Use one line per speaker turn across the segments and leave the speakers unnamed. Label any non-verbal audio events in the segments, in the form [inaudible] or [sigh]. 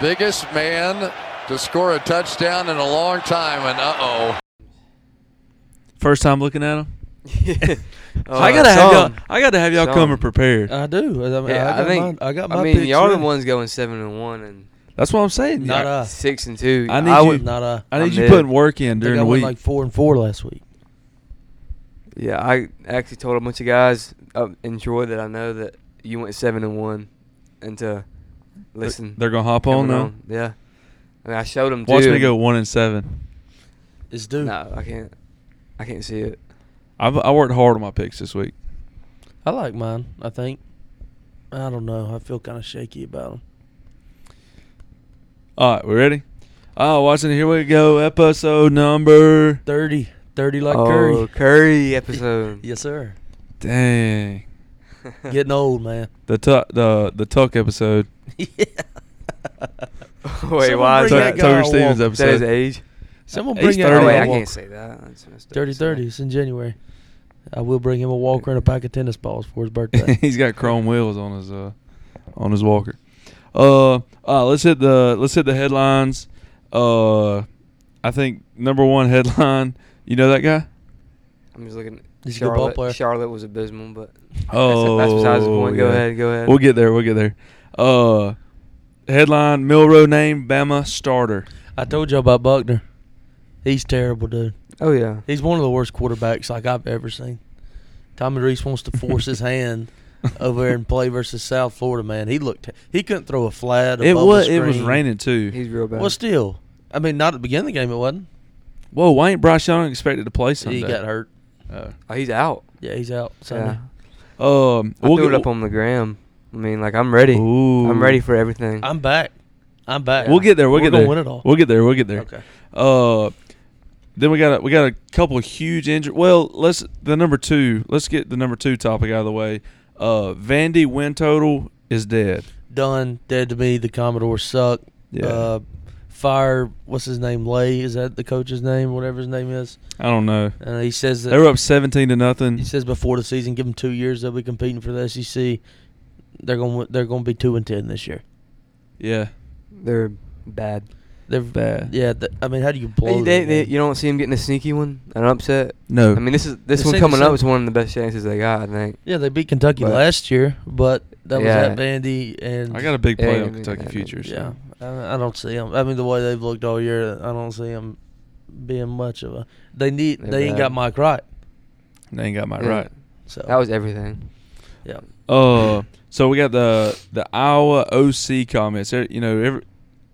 biggest man to score a touchdown in a long time, and uh oh.
First time looking at him.
[laughs] Uh,
I gotta have
some.
y'all. I gotta have y'all
Some.
coming prepared.
I do. I, mean,
Yeah,
I,
I,
got
think.
my, I got my.
I mean,
picks
y'all the
ready.
ones going seven and one and
That's what I'm saying.
Not
I,
us.
six and two.
I need
I
you-
would,
Not a.
I
I'm
need you
in.
putting work in
I
during
think I
the
went
week.
like four and four last week.
Yeah, I actually told a bunch of guys uh, in Troy that I know that you went seven and one, and to
They're-
listen.
They're gonna hop
coming
on now.
on. Yeah, I mean, I showed them.
Watch
too.
me go one and seven.
It's due.
No, I can't. I can't see it.
I've, I worked hard on my picks this week.
I like mine. I think. I don't know. I feel kind of shaky about them.
All right, we ready? Oh, Watson, here we go. Episode number.
30. 30 like
oh,
Curry.
Curry episode.
[laughs]
[laughs]
Yes, sir.
Dang.
Getting old, man. [laughs]
The tuck, the the tuck episode.
yeah.
Wait,
Someone
why is
bring
Tuck-
that?
that guy
Tucker
a
Stevens
walk.
Is that his
episode.
age?
Someone
He's
bring that
30.
Oh,
guy
wait,
a
I
walk.
can't say that. That's messed up.
Dirty
Sorry.
Thirties in January. I will bring him a walker and a pack of tennis balls for his birthday.
[laughs] [laughs] He's got chrome wheels on his uh on his walker. Uh, uh let's hit the let's hit the headlines. Uh, I think number one headline. You know that guy?
I'm just looking.
He's a good ball
Charlotte,
player.
Charlotte was abysmal, but
Oh,
that's, that's besides the point. Go
yeah.
ahead. Go ahead.
We'll get there. We'll get there. Uh, headline: Milrow named Bama starter.
I told you about Buckner. He's terrible, dude.
Oh yeah.
He's one of the worst quarterbacks like I've ever seen. Tommy Reese wants to force
[laughs]
his hand over there and play versus South Florida. Man, he looked. He couldn't throw a flat. A
It
bubble
was it was
screen.
raining too.
He's real bad.
Well, still, I mean, not at the beginning of the game, it wasn't.
Whoa, why ain't Bryce Young expected to play Sunday?
He got hurt.
Oh.
oh, he's out.
Yeah, he's out.
Yeah.
Sunday.
um,
I
we'll
threw
get,
it up on the gram. I mean, like I'm ready.
Ooh.
I'm ready for everything.
I'm back. I'm back.
We'll get there. We'll
We're
get
gonna
there.
win it all.
We'll get there. We'll get there.
Okay.
Uh, then we got a, we got a couple of huge injuries. Well, let's the number two. Let's get the number two topic out of the way. Uh, Vandy win total is dead.
done, dead to me. The Commodores suck.
Yeah.
Uh, fire. What's his name? Lay. Is that the coach's name? Whatever his name is.
I don't know.
And he says that
They were up seventeen to nothing.
he says before the season, give them two years. They'll be competing for the SEC. They're going. to They're going to be two and ten this year.
Yeah,
They're bad.
They're
Bad.
Yeah. Th- I mean, how do you blow?
Hey,
them,
they, they,
man?
you don't see him getting a sneaky one, an upset.
no.
I mean, this is this
They
one
say the
coming up
same-
is one of the best chances they got. I think.
yeah, they beat Kentucky
But-
last year, but that was
Yeah.
at Vandy and
I got a big play
Yeah, I
on
mean,
Kentucky
I mean,
futures. so.
Yeah, I, I don't see them. I mean, the way they've looked all year, I don't see them being much of a. They need.
They're
They ain't got
bad.
Mike Wright.
they ain't got my
Yeah.
right.
So
That was everything.
yeah.
Uh, so we got the the Iowa OC comments. There- You know, every,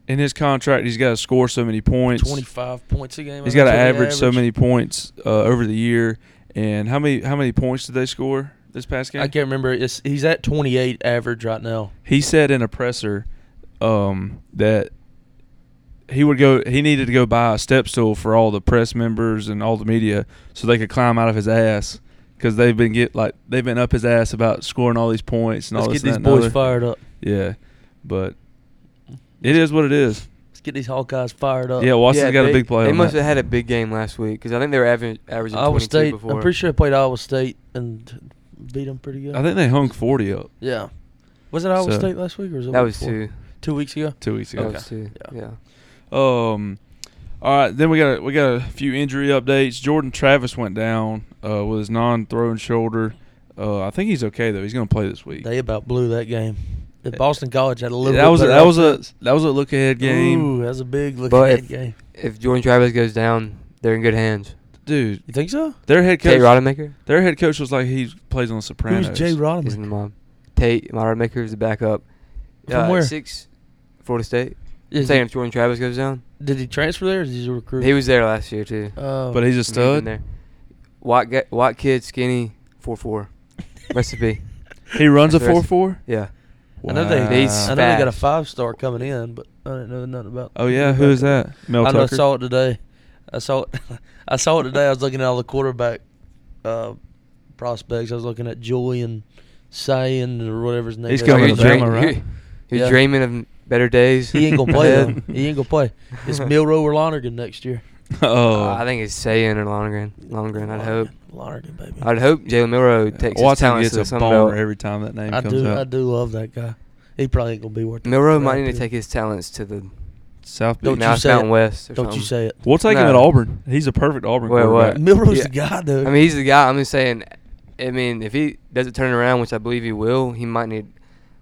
in his contract, he's got to score so many points.
25 points a game.
He's
I
got to
think is what they
average so many points uh, over the year. And how many how many points did they score this past game?
I can't remember. It's, he's at 28 average right now.
He said in a presser um, that he would go. He needed to go buy a step stool for all the press members and all the media, so they could climb out of his ass because they've been get like they've been up his ass about scoring all these points and
Let's
all this.
get these
and that and
boys
other.
fired up.
Yeah, but it is what it is.
Let's get these Hawkeyes fired up.
Yeah, Watson's
Yeah,
got
they,
a big play.
They
on
must
that.
have had a big game last week because I think they were averaging averaging
Iowa
22
State.
before.
I'm pretty sure they played Iowa State and beat them pretty good.
I think they hung forty up
Yeah. Was it Iowa
So-
State last week or was it
that
week
was
before?
two.
Two weeks ago.
two weeks
That
ago.
was two.
Yeah.
Yeah.
Um, all right, then we got a, we got a few injury updates. Jordan Travis went down uh, with his non-throwing shoulder. Uh, I think he's okay though. He's going to play this week.
They about blew that game. If Boston College had a little.
Eh, that
bit
was a,
better
that was a
offense-
that was a look ahead game,
Ooh, that was a big look
But
at
if-
game.
If Jordan Travis goes down, they're in good hands.
dude.
You think so?
Their head
Tate
coach,
Rodemaker.
their head coach was like he plays on the Sopranos.
Who's Jay
He's
Rodman?
in the mob. Tate my Rodemaker is the backup.
From
uh,
where?
Six. Florida State.
Is
saying
he,
if Jordan Travis goes down,
did he transfer there? Or did he recruit?
he was there last year too.
Oh.
But he's a
He's been
stud.
there. White ga- white kid, skinny, four
[laughs]
four. Recipe.
He runs a
That's the
four
rest-
four.
Yeah.
I know they.
He's
I know they got a
fast.
five star coming in, but I didn't know nothing about.
Oh yeah, who is that? Mel
I, know, I
Tucker.
saw it today. I saw it. [laughs] I saw it today. I was looking at all the quarterback uh, prospects. I was looking at Julian Sayan or whatever his name.
He's
is.
coming
You're
to Alabama,
dream-
right?
you're- You're
Yeah.
dreaming of better days.
He
[laughs]
ain't gonna play.
ahead.
though. He ain't gonna play.
[laughs]
It's Milrow or Lonergan next year.
[laughs] oh,
Uh, I think it's Sayin or Longren. Longren, I'd hope.
Lonergan, baby.
I'd hope Jalen Milrow takes his
Watson
talents
gets
to the
a
Sun
boner
Belt.
every time that name
I
comes
do.
up.
I do love that guy. He probably ain't gonna be worth. the
Milrow
round
might need
two.
to take his talents to the
South
Don't
Beach.
you
now it's
say
Mountain
it.
West. Or
Don't
something.
you say it.
We'll take him at
No.
Auburn. He's a perfect Auburn
Wait, what?
quarterback.
Milrow's
Yeah.
the guy, dude.
I mean, he's the guy. I'm just saying. I mean, if he doesn't turn around, which I believe he will, he might need.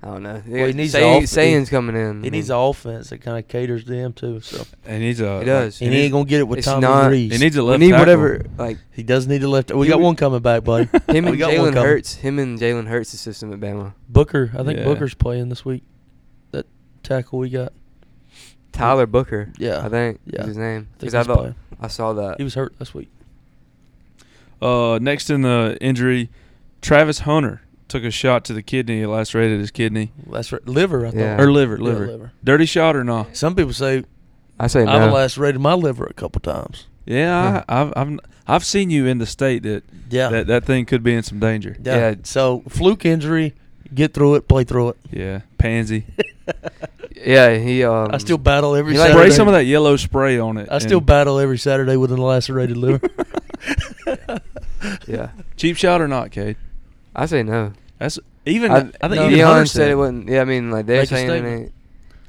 I don't know.
Well, he needs
Say,
the off-
Saying's
he-
coming in.
he needs an offense that kind of caters to him too. So
And he's a
He does.
and he ain't gonna get it with
It's
Tommy
not-
Reese.
He needs a
We
left
need
tackle.
whatever. Like
He does need a left. We
He
got
would-
one coming back, buddy.
[laughs] him
We
and
got one
Jalen
coming.
Hurts. Him and Jalen Hurts' system at Bama.
Booker. I think
Yeah.
Booker's playing this week. That tackle we got.
Tyler Booker.
Yeah.
I think
Yeah.
is his name.
I think
Because I,
he's
thought
playing.
I saw that.
He was hurt last week.
Uh, next in the injury, Travis Hunter took a shot to the kidney. It lacerated his kidney
That's right. Liver, I
Yeah.
thought.
or liver,
Yeah,
liver. Dirty shot or not?
Some people say
I say no.
I've lacerated my liver a couple times.
Yeah,
Huh.
I, I've I've I've seen you in the state that
Yeah.
that that thing could be in some danger.
yeah.
Yeah.
So fluke injury, get through it, play through it.
Yeah,
[laughs]
pansy.
[laughs] yeah, he. Um,
I still battle every
You like-
Saturday.
spray some of that yellow spray on it.
I still
and
battle every Saturday with a lacerated liver.
[laughs]
[laughs]
[laughs]
Yeah,
Cheap shot or not, Cade?
I say no.
That's even. I,
I,
think
no,
even
Deion
Hunter
said, it wasn't. Yeah, I mean, like they're
Make a
saying it
statement.
ain't.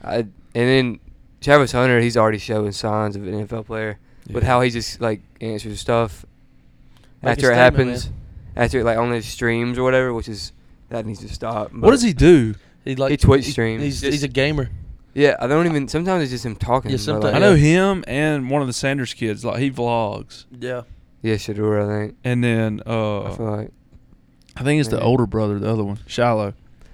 I, and then Travis Hunter, he's already showing signs of an NFL player with
Yeah.
how he just like answers stuff
Make a
after it
statement,
happens,
man.
after it like on his streams or whatever, which is that needs to stop.
What does he do?
He like
He Twitch streams.
He's,
Just-
he's a gamer.
Yeah, I don't even. Sometimes it's just him talking.
Yeah,
but,
sometimes-
like,
I know
Yeah.
him and one of the Sanders kids. Like he vlogs,
Yeah.
Yeah, Shador, I think.
and then uh,
I feel like.
I think it's the
Yeah.
older brother, the other one, Shiloh.
Uh,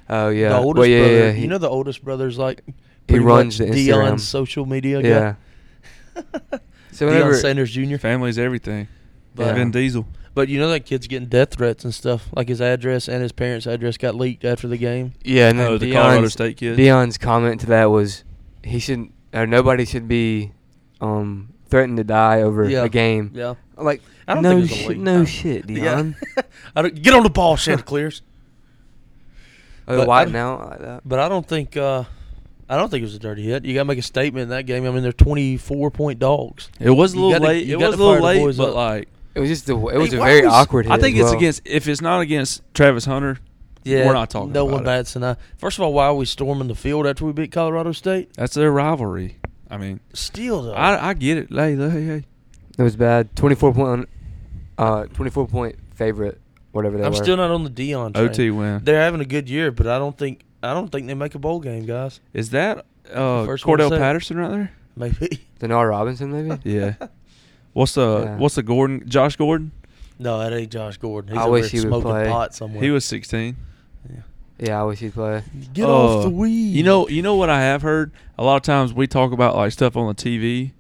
Oh yeah.
The oldest
well, yeah,
brother.
yeah, he,
you know the oldest brother's like
he
pretty
runs the
much
Instagram.
Dion's social media guy.
yeah.
[laughs]
so
Deion
whenever
Sanders Jr.
Your family's everything.
But-
Vin Diesel.
But you know that kid's getting death ththreats and stuff. Like his address and his parents' address got leaked after the game.
Yeah, and then
Oh, the
Deion's-
Colorado State kid.
Deion's comment to that was, he shouldn't or nobody should be um, threatened to die over
Yeah.
a game.
Yeah.
Like
I don't
no
think it was a
shit,
leak. I
no
don't-
shit,
[laughs] Yeah.
Deion.
I don't, get on the ball, Chanticleers.
Oh,
But I
why
don't-
now like that?
But I don't think uh, I don't think it was a dirty hit. You got to make a statement in that game. I mean, they're twenty four point dogs.
It was a
You
little
gotta-
late.
you
It
gotta
was a little
fire the
late,
boys
but
up.
like
It was just the. It was
Hey,
a
why
very
was-
awkward.
I
hit
think
as
it's
well.
against if it's not against Travis Hunter. we're not talking.
No
about
one
it.
bats an eye. First of all, why are we storming the field after we beat Colorado State?
That's their rivalry. I mean,
Still though,
I I get it. Hey, hey, hey.
It was bad. Twenty four point. Uh, twenty four point favorite. Whatever that.
am
were.
still not on the Dion. Train.
OT win.
They're having a good year, but I don't think I don't think they make a bowl game, guys.
Is that uh,
First one to
Cordell
say.
Patterson right there?
Maybe
[laughs] Denard Robinson maybe.
Yeah. What's the
Yeah.
What's the Gordon? Josh Gordon.
[laughs] no, that ain't Josh Gordon. He's
I
over
wish
there
he would
smoking
play.
pot somewhere.
He was 16.
Yeah.
Yeah, I wish he'd play.
Get off
Uh,
the weed.
You know, you know what I have heard. A lot of times we talk about like stuff on the TV,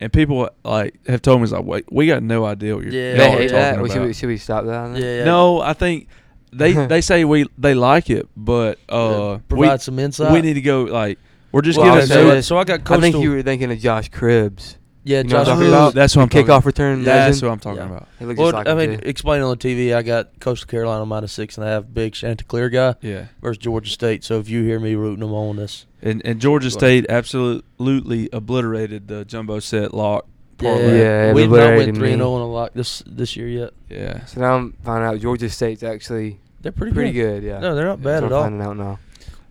and people like have told me it's like, wait, we got no idea what you're y'all
Yeah.
Oh, They
are
hate
talking
that.
about.
We should, we, should we stop that? on that?
Yeah.
No, I think
[laughs]
they they say we they like it, but uh,
provide
we,
some insight.
We need to go like we're just
Well,
giving
I'll
us
say
no-
this. so I got
I think
Coastal-
you were thinking of Josh Cribbs.
Yeah,
You know
Josh
what I'm talking
Cribbs.
about?
That's what I'm talking
Kickoff
about.
return
That's
legend?
what I'm talking
Yeah.
about.
He looks
Well,
just like
I
him,
mean,
too.
explain on the TV. I got Coastal Carolina minus six and a half, big Chanticleer guy
Yeah,
versus Georgia State. So if you hear me rooting them on this,
and and Georgia
Go
State absolutely obliterated the jumbo set lock.
Yeah,
Parlay.
Yeah,
we have not
everybody
went
to
three
me.
and zero on a lock this this year yet.
yeah.
So now I'm finding out Georgia State's actually
They're pretty
pretty, good. Yeah.
No, they're not
Yeah,
bad
That's
at
what I'm
all.
Finding out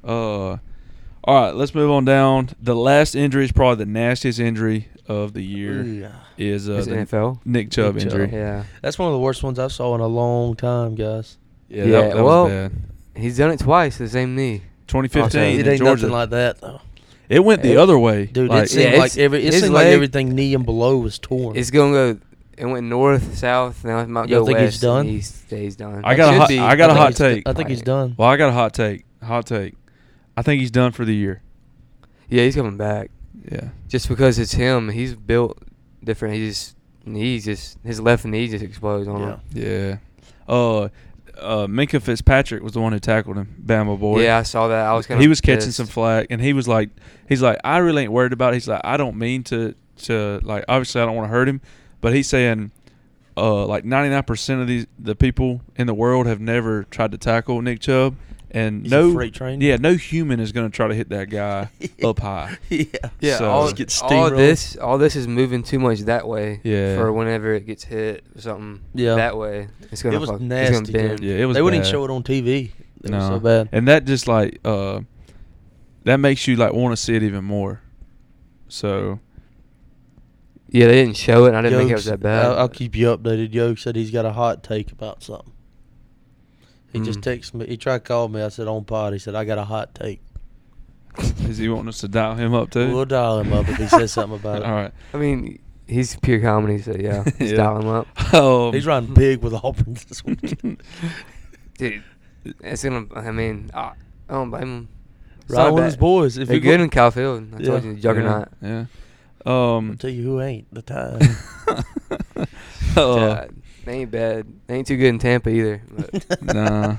now.
Uh, all right, let's move on down. The last injury is probably the nastiest injury of the year.
Yeah.
Is, uh,
It's
the
NFL.
Nick Chubb
Nick Chubb.
injury?
Yeah.
That's one of the worst ones I saw in a long time, guys.
Yeah,
Yeah,
that, that
well,
was bad.
He's done it twice, the same knee. Also,
2015
it
in
ain't
Georgia.
nothing like that though,
it went the
It-
other way,
dude.
Like,
it seemed
Yeah,
like
it's-
every it
his
seemed like
leg-
everything knee and below was torn.
It's gonna go. It went north, south. Now it might
You
go
don't think he's
west. and
done?
He stays done.
I got
It
a
should
hot-
be.
I got a
think
hot
he's d-
take.
I think he's done.
well, I got a hot take. Hot take. I think he's done for the year.
Yeah, he's coming back.
Yeah.
Just because it's him, he's built different. He just knees just his left knee just explodes on him.
Yeah. Uh, uh, Minka Fitzpatrick was the one who tackled him, Bama boy.
Yeah, I saw that. I was kind of.
he was catching some flack, and he was like, he's like, I really ain't worried about. it. He's like, I don't mean to, to like. Obviously, I don't want to hurt him, but he's saying, uh, like ninety nine percent of these the people in the world have never tried to tackle Nick Chubb, and
He's a
no
freight train.
Yeah, no human is gonna try to hit
[laughs]
that guy up high.
yeah.
Yeah,
So-
all,
Just
get
all
steamrolled.
this, all this is moving too much that way.
Yeah.
For whenever it gets hit, or something.
Yeah.
That way, it's gonna.
It was
fuck,
nasty,
It's
dude.
gonna bend.
Yeah, it was.
they wouldn't even
bad.
show it on TV. It
no.
was so bad.
And that just like uh that makes you like want to see it even more. So
Yeah, they didn't show it. and I didn't think it was that
Yoke
bad.
I'll, I'll keep you updated. Yoke said he's got a hot take about something. He
Hmm.
just
Mm.
texted me. He tried to call me. I said on pod. He said I got a hot take.
is he wanting us to dial him up too?
We'll dial him up if he says
[laughs]
something about it.
All right.
I mean, he's pure comedy, so
[laughs]
yeah, just
Yeah.
dial him up.
[laughs] Um,
He's running big with Auburn this
[laughs]
weekend.
Dude, it's gonna. I mean, I, I don't blame him. It's
Ride
not
with his
bad.
boys. If
They're
you
good
go-
in Kyle Field. I told
Yeah.
you, juggernaut.
Yeah.
I'll
Um, [laughs]
tell you who ain't the time.
uh,
God, they ain't bad. They ain't too good in Tampa either. But
[laughs]
[laughs]
Nah.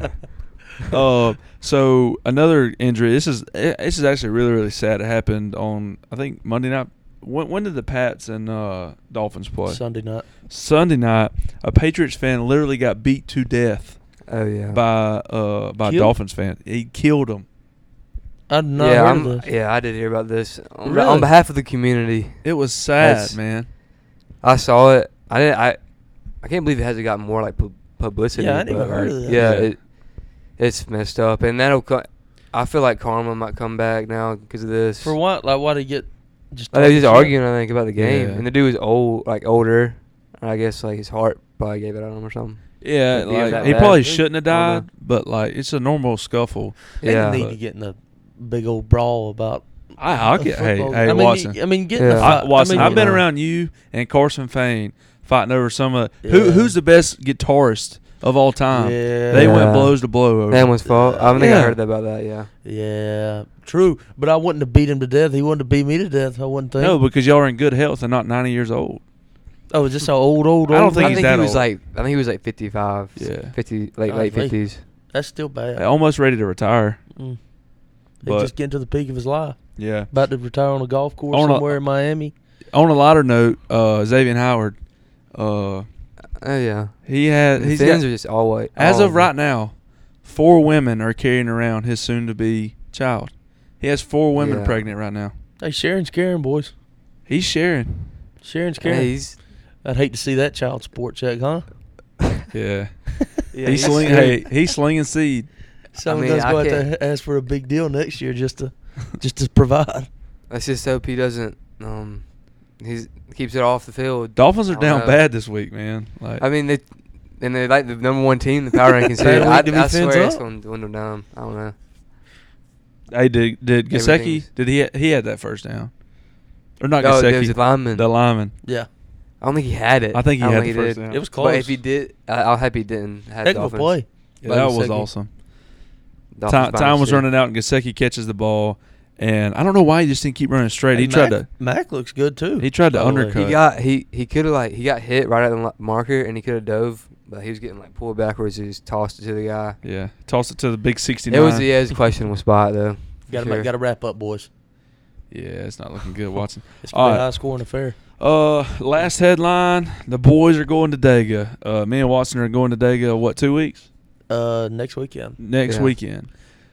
Oh.
uh, so another injury. This is eh, this is actually really really sad. It happened on I think Monday night. When, when did the Pats and uh, Dolphins play?
Sunday night.
Sunday night. A Patriots fan literally got beat to death
oh yeah.
by uh by a
Killed?
Dolphins fan. He killed him.
I did not
yeah,
heard
I'm,
of this.
yeah, I did hear about this on, be-
Really?
on behalf of the community.
It was sad,
That's-
man.
I saw it. I didn't. I I can't believe it hasn't gotten more like pub- publicity.
Yeah, I didn't
but,
even heard of
like,
that.
Yeah,
Yeah.
It, it's messed up, and that'll. Co- I feel like karma might come back now because of this.
For what? Like why did he get? Just
Like, they were just
talking shit?
arguing, I think, about the game,
Yeah.
and the dude was old, like older. And I guess like his heart probably gave it on him or something.
Yeah,
It'd be
like
that
he
bad.
probably shouldn't have
I don't
died, but like it's a normal scuffle.
They
Yeah.
need to get in a big old brawl about.
I I
a
get hey
football-
hey
I mean,
Watson.
I mean, getting
Yeah.
a
I-
fight-
Watson,
I
I've
mean,
been
you know.
around you and Carson Fain fighting over some of
Yeah.
who who's the best guitarist of all time. They
Yeah.
went blows to blow over.
That one's fault. I don't think I
Yeah.
heard about that. Yeah.
Yeah, true. But I wouldn't have beat him to death. He wouldn't have beat me to death. I wouldn't think.
no, because y'all are in good health and not ninety years old.
oh, it's just an old, old, old.
I don't think
man.
he's that
he was
old.
like I think he was like 55,
Yeah.
50 late
Golly.
late 50s.
that's still bad.
Almost ready to retire.
Mm. He's
But-
just getting to the peak of his life.
Yeah.
About to retire on a golf course
On a-
somewhere in Miami.
On a lighter note, uh, Xavier Howard, uh,
Oh yeah.
he had
His
he's
fins
got,
are just all white.
as
all
of right
[laughs]
now, four women are carrying around his soon-to-be child. He has four women
Yeah.
pregnant right now.
Hey, Sharon's Karen, boys.
He's sharing. [laughs]
Sharon's Karen.
Hey, he's
I'd hate to see that child support check, huh?
Yeah.
Yeah,
he's
he's
sling, hey,
good.
he's slinging seed.
Someone
mean,
does
I
go out
can't-
to ask for a big deal next year just to just to provide.
let's just hope he doesn't um he's keeps it off the field.
Dolphins
I
are
don't
down
know.
bad this week, man. Like
I mean they and they're like the number one team, the power
[laughs]
rankings
They
here.
don't
I,
need to be
I
fins
swear it's
up.
gonna dwindle down. I don't know.
Hey, did did Gasecki?
Everything's-
Did he he had that first down? Or not
No, there
Gasecki?
was a lineman.
The lineman.
Yeah.
I don't think he had it.
I think he
don't
had the first
did.
down.
It was close.
But if he did, I, I'll happy he didn't. Had
Heck of a
Dolphins.
play.
Yeah,
By
that was
Gesicki.
awesome.
Dolphins
Time,
by
time was
mistake.
running out, and Gasecki catches the ball, and I don't know why he just didn't keep running straight. he
Hey,
tried
Mac, Mac looks good
to
too.
he tried to
by the way.
undercut.
He got he he could have like he got hit right at the li- marker and he could have dove, but he was getting like pulled backwards. He just tossed it to the guy.
yeah, tossed it to the big
It
sixty-nine.
was yeah, it was a questionable spot though. for
Got to
sure.
got to wrap up, boys.
[laughs] Yeah, it's not looking good, Watson.
[laughs] It's
All
gonna be
right.
a high scoring affair.
Uh, last headline: The boys are going to Dega. Uh, me and Watson are going to Dega. What two weeks?
Uh, next weekend.
Next
Yeah.
weekend.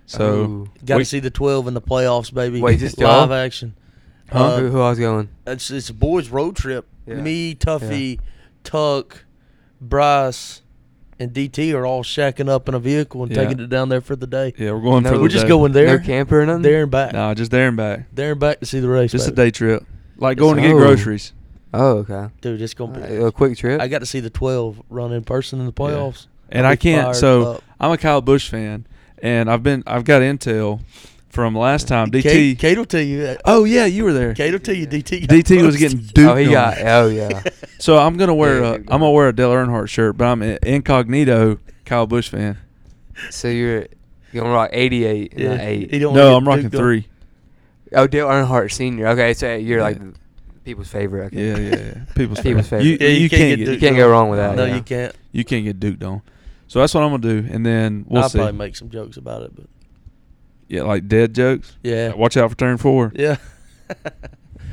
So
Ooh.
Got
we-
to see the twelve in the playoffs, baby.
Wait, just
live
y'all?
action.
Huh?
Uh,
who, who I was going?
it's it's a boys road trip.
Yeah.
Me, Tuffy, Tuck, Bryce, and DT are all shacking up in a vehicle and
Yeah.
taking it down there for the day.
yeah, we're going
No,
for the
We're just
day.
going there,
No camper or nothing.
there and back,
Nah, just there and back.
there and back to see the race.
Just a
baby.
day trip, like
Yes,
going to get
sir. Oh.
groceries.
Oh okay.
dude. It's gonna be.
Uh, a quick trip.
I got to see the twelve run in person in the playoffs.
and
I'll
I
be
can't.
fired
So
up.
I'm a Kyle Bush fan, and I've been I've got intel from last time. DT.
Kate, Kate will tell you. that.
um, oh yeah, you were there.
Kate will tell you. DT. got
DT was
busted.
getting duped.
oh he
on.
got oh yeah.
[laughs] So I'm gonna wear
Yeah,
a I'm
Duke on.
gonna wear a Dale Earnhardt shirt, but I'm incognito Kyle Bush fan.
so you're you're gonna rock 88 and not eight.
he don't wanna
No,
get
I'm rocking
duped on.
three.
Oh Dale Earnhardt Senior. Okay, so you're like
Yeah.
people's favorite. Okay.
Yeah, yeah, yeah. [laughs]
[laughs]
People's
People's
favorite. You,
favorite.
Yeah,
you, can't, get,
You can't go wrong with that.
No,
yeah.
you can't.
you can't get duped on. So that's what I'm gonna do, and then we'll
I'll
see.
probably make some jokes about it, but
yeah, like dead jokes.
yeah,
Like, watch out for turn four.
yeah. [laughs]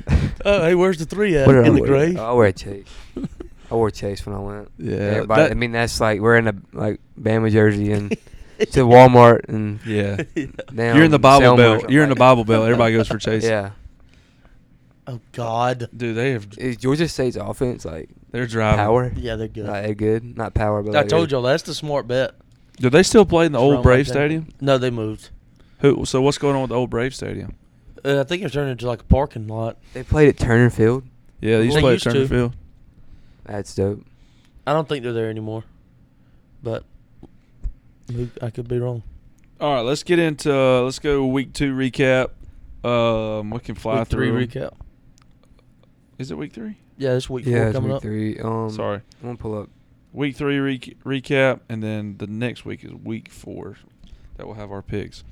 Uh,
oh, hey, where's the three at?
What did I
In the
wear?
grave.
I wear a chase. I wore a chase when I went.
Yeah,
Everybody,
that-
I mean that's like we're in a like Bama jersey
[laughs]
and to Walmart and
Yeah.
now
You're in the Bible
Selma or
Belt.
something
You're in the
like
Bible Belt. Everybody
[laughs]
goes for
that.
Chase.
Yeah,
[laughs] Oh God.
Dude, they have
Is Georgia State's offense like
they're driving.
power.
Yeah, they're good.
Not that good. Not power, but
I
like,
told y'all that's the smart bet.
Do they still play in the
It's
old
wrong like
Brave
that.
Stadium?
No, they moved.
Who? So what's going on with the old Brave Stadium?
Uh, I think it's turned into like a parking lot.
They played at Turner Field.
Yeah, they used to
They
play at
used to.
Turner Field.
That's dope.
I don't think they're there anymore, but who- I could be wrong.
All right, let's get into uh, let's go week two recap. Um, we can fly
week
through.
three recap.
Is it week three?
Yeah, this week
yeah,
four
it's
coming
week
up.
three. Um,
Sorry,
I'm gonna pull up.
week three re- recap, and then the next week is week four. That will have our picks.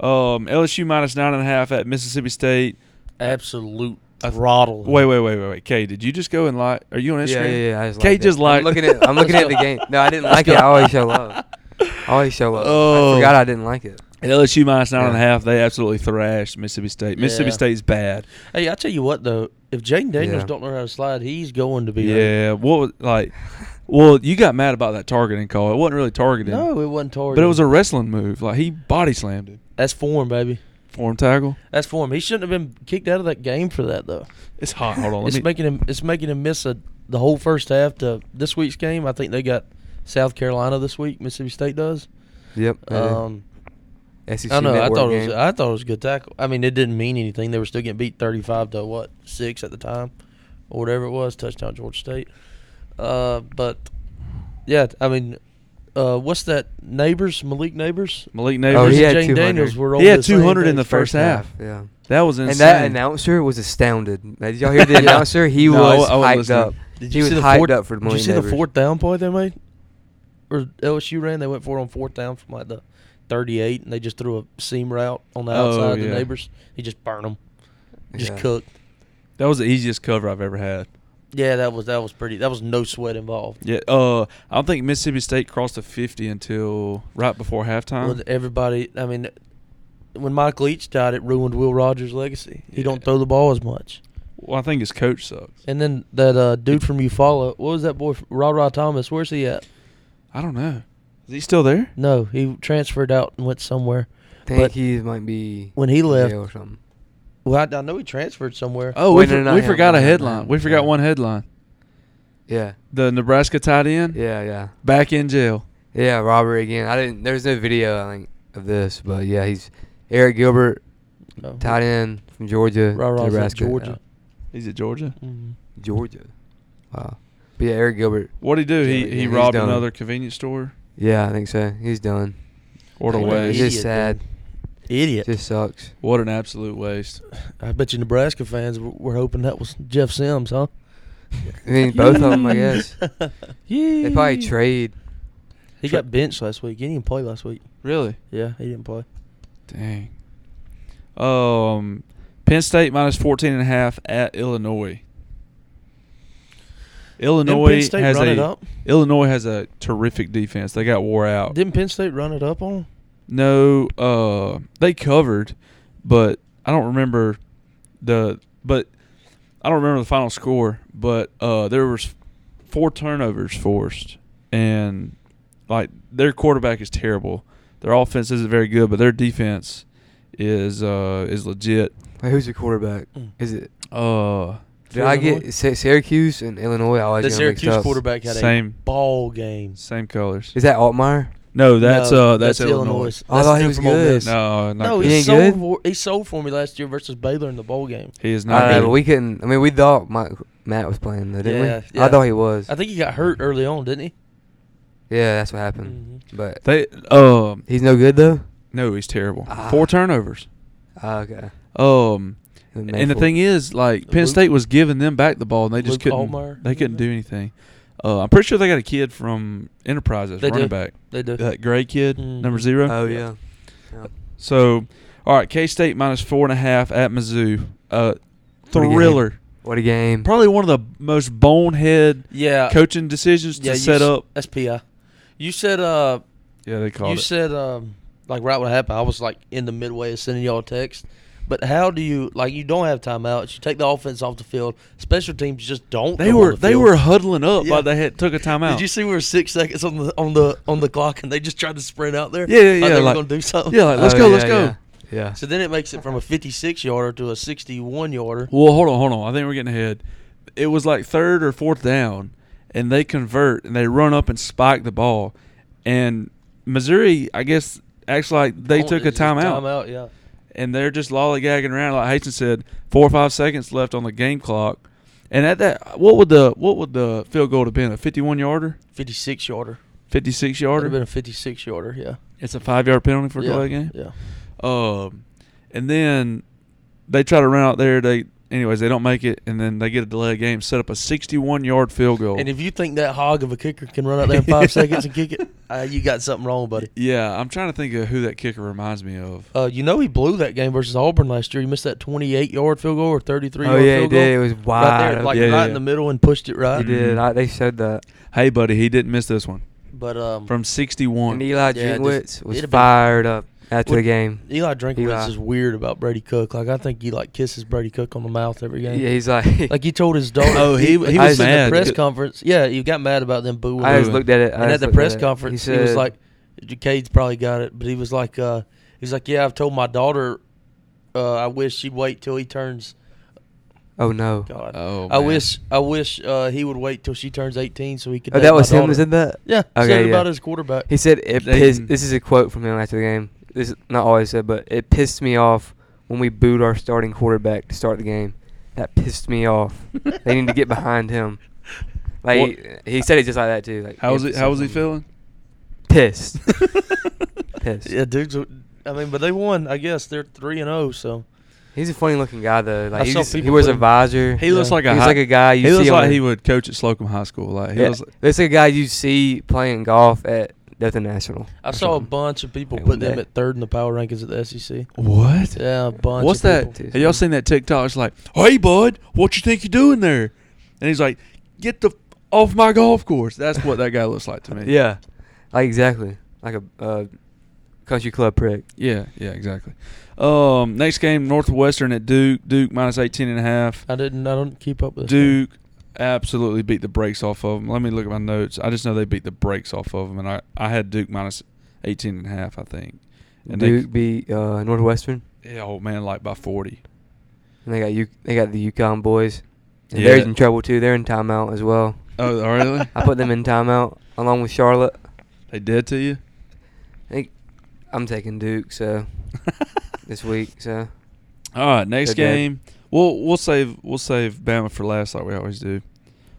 Um, LSU minus nine and a half at Mississippi State.
Absolute
I th-
throttle.
Wait, wait, wait, wait, wait. Kay, did you just go and like? Are you on Instagram?
Yeah, yeah, yeah. I just
Kate
liked it.
just liked-
I'm looking at. I'm looking at the game. No, I
[laughs]
[laughs]
didn't like it. I always show love. I always show love.
Oh.
I forgot I didn't like it.
At LSU minus nine and a
Yeah.
half, They absolutely thrashed Mississippi State. Mississippi
Yeah.
State's bad.
Hey, I tell you what though, if Jaden Daniels
Yeah.
don't learn how to slide, he's going to be. hurt.
Yeah. What was like? Well, you got mad about that targeting call. It wasn't really targeting,
No, it wasn't Tori.
but it was a wrestling move. Like he body slammed him.
That's form, baby.
Form tackle.
That's form. He shouldn't have been kicked out of that game for that though.
Uh, It's hot. Hold on. let
it's
me-
making him. It's making him miss a, the whole first half to this week's game. I think they got South Carolina this week. Mississippi State does.
Yep. I did.
Um,
SEC
I know. I
E Network
thought it was.
game.
I thought it was a good tackle. I mean, it didn't mean anything. They were still getting beat thirty-five to what six at the time, or whatever it was. Touchdown, Georgia State. Uh, but yeah, I mean, uh, what's that? Neighbors, Malik Neighbors.
Malik
Oh,
Neighbors.
Versus
he had
Jane
200.
Daniels were
He
on
had
the same
200 in
page.
the first half.
Yeah.
That was insane.
And that announcer was astounded. Did y'all hear the
[laughs] Yeah.
announcer? He
No, I-
was
I wasn't
hyped
listening.
up.
Did
he
you
was
see the
hyped
fourth,
up for
Did you
Malik
see the
Neighbors.
fourth down play they made? Or LSU ran? They went for it on fourth down from like the thirty-eight, and they just threw a seam route on the
Oh,
outside. of The
yeah.
neighbors, he just burned them, just
Yeah.
cooked.
That was the easiest cover I've ever had.
Yeah, that was that was pretty. That was no sweat involved.
Yeah. Uh, I don't think Mississippi State crossed the 50 until right before halftime.
With everybody, I mean, when Michael Leach died, it ruined Will Rogers' legacy. He don't
Yeah.
throw the ball as much.
well, I think his coach sucks.
And then that uh, dude from Eufaula, what was that boy, Ra Ra Thomas? Where's he at?
I don't know. Is he still there?
No, he transferred out and went somewhere.
I think
But
he might be
when he
in
left-
jail or something.
Well, I, I know he transferred somewhere.
Oh, we,
Wait, no,
for-
not
we
him,
forgot a
not him,
headline.
not
We
him.
forgot
Yeah.
one headline.
Yeah,
The Nebraska tight end
yeah, yeah,
back in jail.
yeah. Robbery again. I didn't. There's no video I think of this, but yeah, he's Eric Gilbert,
No.
tight end from Georgia,
Ra Ra's at
Nebraska,
Georgia.
He's at Georgia.
Mhm.
yeah. Georgia. Wow. But yeah, Eric Gilbert.
What'd he do?
Yeah,
He
yeah,
he
he's
robbed
done.
another convenience store.
Yeah, I think so. He's done.
What a
What
He's
an
waste.
idiot,
just sad.
dude. Idiot.
Just sucks.
What an absolute waste.
I bet you Nebraska fans were, were hoping that was Jeff Sims, huh?
I mean, both of them, I
[laughs]
guess. They probably
Yee.
trade.
He
Tra-
got benched last week. He didn't even play last week.
Really?
Yeah, he didn't play.
Dang. Um, Penn State minus 14 and a half at Illinois. Illinois
Penn State
has
run
a
it up?
Illinois has a terrific defense. They got wore
Oh.
out.
Didn't Penn State run it up on him?
no, uh, they covered, but I don't remember the but I don't remember the final score. But uh, there was four turnovers forced, and like their quarterback is terrible. Their offense isn't very good, but their defense is uh is legit.
Wait, who's the quarterback?
Mm.
Is it?
Uh,
Did I
Illinois?
get Sy- Syracuse and Illinois? I always
The
get 'em
Syracuse
mixed up.
quarterback had a
Same.
ball game.
same colors.
Is that Altmaier?
No, that's uh that's, Illinois.
Illinois.
I thought
That's
he
the
was
dude from Ole
good.
Miss.
No, not
No,
good.
He
he,
ain't
sold
good?
For, he sold for me last year versus Baylor in the bowl game.
He is
I
not.
don't know,
good.
but we couldn't. I mean, we thought Mike, Matt was playing, though, didn't
Yeah,
we?
yeah.
I thought he was.
I think he got hurt early on, didn't he? Mm-hmm.
yeah, that's what happened. But
They um
he's no good though.
no, he's terrible.
Ah.
Four turnovers.
Ah, okay.
Um,
And
and the
Mayfield.
thing is, like Penn
Luke-
State was giving them back the ball, and they just
Luke
couldn't.
Altmaier.
They couldn't do anything. Uh, I'm pretty sure they got a kid from Enterprise that's
They do.
running back.
They do.
That gray kid,
Mhm.
number zero.
Oh yeah. Yeah.
So, all right, K State minus four and a half at Mizzou.
What
Uh,
a game.
thriller.
What a game.
Probably one of the most bonehead
Yeah.
coaching decisions to
you
set
s-
up.
SPI. You said uh
Yeah, they
you said um like right when it happened, I was like in the midway of sending y'all a text. But how do you like you don't have timeouts, you take the offense off the field, special teams just don't
they
go on
were
the
they
field.
were huddling up
Yeah.
like they had took a timeout.
Did you see we were six seconds on the on the on the clock and they just tried to sprint out there?
Yeah, yeah, yeah,
Like they
like-
were gonna do something. [laughs]
yeah, like, let's
Oh,
go,
yeah,
let's go.
Yeah. yeah.
So then it makes it from a 56 yarder to a 61 yarder.
Well, hold on, hold on. I think we're getting ahead. It was like third or fourth down, and they convert and they run up and spike the ball. And Missouri, I guess, acts like they
Oh,
took a
it's just
timeout.
Timeout, yeah.
and they're just lollygagging around. Like Hastings said, four or five seconds left on the game clock. And at that, what would the what would the field goal have been? A fifty-one yarder,
56 yarder.
fifty-six
Would
yarder.
have been a 56 yarder, yeah.
it's a five-yard penalty for a
yeah.
delay game.
Yeah.
Um, and then they try to run out there. They anyways they don't make it, and then they get a delay game, set up a sixty-one yard field goal.
And if you think that hog of a kicker can run out there
[laughs]
in five seconds and kick it, uh, you got something wrong, buddy.
yeah, I'm trying to think of who that kicker reminds me of.
Uh, you know he blew that game versus Auburn last year. He missed that 28-yard field goal or 33-yard
Oh yeah, he
field goal.
did. It was wide.
right there,
open.
like
Yeah,
right
yeah,
in
yeah.
the middle and pushed it right.
He
Mm.
did. I, they showed that.
Hey, buddy, he didn't miss this one
But um,
from sixty-one.
And Eli
Yeah,
Drinkwitz
just-
was
it'd have been-
fired up after the
Would-
game.
Eli Drinkwitz
Eli.
is weird about Brady Cook. Like I think he like kisses Brady Cook on the mouth every
Yeah,
game.
he's [laughs] like.
[laughs] Like he told his daughter.
Oh, he- he
like,
was
in
mad.
the press conference. Yeah, he got mad about them booing.
I
him.
just looked at it. I
and at
just
the
looked
press
it.
conference, he, was
said-
like, "Cade's probably got it," but he was like, uh, "He's like, yeah, I've told my daughter, uh, I wish she'd wait till he turns.
"Oh no."
God,
Oh,
I
man.
wish, I wish uh, he would wait till she turns 18 so he could."
Oh,
date
that
my
was him.
daughter."
that said that?
Yeah, he
Okay,
said it
yeah.
about his quarterback.
He said it
They
pissed.
can-
This is a quote from him after the game. This is not all he said, but it pissed me off when we booed our starting quarterback to start the game. That pissed me off. they need to get behind
[laughs]
[laughs]
him. Like he, he said it just like that too. Like
How was he? How was he
emphasis
feeling?
on
[laughs]
Pissed. pissed.
Yeah, dudes. are- I mean, but they won. I guess they're three and zero. So
He's a funny looking guy though. Like
I
he,
saw
just, he
people
wears a
put him-
visor.
He looks
Yeah.
like a
he's
high-
like a guy you
he
see
looks
on
like
the-
he would coach at Slocum High School. Like he
Yeah,
looks like,
Looks like a guy you see playing golf at Dothan National.
I
or
saw a
something.
bunch of people
Hey,
put
one
them
day.
at third in the power rankings at the SEC.
what?
Yeah, a bunch.
What's
of
that?
people.
Have y'all seen that TikTok? It's like, hey bud, what you think you're doing there? And he's like, get the f- off my golf course. That's what that guy looks like to me.
[laughs] Yeah, like exactly like a uh, country club prick.
yeah, yeah, exactly. Um, next game, Northwestern at Duke. Duke minus 18 and a half.
I didn't. I don't keep up with
Duke absolutely beat the brakes off of them. Let me look at my notes. I just know they beat the brakes off of them, and I, I had Duke minus 18 and a half, I think. And they-
Duke beat uh, Northwestern,
Yeah, oh man, like by 40.
and they got you. They got the Yukon boys. And
Yeah.
They're in trouble too. They're in timeout as well.
Oh, really?
[laughs] I put them in timeout along with Charlotte.
They did to you?
I think I'm taking Duke
[laughs]
so [laughs] this week. So
All right, next
They're dead.
game. We'll we'll save we'll save Bama for last, like we always do.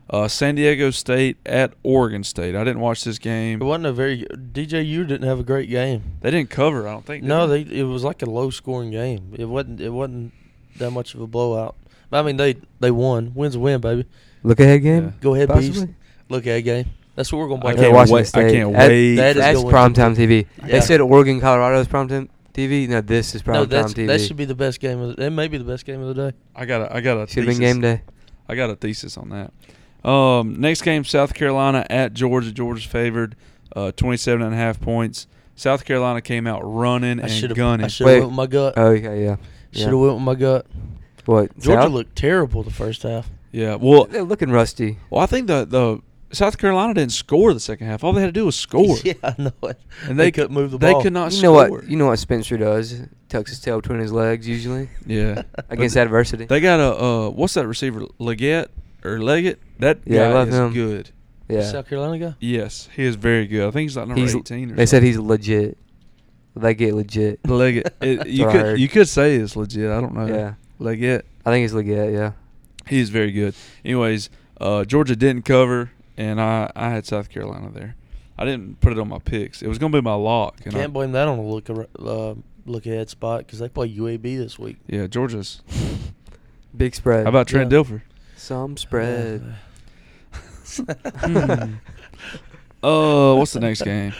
Uh, San Diego State at Oregon State. I didn't watch this
It
game.
wasn't a very DJU didn't have a great game.
They didn't cover. I don't think. did
No, they it was like a low scoring game. It wasn't it wasn't that much of a blowout. I mean they they won. Wins a win, baby.
look ahead game.
Yeah.
Go ahead, Beast.
possibly?
Look at game. That's what we're gonna
I
play.
can't
They're Washington
wait- I
State.
can't
That-
wait.
That is
that's
going to
primetime TV.
Yeah.
They said Oregon, Colorado is primetime TV. No, this is
No,
primetime
that's,
TV.
that should be the best game of the, it may be the best game of the day.
I got a I got a
should have
thesis.
been game day.
I got a thesis on that. Um, next game, South Carolina at Georgia. Georgia's favored, uh, 27 and a half points. South Carolina came out running
I should
and
have
gunning.
I should have
Wait.
went with my gut.
Oh yeah, yeah.
should have went with my gut.
What?
Georgia
South?
looked terrible the first half.
yeah. Well,
They're looking rusty.
well, I think the the South Carolina didn't score the second half. All they had to do was score.
[laughs] yeah, I know it.
And
they,
they
couldn't move the
They
ball.
could not
you know
score.
what? You know what Spencer does? Tucks his tail between his legs usually
Yeah.
[laughs] against
But
adversity.
They got a uh, what's that receiver Leggett or Leggett? That
Yeah, I
guy
love
is
him.
good.
yeah.
South Carolina guy?
Yes, he is very good. I think he's like number
He's-
eighteen. Or
They said
something.
he's legit. They get legit. [laughs]
Leggett. It,
That's
you
what I
could
heard.
you could say it's legit. I don't know.
Yeah.
Leggett.
I think he's legit. Yeah.
He is very good. Anyways, uh, Georgia didn't cover, and I I had South Carolina there. I didn't put it on my picks. It was gonna be my lock. And I-
Can't blame that on a look ar- uh, look ahead spot because they play UAB this week.
Yeah, Georgia's.
Big spread.
How about Trent
Yeah.
Dilfer?
some
Uh,
spread?
[laughs]
Hmm. Uh, what's the next game?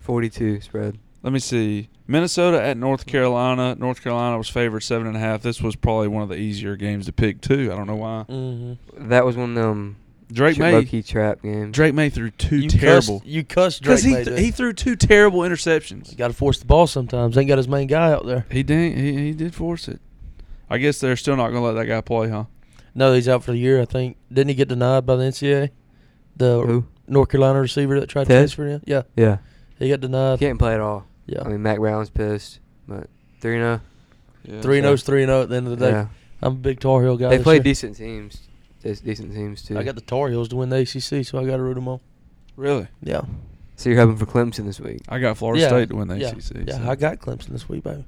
Forty-two spread.
Let me see. Minnesota at North Carolina. North Carolina was favored seven and a half. This was probably one of the easier games to pick too. I don't know why.
Mhm.
That was one of them
Drake
low
May.
key trap game.
Drake May threw two
You
terrible.
Cussed, you cussed Drake
Because he
May,
th-
dude.
he threw two terrible interceptions.
You got to force the ball sometimes. Ain't got his main guy out there.
He did. He, he did force it. I guess they're still not gonna let that guy play, huh?
No, he's out for the year. I think. Didn't he get denied by the NCAA? The
Who?
North Carolina receiver that tried to
Ted?
transfer him. Yeah,
Yeah.
he got denied.
Can't play at all.
Yeah,
I mean, Mac Brown's pissed, but three and oh.
Yeah,
three and
so-
O's three and O at the end of the day.
Yeah.
I'm a big Tar Heel guy.
They
this
play
year.
decent teams. There's decent teams too.
I got the Tar Heels to win the ACC, so I got to root them on.
Really?
Yeah,
So you're hoping for Clemson this week.
I got Florida
Yeah,
State to win the
yeah,
ACC.
Yeah,
so.
I got Clemson this week, baby.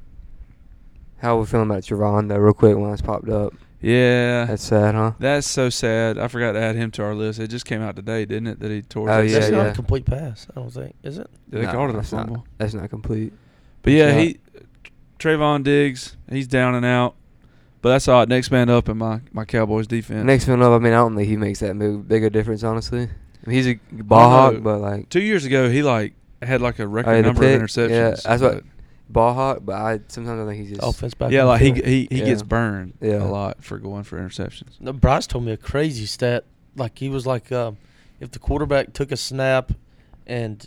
How are we feeling about Javon though? Real quick, when that's popped up,
Yeah,
that's sad, huh?
that's so sad. I forgot to add him to our list. It just came out today, didn't it? That he tore.
Oh,
his
yeah,
That's
ACL?
not
yeah.
a complete pass, I don't think. Is it?
Did they
No,
call it a
that's not-
fumble?
That's not complete.
But
It's
yeah,
not.
he Trayvon Diggs, he's down and out. But that's all right. Next man up in my my Cowboys defense.
Next one up, I mean, I don't think he makes that move big a difference, honestly. I mean, he's a ball
I know.
hawk, but like
two years ago, he like had like a record
yeah, the
number
pick.
of interceptions.
Yeah, that's what-
but-
ball hawk, but I sometimes I think he's just
Offense back.
yeah,
on the
like he
field.
he, he
Yeah.
gets burned
Yeah.
a lot for going for interceptions.
No, Bryce told me a crazy stat. Like he was like, um, if the quarterback took a snap and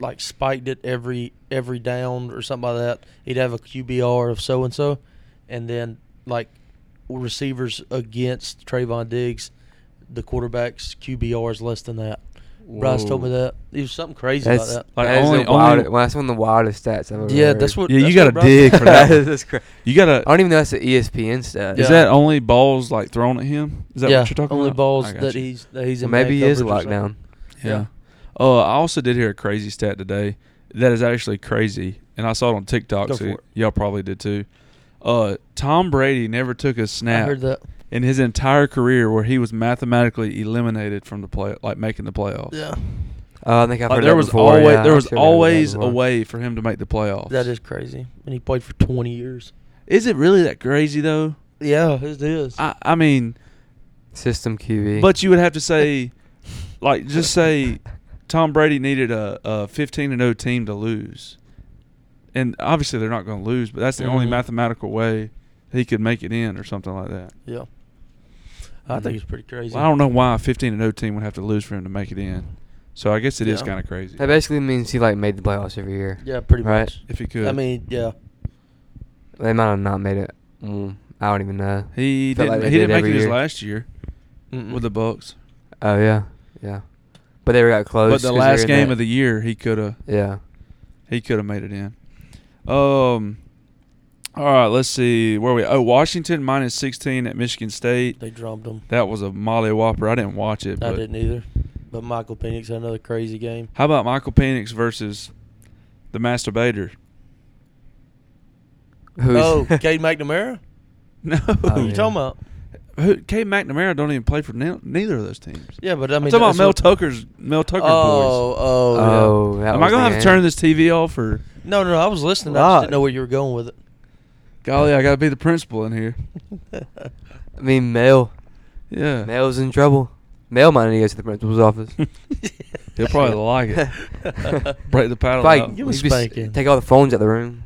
like spiked it every every down or something like that, he'd have a QBR of so and so, and then like receivers against Trayvon Diggs, the quarterback's QBR is less than that. Bryce told me
Whoa.
that. It was something crazy
That's
about that.
Like,
that is the
only- only-
wildest- well, that's one of the wildest stats I've ever
Yeah,
heard.
that's what.
Yeah, you
that's
gotta
what Bryce
dig
told
for
me. [laughs]
that.
That's cra-
You gotta.
I don't even know that's an E ESPN stat.
Is
Yeah.
that only balls like thrown at him? Is that
yeah,
what you're talking
only
about? I
balls
got
that
you.
he's that he's
Well,
in. man
maybe he is a
coverage or
lockdown.
something.
Yeah. Uh, I also did hear a crazy stat today that is actually crazy, and I saw it on TikTok.
Go
so
for it.
y'all probably did too. Uh, Tom Brady never took a
I
snap
heard that.
in his entire career where he was mathematically eliminated from the play, like making the playoffs.
Yeah,
Uh, I think I've
Like,
heard
there
that
was
before.
always
yeah,
there
I've
was
sure heard that
always a
before.
way for him to make the playoffs.
that is crazy. And he played for twenty years.
Is it really that crazy though?
Yeah, it is.
I I mean,
system QB.
but you would have to
[laughs]
say, like, just say Tom Brady needed a, a 15 and 0 team to lose. And obviously they're not going to lose, but that's the only
Mhm.
mathematical way he could make it in or something like that.
yeah, I
Mhm.
think it's pretty crazy.
Well, I don't know why a 15 and 0 team would have to lose for him to make it in. So I guess it is
Yeah.
kind of crazy.
that basically means he like made the playoffs every year.
Yeah, pretty
Right.
much.
If he could.
I mean, yeah,
They might have not made it. Mm, I don't even know.
he
Felt
didn't,
like they
he didn't
did
make it
every
his
year.
last year with the Bucks.
Oh yeah, yeah. But they were got close.
But the
'cause they were
last
in
game
that-
of the year he could have
Yeah.
He could have made it in. Um. All right, let's see where are we. Oh, Washington minus sixteen at Michigan State.
they drummed them.
That was a molly whopper. I didn't watch it.
I
but-
didn't either. But Michael Penix had another crazy game.
How about Michael Penix versus the masturbator?
Who's
oh,
[laughs]
Cade McNamara.
[laughs] No,
Oh,
Who you
yeah.
talking about?
Who, Cade McNamara don't even play for ne- neither of those teams.
Yeah, but I mean,
I'm talking about
that's
Mel
what-
Tucker's Mel Tucker
oh,
boys.
oh, yeah.
Oh, that
Am I
was
gonna
the
have to
game.
turn this TV off or?
No, no, no, I was listening. I
Wow.
just didn't know where you were going with it.
Golly, I gotta be the principal in here.
I
[laughs]
mean, Mel.
Yeah,
Mel's in trouble. Mel might need to go to the principal's office.
[laughs] he'll probably
[laughs]
like it.
[laughs]
Break the paddle
Probably
out.
Give me
he'd be s-
spanking.
Take all the phones out the
[laughs]
room.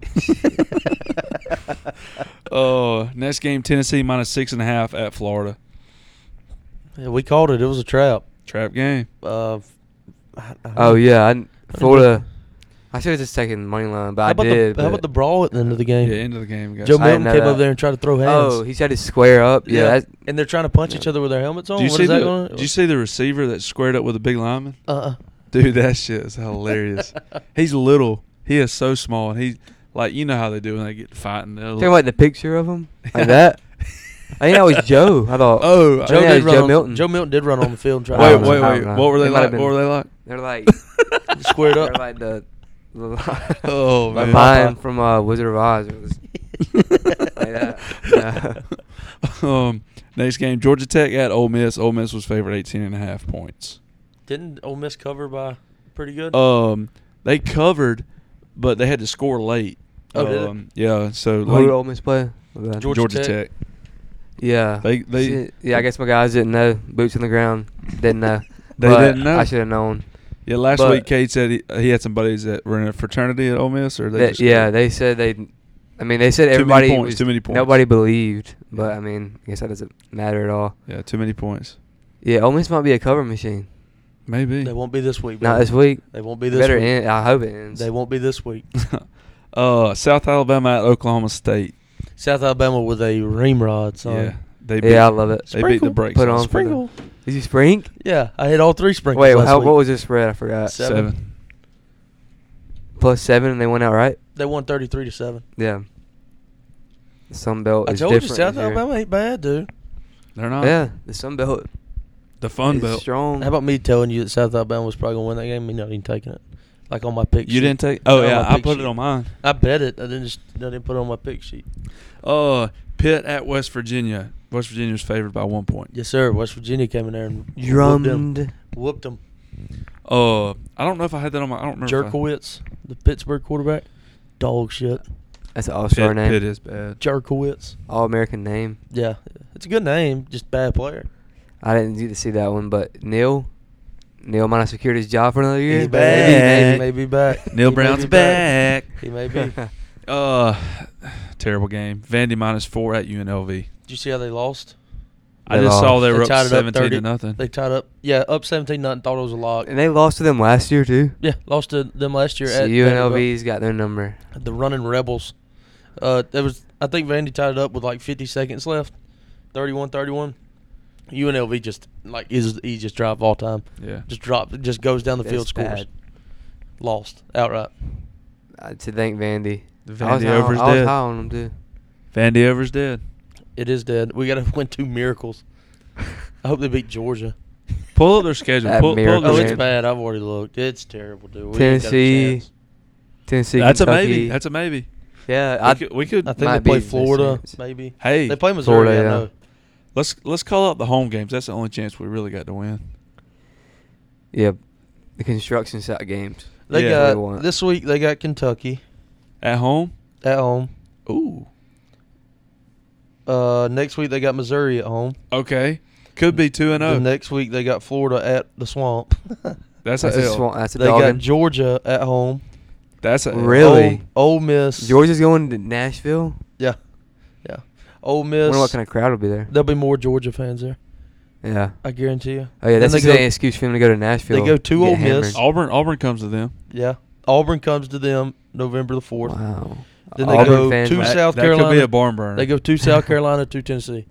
Oh, next game Tennessee minus six and a half at Florida.
Yeah, we called it. It was a trap.
Trap game.
Uh, I- I-
Oh yeah, I, n- Florida. I should have just taken the money line, but
How
I
about
did.
the How about
but-
the brawl at the end of the
Yeah,
game?
end of the game, guys.
Joe
I didn't
Milton
know
came
that.
over there and tried to throw hands.
Oh, he tried to square up. Yeah, that's,
and they're trying to punch each other with their helmets on.
do you
What
see
is that
the
going?
Do you see the receiver that squared up with a big lineman?
Uh.
Dude, that shit is
[laughs]
hilarious. He's little. He is so small, and he's like you know how they do when they get fighting. They'll-
talking about the
[laughs]
picture of him
[laughs]
like that. I think that was Joe. I thought.
Oh,
I
Joe
think that was
did run.
Joe
on,
Milton.
Joe Milton did run on the field and try.
wait,
to
don't
wait,
know. I
wait.
don't know.
What were they
It might
like?
have
What were they like?
They're
[laughs]
like
Squared
they're
up.
like the.
Oh,
like
man.
Vine from uh, Wizard of Oz. It was-
Like
that.
[laughs] um, next game, Georgia Tech at Ole Miss. Ole Miss was favored 18 and a half points.
Didn't Ole Miss cover by pretty good?
Um, they covered, but they had to score late.
Oh, did they?
um, yeah. So
Who
late,
did Ole Miss play?
Georgia
Georgia
Tech.
Tech.
Yeah.
They- they-
Shit. yeah, I guess my guys didn't know. Boots on the ground. Didn't know.
[laughs] They
But
didn't know.
I should have known.
Yeah, last
But-
week Kate said he, he had some buddies that were in a fraternity at Ole Miss, or they
That-
just
yeah, they said they. I mean, they said
Too many
everybody
points,
was
too many points.
Nobody believed, but I mean, I guess that doesn't matter at all.
yeah, too many points.
Yeah, Ole Miss might be a cover machine.
Maybe
they won't be this week.
Not
baby.
this week.
They won't be this
Better
week.
end. I hope it ends.
They won't be this week. [laughs]
[laughs] uh, South Alabama at Oklahoma State.
South Alabama with a reamrod, son.
Yeah, they beat,
Yeah, I love it.
They beat the
Sprinkle.
brakes.
Put
off.
on for the. Is he Sprink?
Yeah, I hit all three sprinkles.
Wait,
last
how,
week.
what was the spread? I forgot.
Seven.
seven.
Plus seven, and they went out right.
They won thirty-three to seven.
Yeah. The Sun Belt.
I
is
told you,
different
South
this year.
Alabama ain't bad, dude.
They're not.
Yeah, the Sun Belt.
the Fun
is
Belt.
Strong.
How about me telling you that South Alabama was probably gonna win that game? Me not even taking it. like on my pick.
You
sheet.
didn't take? Oh
On
yeah,
my
I
pick
put
sheet.
it on mine.
I bet it. I didn't just. I didn't put it on my pick sheet.
Uh, Pitt at West Virginia. West Virginia's favored by one point.
Yes, sir. West Virginia came in there and
Drummed.
whooped them.
Uh, I don't know if I had that on my. I don't remember. if I-
Jerkowitz, the Pittsburgh quarterback, dog shit.
That's an all-star
Pitt,
name.
Pitt is bad.
Jerkowitz.
All-American name.
Yeah, it's a good name, just bad player.
I didn't get to see that one, but Neil, Neil might have secured his job for another year.
He's
back.
He may be back.
Neil
He may
Brown's
be back.
back.
He may
[laughs]
be. Did
Uh, terrible game. Vandy minus four at UNLV.
you see how they lost?
I
They
just saw
lost.
Oh, they were
tied
up
it
seventeen
30
to nothing.
They tied up. Yeah, up seventeen nothing. Thought it was a lock.
and they lost to them last year too.
Yeah, lost to them last year.
So
at
UNLV's got their number.
Vanderbilt. the running rebels. Uh, there was I think Vandy tied it up with like fifty seconds left, 31-31. UNLV just like is the easiest drive of all time.
yeah.
Just drop. It just goes down the
That's
field, scores,
bad.
lost outright.
Uh, to thank Vandy. I was,
Vandy
high on-
over's
I was
dead.
high on them too.
Vandy over's dead.
It is dead. We gotta [laughs] win two miracles. [laughs] I hope they
[laughs]
beat Georgia.
Pull up their schedule.
That
Pull, pull
miracle
up their
Oh,
Okay.
it's
schedule.
bad. I've already looked. It's terrible, dude. We ain't got a
Tennessee,
chance.
Tennessee.
That's a
Kentucky.
maybe. That's a maybe.
yeah.
We
I,
could, we could
I think
Might
they
be
play
this
Florida,
chance.
maybe.
hey,
They play Missouri.
Florida,
I
yeah.
know.
let's let's call out the home games. That's the only chance we really got to win.
yeah. The construction site games.
They
Yeah.
They won.
got this week. They got Kentucky
At home?
at home.
Ooh.
Uh, next week they got Missouri at home.
Okay. Oh, Could be 2 and oh.
The
0.
next week they got Florida at the Swamp. [laughs]
That's a
That's a,
L.
swan, that's a
they got
dogging.
Georgia at home.
That's a L.
Really?
Ole, Ole Miss.
Georgia's going to Nashville.
Yeah, yeah. Ole
I
Miss.
wonder what kind of crowd will be there.
There'll be more Georgia fans there.
Yeah.
I guarantee you.
Oh yeah,
Then
that's
they
just an
go-
excuse for him to go to Nashville.
go to
and get
Ole
hammered.
Miss.
Auburn Auburn comes to them.
Yeah. Auburn comes to them November the fourth.
Wow.
Then they
Auburn
go
fans
to
might-
South
that That could be
Carolina.
a barn burner.
They go to South Carolina, to Tennessee.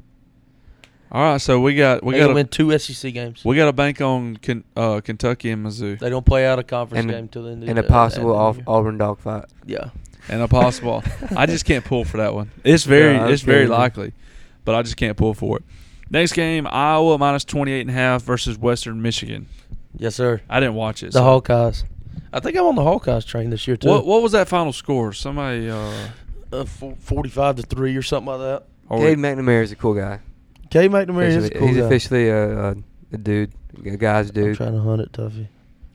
All right, so we got we
they
got
gonna
a,
win two SEC games.
we got a bank on Ken, uh, Kentucky and Mizzou
They don't play out a conference
And-
game till the end. of
and a
the- uh,
possible
end of
off,
the year.
Auburn dogfight.
Yeah.
and a
[laughs]
possible. I just can't pull for that one. It's very
Yeah, I
it's
was
very
kidding.
likely, but I just can't pull for it. Next game, Iowa minus 28 and a half versus Western Michigan.
Yes, sir.
I didn't watch it.
The
so-
Hawkeyes. I think I'm on the Hawkeyes train this year too.
What what was that final score? Somebody uh
Uh, fo- Forty-five to three or something like that.
are we-
Cade McNamara is a cool guy.
K McNamara is a
Officially-
cool
he's
guy.
officially a, a, a dude, a guy's
I'm
dude.
trying to hunt it, Tuffy.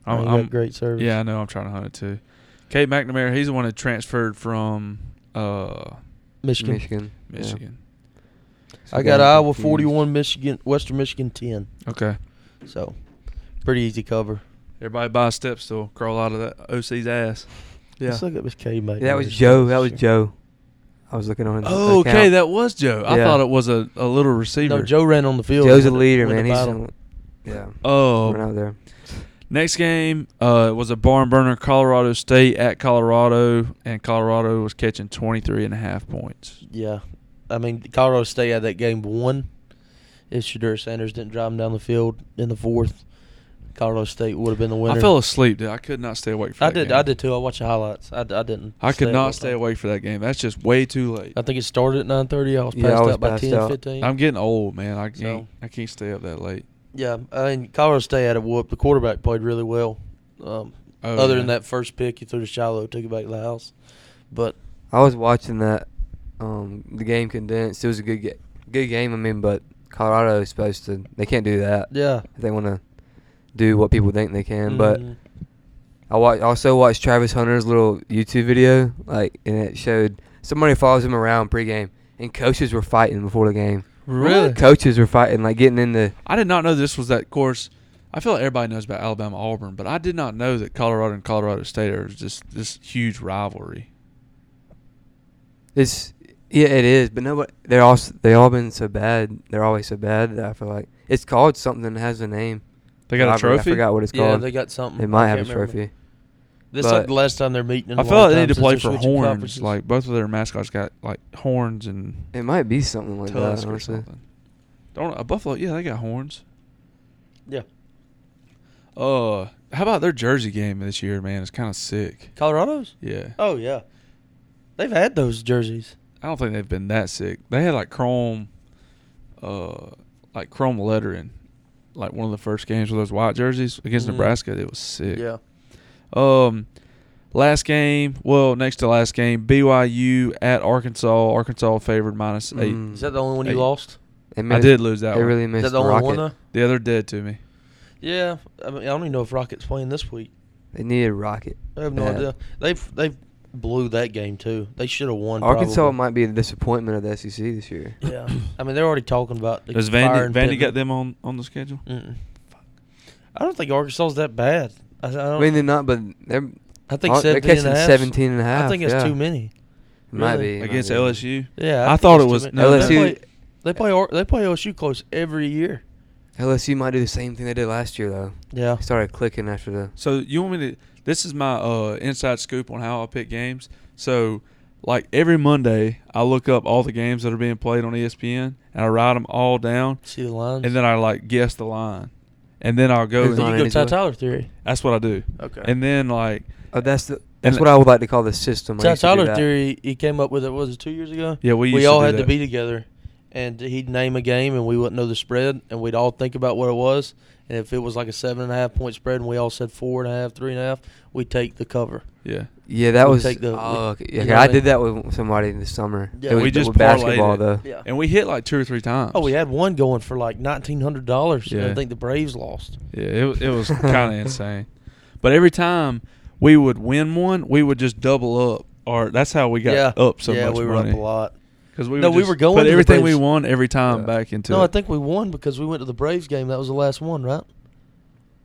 I'm-
Man, you
I'm-
got great service.
Yeah, I know. I'm trying to hunt it too. Cade McNamara, he's the one that transferred from uh,
Michigan.
Michigan. yeah.
Michigan.
So
I
we
got
him
Iowa
confused.
forty-one, Michigan, Western Michigan ten.
Okay.
So, pretty easy cover.
Everybody buy a step still. Crawl out of that OC's ass. Yeah.
Let's look at this K McNamara.
Yeah, that was Joe. That was Joe. I was looking on his
Oh, okay.
account.
That was Joe. I
Yeah.
thought it was a, a little receiver.
No, Joe ran on the field.
Joe's a
when the-
leader,
when the
man. He's
battle-
yeah.
Oh,
Went out there.
next game uh, was a barn burner. Colorado State at Colorado, and Colorado was catching 23 and a half points.
Yeah, I mean Colorado State had that game won. If Shadur Sanders didn't drive him down the field in the fourth, Colorado State would have been the winner.
I fell asleep, dude. I could not stay awake for
I
that
did.
game.
I did too. I watched the highlights. I, d- I didn't.
I could
all
not
the
stay
time.
awake for that game. That's just way too late.
I think it started at nine thirty. I was
Yeah, I
passed
was
out by
passed
10,
out.
15.
I'm getting old, man. I
So-
can't. I can't stay up that late.
yeah, I mean Colorado State had a whoop. The quarterback played really well. Um,
Oh,
other
yeah.
than that first pick, he threw to Shiloh, took it back to the house. But
I was watching that. Um, the game condensed. It was a good, ga- good game. I mean, but Colorado is supposed to. They can't do that.
yeah, Mm-hmm.
If They want to do what people think they can. But I wa- also watched Travis Hunter's little YouTube video, like, and it showed somebody follows him around pregame, and coaches were fighting before the game.
Really?
Coaches were fighting, like getting in the.
I did not know this was that course. I feel like everybody knows about Alabama Auburn, but I did not know that Colorado and Colorado State are just this huge rivalry.
It's yeah, it is, but nobody. They're all s- they all been so bad. They're always so bad that I feel like it's called something that has a name.
They got
I
a trophy.
I forgot what it's
yeah,
called.
they got something.
they might
I
have a
can't remember.
trophy.
This is like
but-
the last time they're meeting. In a
I feel
long
like they
time
need to
since
play
they're
for
switching
horns.
conferences.
Like both of their mascots got like horns and
It might be something like
tusks
that.
or
Honestly,
something. Don't a buffalo? Yeah, they got horns.
yeah,
Uh, how about their jersey game this year, man? It's kind of sick.
Colorado's.
Yeah,
Oh yeah, they've had those jerseys.
I don't think they've been that sick. They had like chrome, uh, like chrome lettering, like one of the first games with those white jerseys against
Mhm.
Nebraska. It was sick.
Yeah,
Um, last game, well, next to last game, BYU at Arkansas. Arkansas favored minus eight.
Mm.
Is that the only one you
Hmm. Hey.
lost?
They
I
missed-
did lose that
They
one.
really
Is
missed
that the only
Rocket.
one? Though?
yeah, they're dead to me.
Yeah, I mean, I don't even know if Rocket's playing this week.
They needed Rocket.
I have no
bad.
idea. They've they blew that game too. They should have won.
Arkansas
probably.
might
[coughs]
be the disappointment of the SEC this year.
Yeah, I mean they're already talking about. the
Does
fire
Vandy,
and
Vandy got
Pittman.
them on, on the schedule?
Mm-mm. I don't think Arkansas's that bad. I, I
I
don't.
mean, they're not, but they're,
I think
oh, they're
17
catching
and a half. 's-
17 and a half.
I think it's
yeah.
too many.
Might
really.
be. might
Against
be.
LSU?
Yeah,
I
think
thought
it's
it
too
was-
many.
no,
they play,
LSU
they play Ar- they play OSU close every year.
LSU might do the same thing they did last year, though.
Yeah,
They started clicking after the.
So you want me to? This is my uh, inside scoop on how I pick games. So, like every Monday, I look up all the games that are being played on E ESPN and I write them all down,
see the lines.
and then I like guess the line, and then I'll go.
Who's
And,
on
you go
it?
Ty Tyler theory.
that's what I do.
Okay.
And then like
uh,
Oh, that's the.
And-
That's what I would like to call the system. I
Ty
used to do
Tyler
that.
theory. He came up with it. what Was it two years ago?
Yeah, we used
we
to
all
do
had to
that.
be together, and he'd name a game, and we wouldn't know the spread, and we'd all think about what it was, and if it was like a seven and a half point spread, and we all said four and a half, three and a half, we take the cover.
yeah,
Yeah, that
We
was.
take the- we-
oh, okay.
you
Yeah,
know
I
what I
did that with somebody in the summer.
Yeah.
It was
we just
with basketball
parlayed it.
though.
Yeah.
and we hit like two or three times.
Oh, we had one going for like nineteen hundred dollars. I
Yeah.
think the Braves lost.
Yeah, it wa- it was
[laughs]
kind of insane, but every time we would win one, we would just double up, or that's how we got up so
yeah,
much
we were
money.
up a lot.
Because we
No,
would
we
just
were going
put
to the
everything we
Braves.
won every time
Yeah.
back into.
No, I
it.
think we won because we went to the Braves game. That was the last one, right?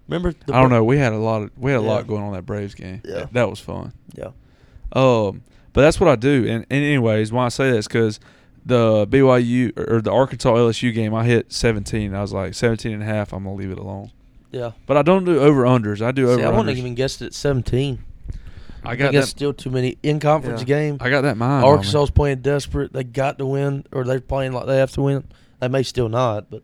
Remember? The
I don't
Bra-
know. We had a lot. Of, we had a
Yeah.
lot going on that Braves game.
Yeah.
Th- that was fun.
Yeah.
Um, but that's what I do. And, and anyways, why I say that is because the BYU or- or the Arkansas LSU game, I hit 17. I was like 17 and a half. I'm gonna leave it alone.
Yeah.
But I don't do over unders. I do
See,
over
I wouldn't
unders.
have even guessed it at seventeen.
I
I
got
guess
that.
still too many in conference
Yeah.
game.
I got that mind. on me.
Arkansas's playing desperate. They got to win, or they're playing like they have to win. They may still not, but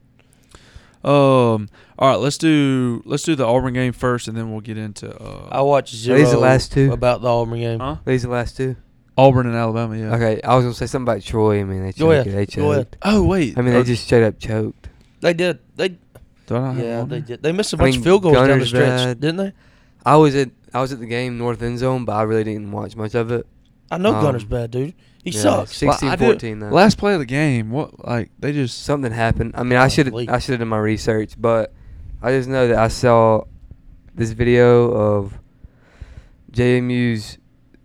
Um. All right. Let's do. Let's do the Auburn game first, and then we'll get into. Uh,
I watched
Are
zero.
these the last two?
about the Auburn game.
Huh?
These are the last two.
Auburn and Alabama. Yeah.
Okay, I was gonna say something about Troy. I mean, they choked.
Go ahead,
They
go ahead.
choked.
Oh wait.
I mean,
Oh,
they just straight up choked.
They did. They
do I not have
yeah,
one
they
there?
did. They missed a
I
bunch
mean,
of field goals down the
Gunner's
stretch,
bad.
didn't they?
I was at I was at the game north end zone, but I really didn't watch much of it.
I know
Um,
Gunner's bad, dude. He
yeah,
sucks.
six- 16,
I did-
14 though.
Last play of the game. What like they just
Something happened. I mean, I should
Golly.
I should have done my research, but I just know that I saw this video of JMU's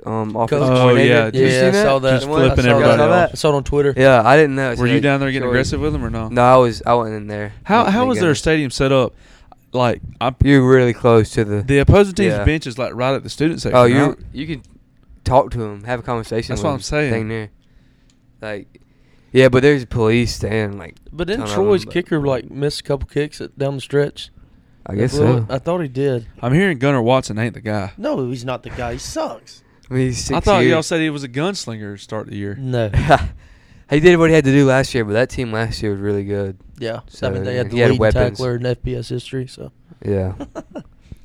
um offensive
Coach. Oh,
coordinator.
yeah,
You
just-
seen
I
that?
saw that.
Just
The one- I
flipping
saw
everybody
that.
off.
I saw it on Twitter.
Yeah, I didn't know.
Were you down there getting aggressive with them or no?
No, I was. I wasn't in there.
How
Thank-
how
thank
was their
goodness.
stadium set up? Like I,
You're really close to the.
the opposing team's
Yeah.
bench is like right at the student section.
Oh, you
right?
you can talk to him, have a conversation.
That's
with
what I'm
him,
saying.
Dang near. Like, yeah, but there's police standing. Like,
But then
ton of
Troy's
them, but-
kicker like missed a couple kicks at, down the stretch.
I
They
guess
blew
so.
it. I thought he did.
I'm hearing Gunnar Watson ain't the guy.
No, he's not the guy.
[laughs]
He sucks.
I mean, he's
I
six
thought
years.
y'all said
[laughs]
he was a gunslinger to start the year.
No.
he did what he had to do last year, but that team last year was really good.
Yeah. I
So,
mean, they
yeah,
had the
Uh, he had
leading
weapons.
tackler in FBS history. So. [laughs]
Yeah.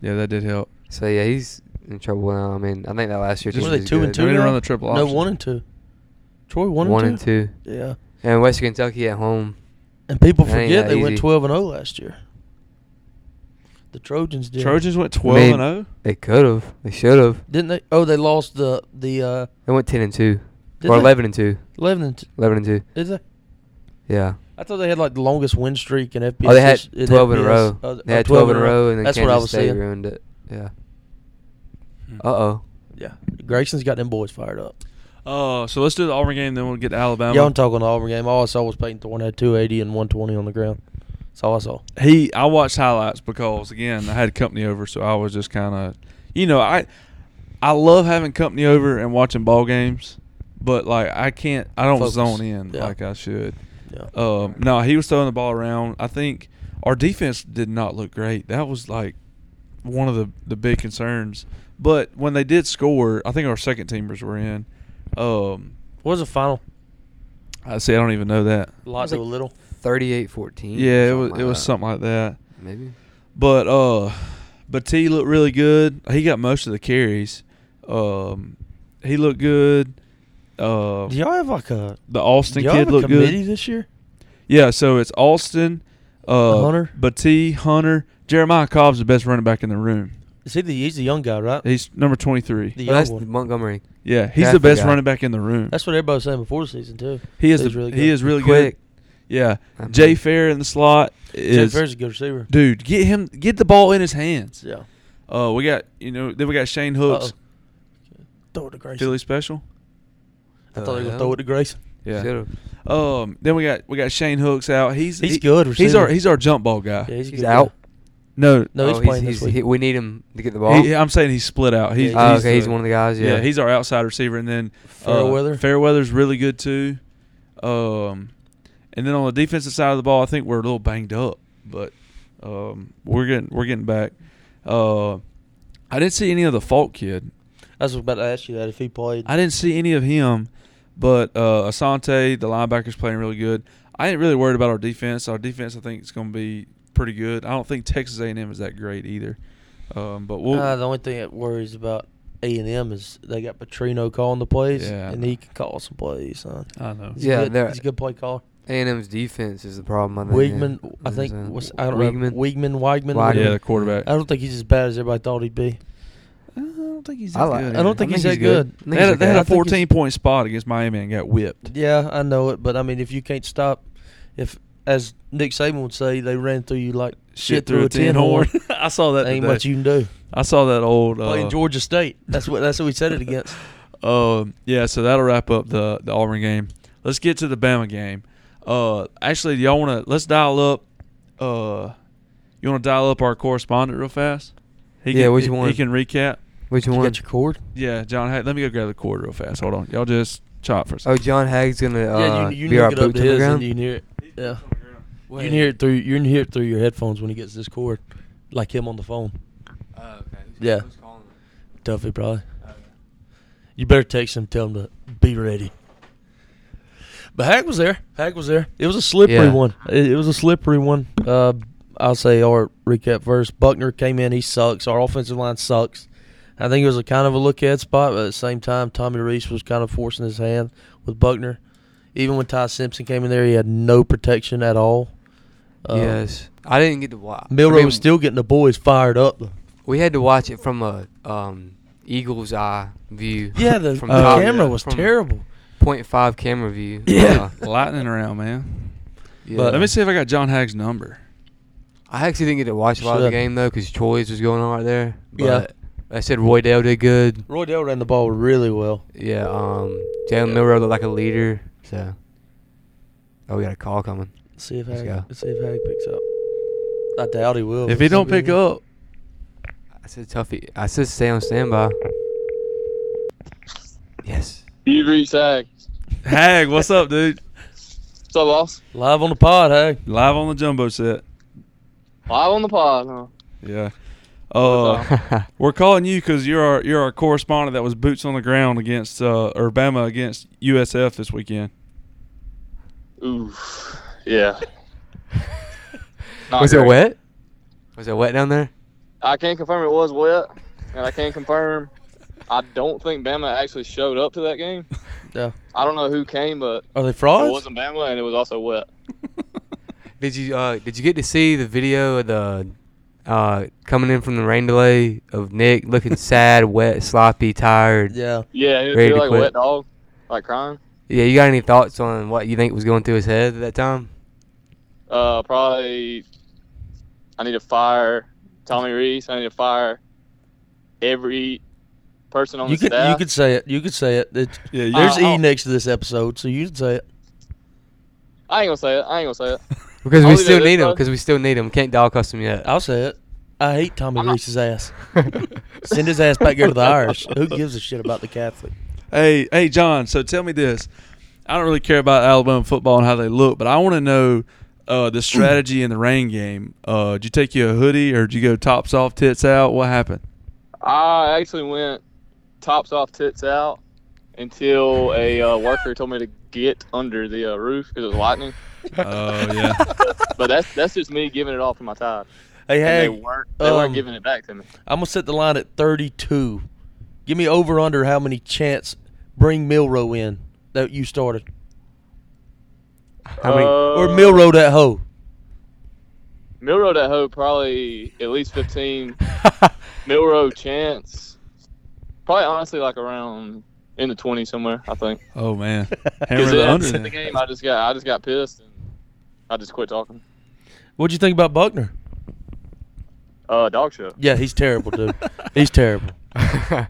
Yeah, that did help.
so yeah, he's in trouble now. I mean, I think that last year
What
team
are they
was
two
good.
and two?
They didn't
now?
run the triple
No
option.
one and two. Troy one,
One
and
and
two.
two.
Yeah.
And Western Kentucky at home.
And people
That ain't
forget
that
they went
easy.
twelve and zero last year. The Trojans did.
Trojans went 12
Man.
and oh? 0.
They could have. They should have.
didn't they? Oh, they lost the the uh,
They went ten and two,
Did
or
they?
eleven and two.
eleven. And t-
Eleven and two.
is it?
Yeah.
I thought they had like the longest win streak in FBS.
Oh, they had
in
twelve in a
FBS.
row.
Oh,
They
oh,
had twelve in a row, and then
That's
Kansas
what I was
State
saying.
ruined it. Yeah.
Mm-hmm.
Uh oh.
Yeah, Grayson's got them boys fired up.
Uh, so let's do the Auburn game, then we'll get to Alabama.
Y'all talking the Auburn game. All I saw was Peyton Thorne had two eighty and one twenty on the ground. That's all I saw.
he I watched highlights because again I had company over, so I was just kind of, you know, I I love having company over and watching ball games, but like I can't, I don't
Focus.
zone in
Yeah.
like I should.
Yeah.
Um, no, he was throwing the ball around. I think our defense did not look great. That was like one of the the big concerns. But when they did score, I think our second teamers were in. Um,
What was the final?
I see. I don't even know that.
Lots
like-
of little.
38-14.
Yeah, it
something
was
like
it was
that.
something like that.
Maybe.
But uh but T looked really good. He got most of the carries. Um he looked good. Uh
Do y'all have like a
the Austin
do y'all
kid
have a
looked
committee
good.
this year?
Yeah, so it's Austin, uh
Hunter?
Hunter. Hunter. Jeremiah Cobb's the best running back in the room.
Is he the he's the young guy, right?
He's number 23.
Well,
the young
that's
one.
Montgomery.
yeah, he's
Yeah, I
the best
forgot.
running back in the room.
That's what everybody was saying before the season too.
he is.
He's
the-
really
He
good.
is really
Quick.
good. Yeah,
I
Jay
mean,
Fair in the slot
Jay
is
Fair's a good receiver.
dude. Get him. Get the ball in his hands.
Yeah.
Oh, we got you know. Then we got Shane Hooks,
Uh-oh. Throw it to Grayson.
Philly special.
I thought they were
Uh,
gonna throw it to Grayson.
Yeah.
should've.
Um. Then we got we got Shane Hooks out. He's
He's
he-
good
He's
receiver.
our he's our jump ball guy.
Yeah, he's, a
He's
good
out.
guy.
No, uh,
No, he's
Oh,
playing this week.
he- we need him to get the ball.
he, I'm saying he's split out. He's,
Yeah,
oh,
he's
okay, he's
the-
one of the guys.
yeah.
Yeah,
He's our outside receiver, and then
Fairweather.
Uh, Fairweather's really good too. Um, and then on the defensive side of the ball, I think we're a little banged up, but um, we're getting we're getting back. Uh, I didn't see any of the Falk kid.
I was about to ask you that if he played.
I didn't see any of him, but uh, Asante, the linebacker's playing really good. I ain't really worried about our defense. Our defense, I think, is going to be pretty good. I don't think Texas A&M is that great either. Um, but we'll
Uh, the only thing that worries about A and M is they got Petrino calling the plays,
Yeah, I
and
know.
he can call some plays. Son.
I don't know.
He's a
Yeah,
good-
they're-
he's a good play caller.
A&M's defense is the problem. I think.
Wigman,
yeah.
I
Is,
think
uh,
was I don't know
Wigman.
Wigman, Wigman.
Weigman.
yeah,
Wigman.
the quarterback.
I don't think he's as bad as everybody thought he'd be.
I don't think he's.
I like-
I don't think
I
he's
think
that
he's good.
good.
I think
They had, a,
he's
they had
okay.
a
I think
14 point spot against Miami and got whipped.
Yeah, I know it, but I mean, if you can't stop, if as Nick Saban would say, they ran through you like shit, through, a tin horn.
[laughs] I saw that.
ain't
today.
much you can do.
I saw that old. Uh,
Playing Georgia State, that's what that's what we said it against.
[laughs] Um, yeah, so that'll wrap up the the Auburn game. Let's get to the Bama game. Uh, actually, do y'all want to let's dial up. Uh, you want to dial up our correspondent real fast? He
Yeah,
can,
which
he-
one?
He can recap.
Which
You
one?
got your cord?
Yeah, John. Hey, let me go grab the cord real fast. Hold on, y'all just chop for a
Oh,
second.
John Hagg's gonna uh,
yeah, you, you
be
can
our
get up
boot
to
on the
his
ground.
and you can hear it. Yeah, you can hear it through you can hear it through your headphones when he gets this cord, like him on the phone. Yeah. who's Duffy probably. You better text him, tell him to be ready. But Hack was there. Hack was there. It was a slippery
Yeah.
one. It, it was a slippery one. Uh, I'll say our recap first. Buckner came in. He sucks. Our offensive line sucks. I think it was a kind of a look ahead spot, but at the same time, Tommy Reese was kind of forcing his hand with Buckner. Even when Ty Simpson came in there, he had no protection at all. Uh,
yes, I didn't get to watch.
Milrow was still getting the boys fired up. though.
We had to watch it from a um, eagle's eye view.
Yeah, the,
From
the
top,
camera
yeah,
was
from-
terrible.
Point five camera view.
[coughs]
Uh,
[laughs] Yeah.
[coughs] Lightning around, man.
yeah.
But let me see if I got John Hagg's number.
I actually didn't get to watch a lot of the
Should've.
game though, because Troy's was going on right there. But
Yeah.
I said Roy Dale did good.
Roy Dell ran the ball really well.
Yeah. Um. Jalen Milrow looked like a leader. So. Oh, we got a call coming.
See if
Let's
Hag,
go.
see if Hag picks up. I doubt he will.
If he don't pick up,
I said Tuffy. I said stay on standby.
[laughs]
Yes.
You reached Ag.
Hag, what's up, dude?
What's up, boss?
live on the pod, Hag.
Live on the jumbo set.
Live on the pod, huh?
Yeah. Uh, we're calling you because you're our you're our correspondent that was boots on the ground against uh, or Bama against USF this weekend.
Ooh, yeah. Not
was it
great.
wet? Was it wet down there?
I can't confirm it was wet, and I can confirm I don't think Bama actually showed up to that game.
Yeah.
I don't know who came, but
Are they
it
frauds?
wasn't Bama, and it was also wet.
Did you uh did you get to see the video of the uh coming in from the rain delay of Nick [laughs] looking sad, wet, sloppy, tired? Yeah.
Yeah.
Yeah, he
Ready
was
to
like a
quit.
wet dog, like crying.
you got any thoughts on what you think was going through his head at that time?
Uh, probably I need to fire Tommy Reese. I need to fire every person on
You
the
could
staff.
you could say it. You could say it. It's,
Yeah, you,
there's
Uh, oh.
E next to this episode, so you can say it.
I ain't gonna say it. I ain't gonna say it.
Because we
Only
still
that
need
this
him.
time-
Because we still need him. Can't dog cuss him [laughs] yet.
I'll say it. I hate Tommy
I'm not-
Reese's ass.
[laughs]
Send his ass back here to the Irish. Who gives a shit about the Catholic?
hey hey John, so tell me this. I don't really care about Alabama football and how they look, but I want to know uh, the strategy in the rain game. Uh, did you take you a hoodie or did you go tops off, tits out? What happened?
I actually went tops off, tits out until a uh, worker told me to get under the uh, roof because it was lightning.
Oh yeah.
But that's that's just me giving it all for my time.
Hey
And they
Hag,
weren't they
um,
weren't giving it back to me.
I'm gonna set the line at 32. Give me over under how many chants bring Milrow in that you started,
How many?
or
Uh,
Milrow that hoe.
Milrow that hoe probably at least fifteen. Milrow Chance, probably honestly like around in the 20 somewhere, I think.
Oh man, hammer
Because
the
at the
under.
end of the game, I just got I just got pissed and I just quit talking.
What'd you think about Buckner?
Uh, dog show.
Yeah, he's
[laughs]
terrible, dude. he's terrible.
yeah,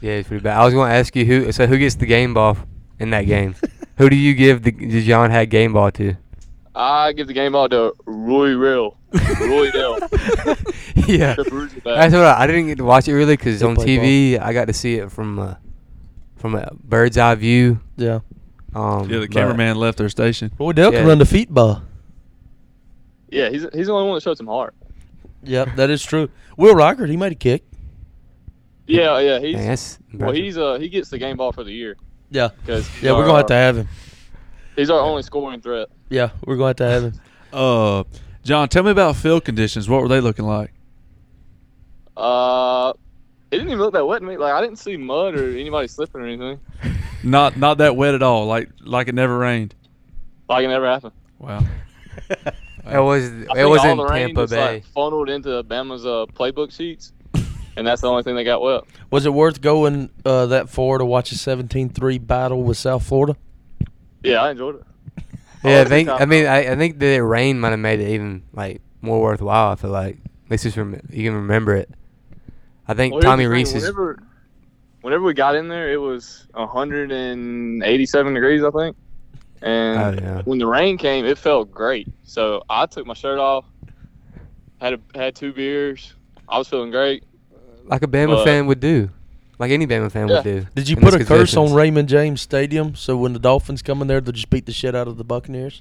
it's pretty bad. I was going to ask you who. So who gets the game ball in that [laughs] game? who do you give the, the John had game ball to?
I give the game ball to Roy Real. Roy
[laughs]
Dell.
[laughs]
yeah,
The bruiser back.
that's what I, I didn't get to watch it really because
He
on
played
TV I got to see it from uh, from a bird's eye view.
[laughs] Yeah.
Um,
Yeah, the
but-
cameraman left their station.
Roy Dell can
Yeah.
run the feet ball.
Yeah, he's he's the only one that showed some heart.
Yep, that is true. [laughs] Will Rockert, he made a kick.
Yeah, yeah. He's
Dang, that's
well,
impressive.
he's uh he gets the game ball for the year
Yeah.
because
Yeah, we're gonna have to have him.
uh, He's our only scoring threat.
Yeah, we're gonna have to have him.
Uh, John, tell me about field conditions. What were they looking like?
Uh, it didn't even look that wet to me. Like I didn't see mud or anybody slipping or anything.
Not not that wet at all. Like like it never rained.
Like it never happened.
Wow.
it was
I
it
think
was
all
in
the rain
Tampa
was,
Bay.
Like, funneled into Bama's uh, playbook sheets, and that's the only thing they got wet.
Was it worth going uh, that far to watch a 17-3 battle with South Florida?
Yeah, I enjoyed it. Oh,
yeah, I
like the
think
top
I mean I, I think that rain might have made it even like more worthwhile. I feel like this is from you can remember it. I think
Well, here's
Tommy
the thing,
Reese is
Whenever, whenever we got in there, it was 187 degrees, I think. And
Oh, yeah.
when the rain came, it felt great. So I took my shirt off, had a, had two beers. I was feeling great.
like a Bama
but-
fan would do, like any Bama fan
Yeah.
would do.
Did you
in
put a
these
curse on
conditions.
Raymond James Stadium so when the Dolphins come in there, they'll just beat the shit out of the Buccaneers?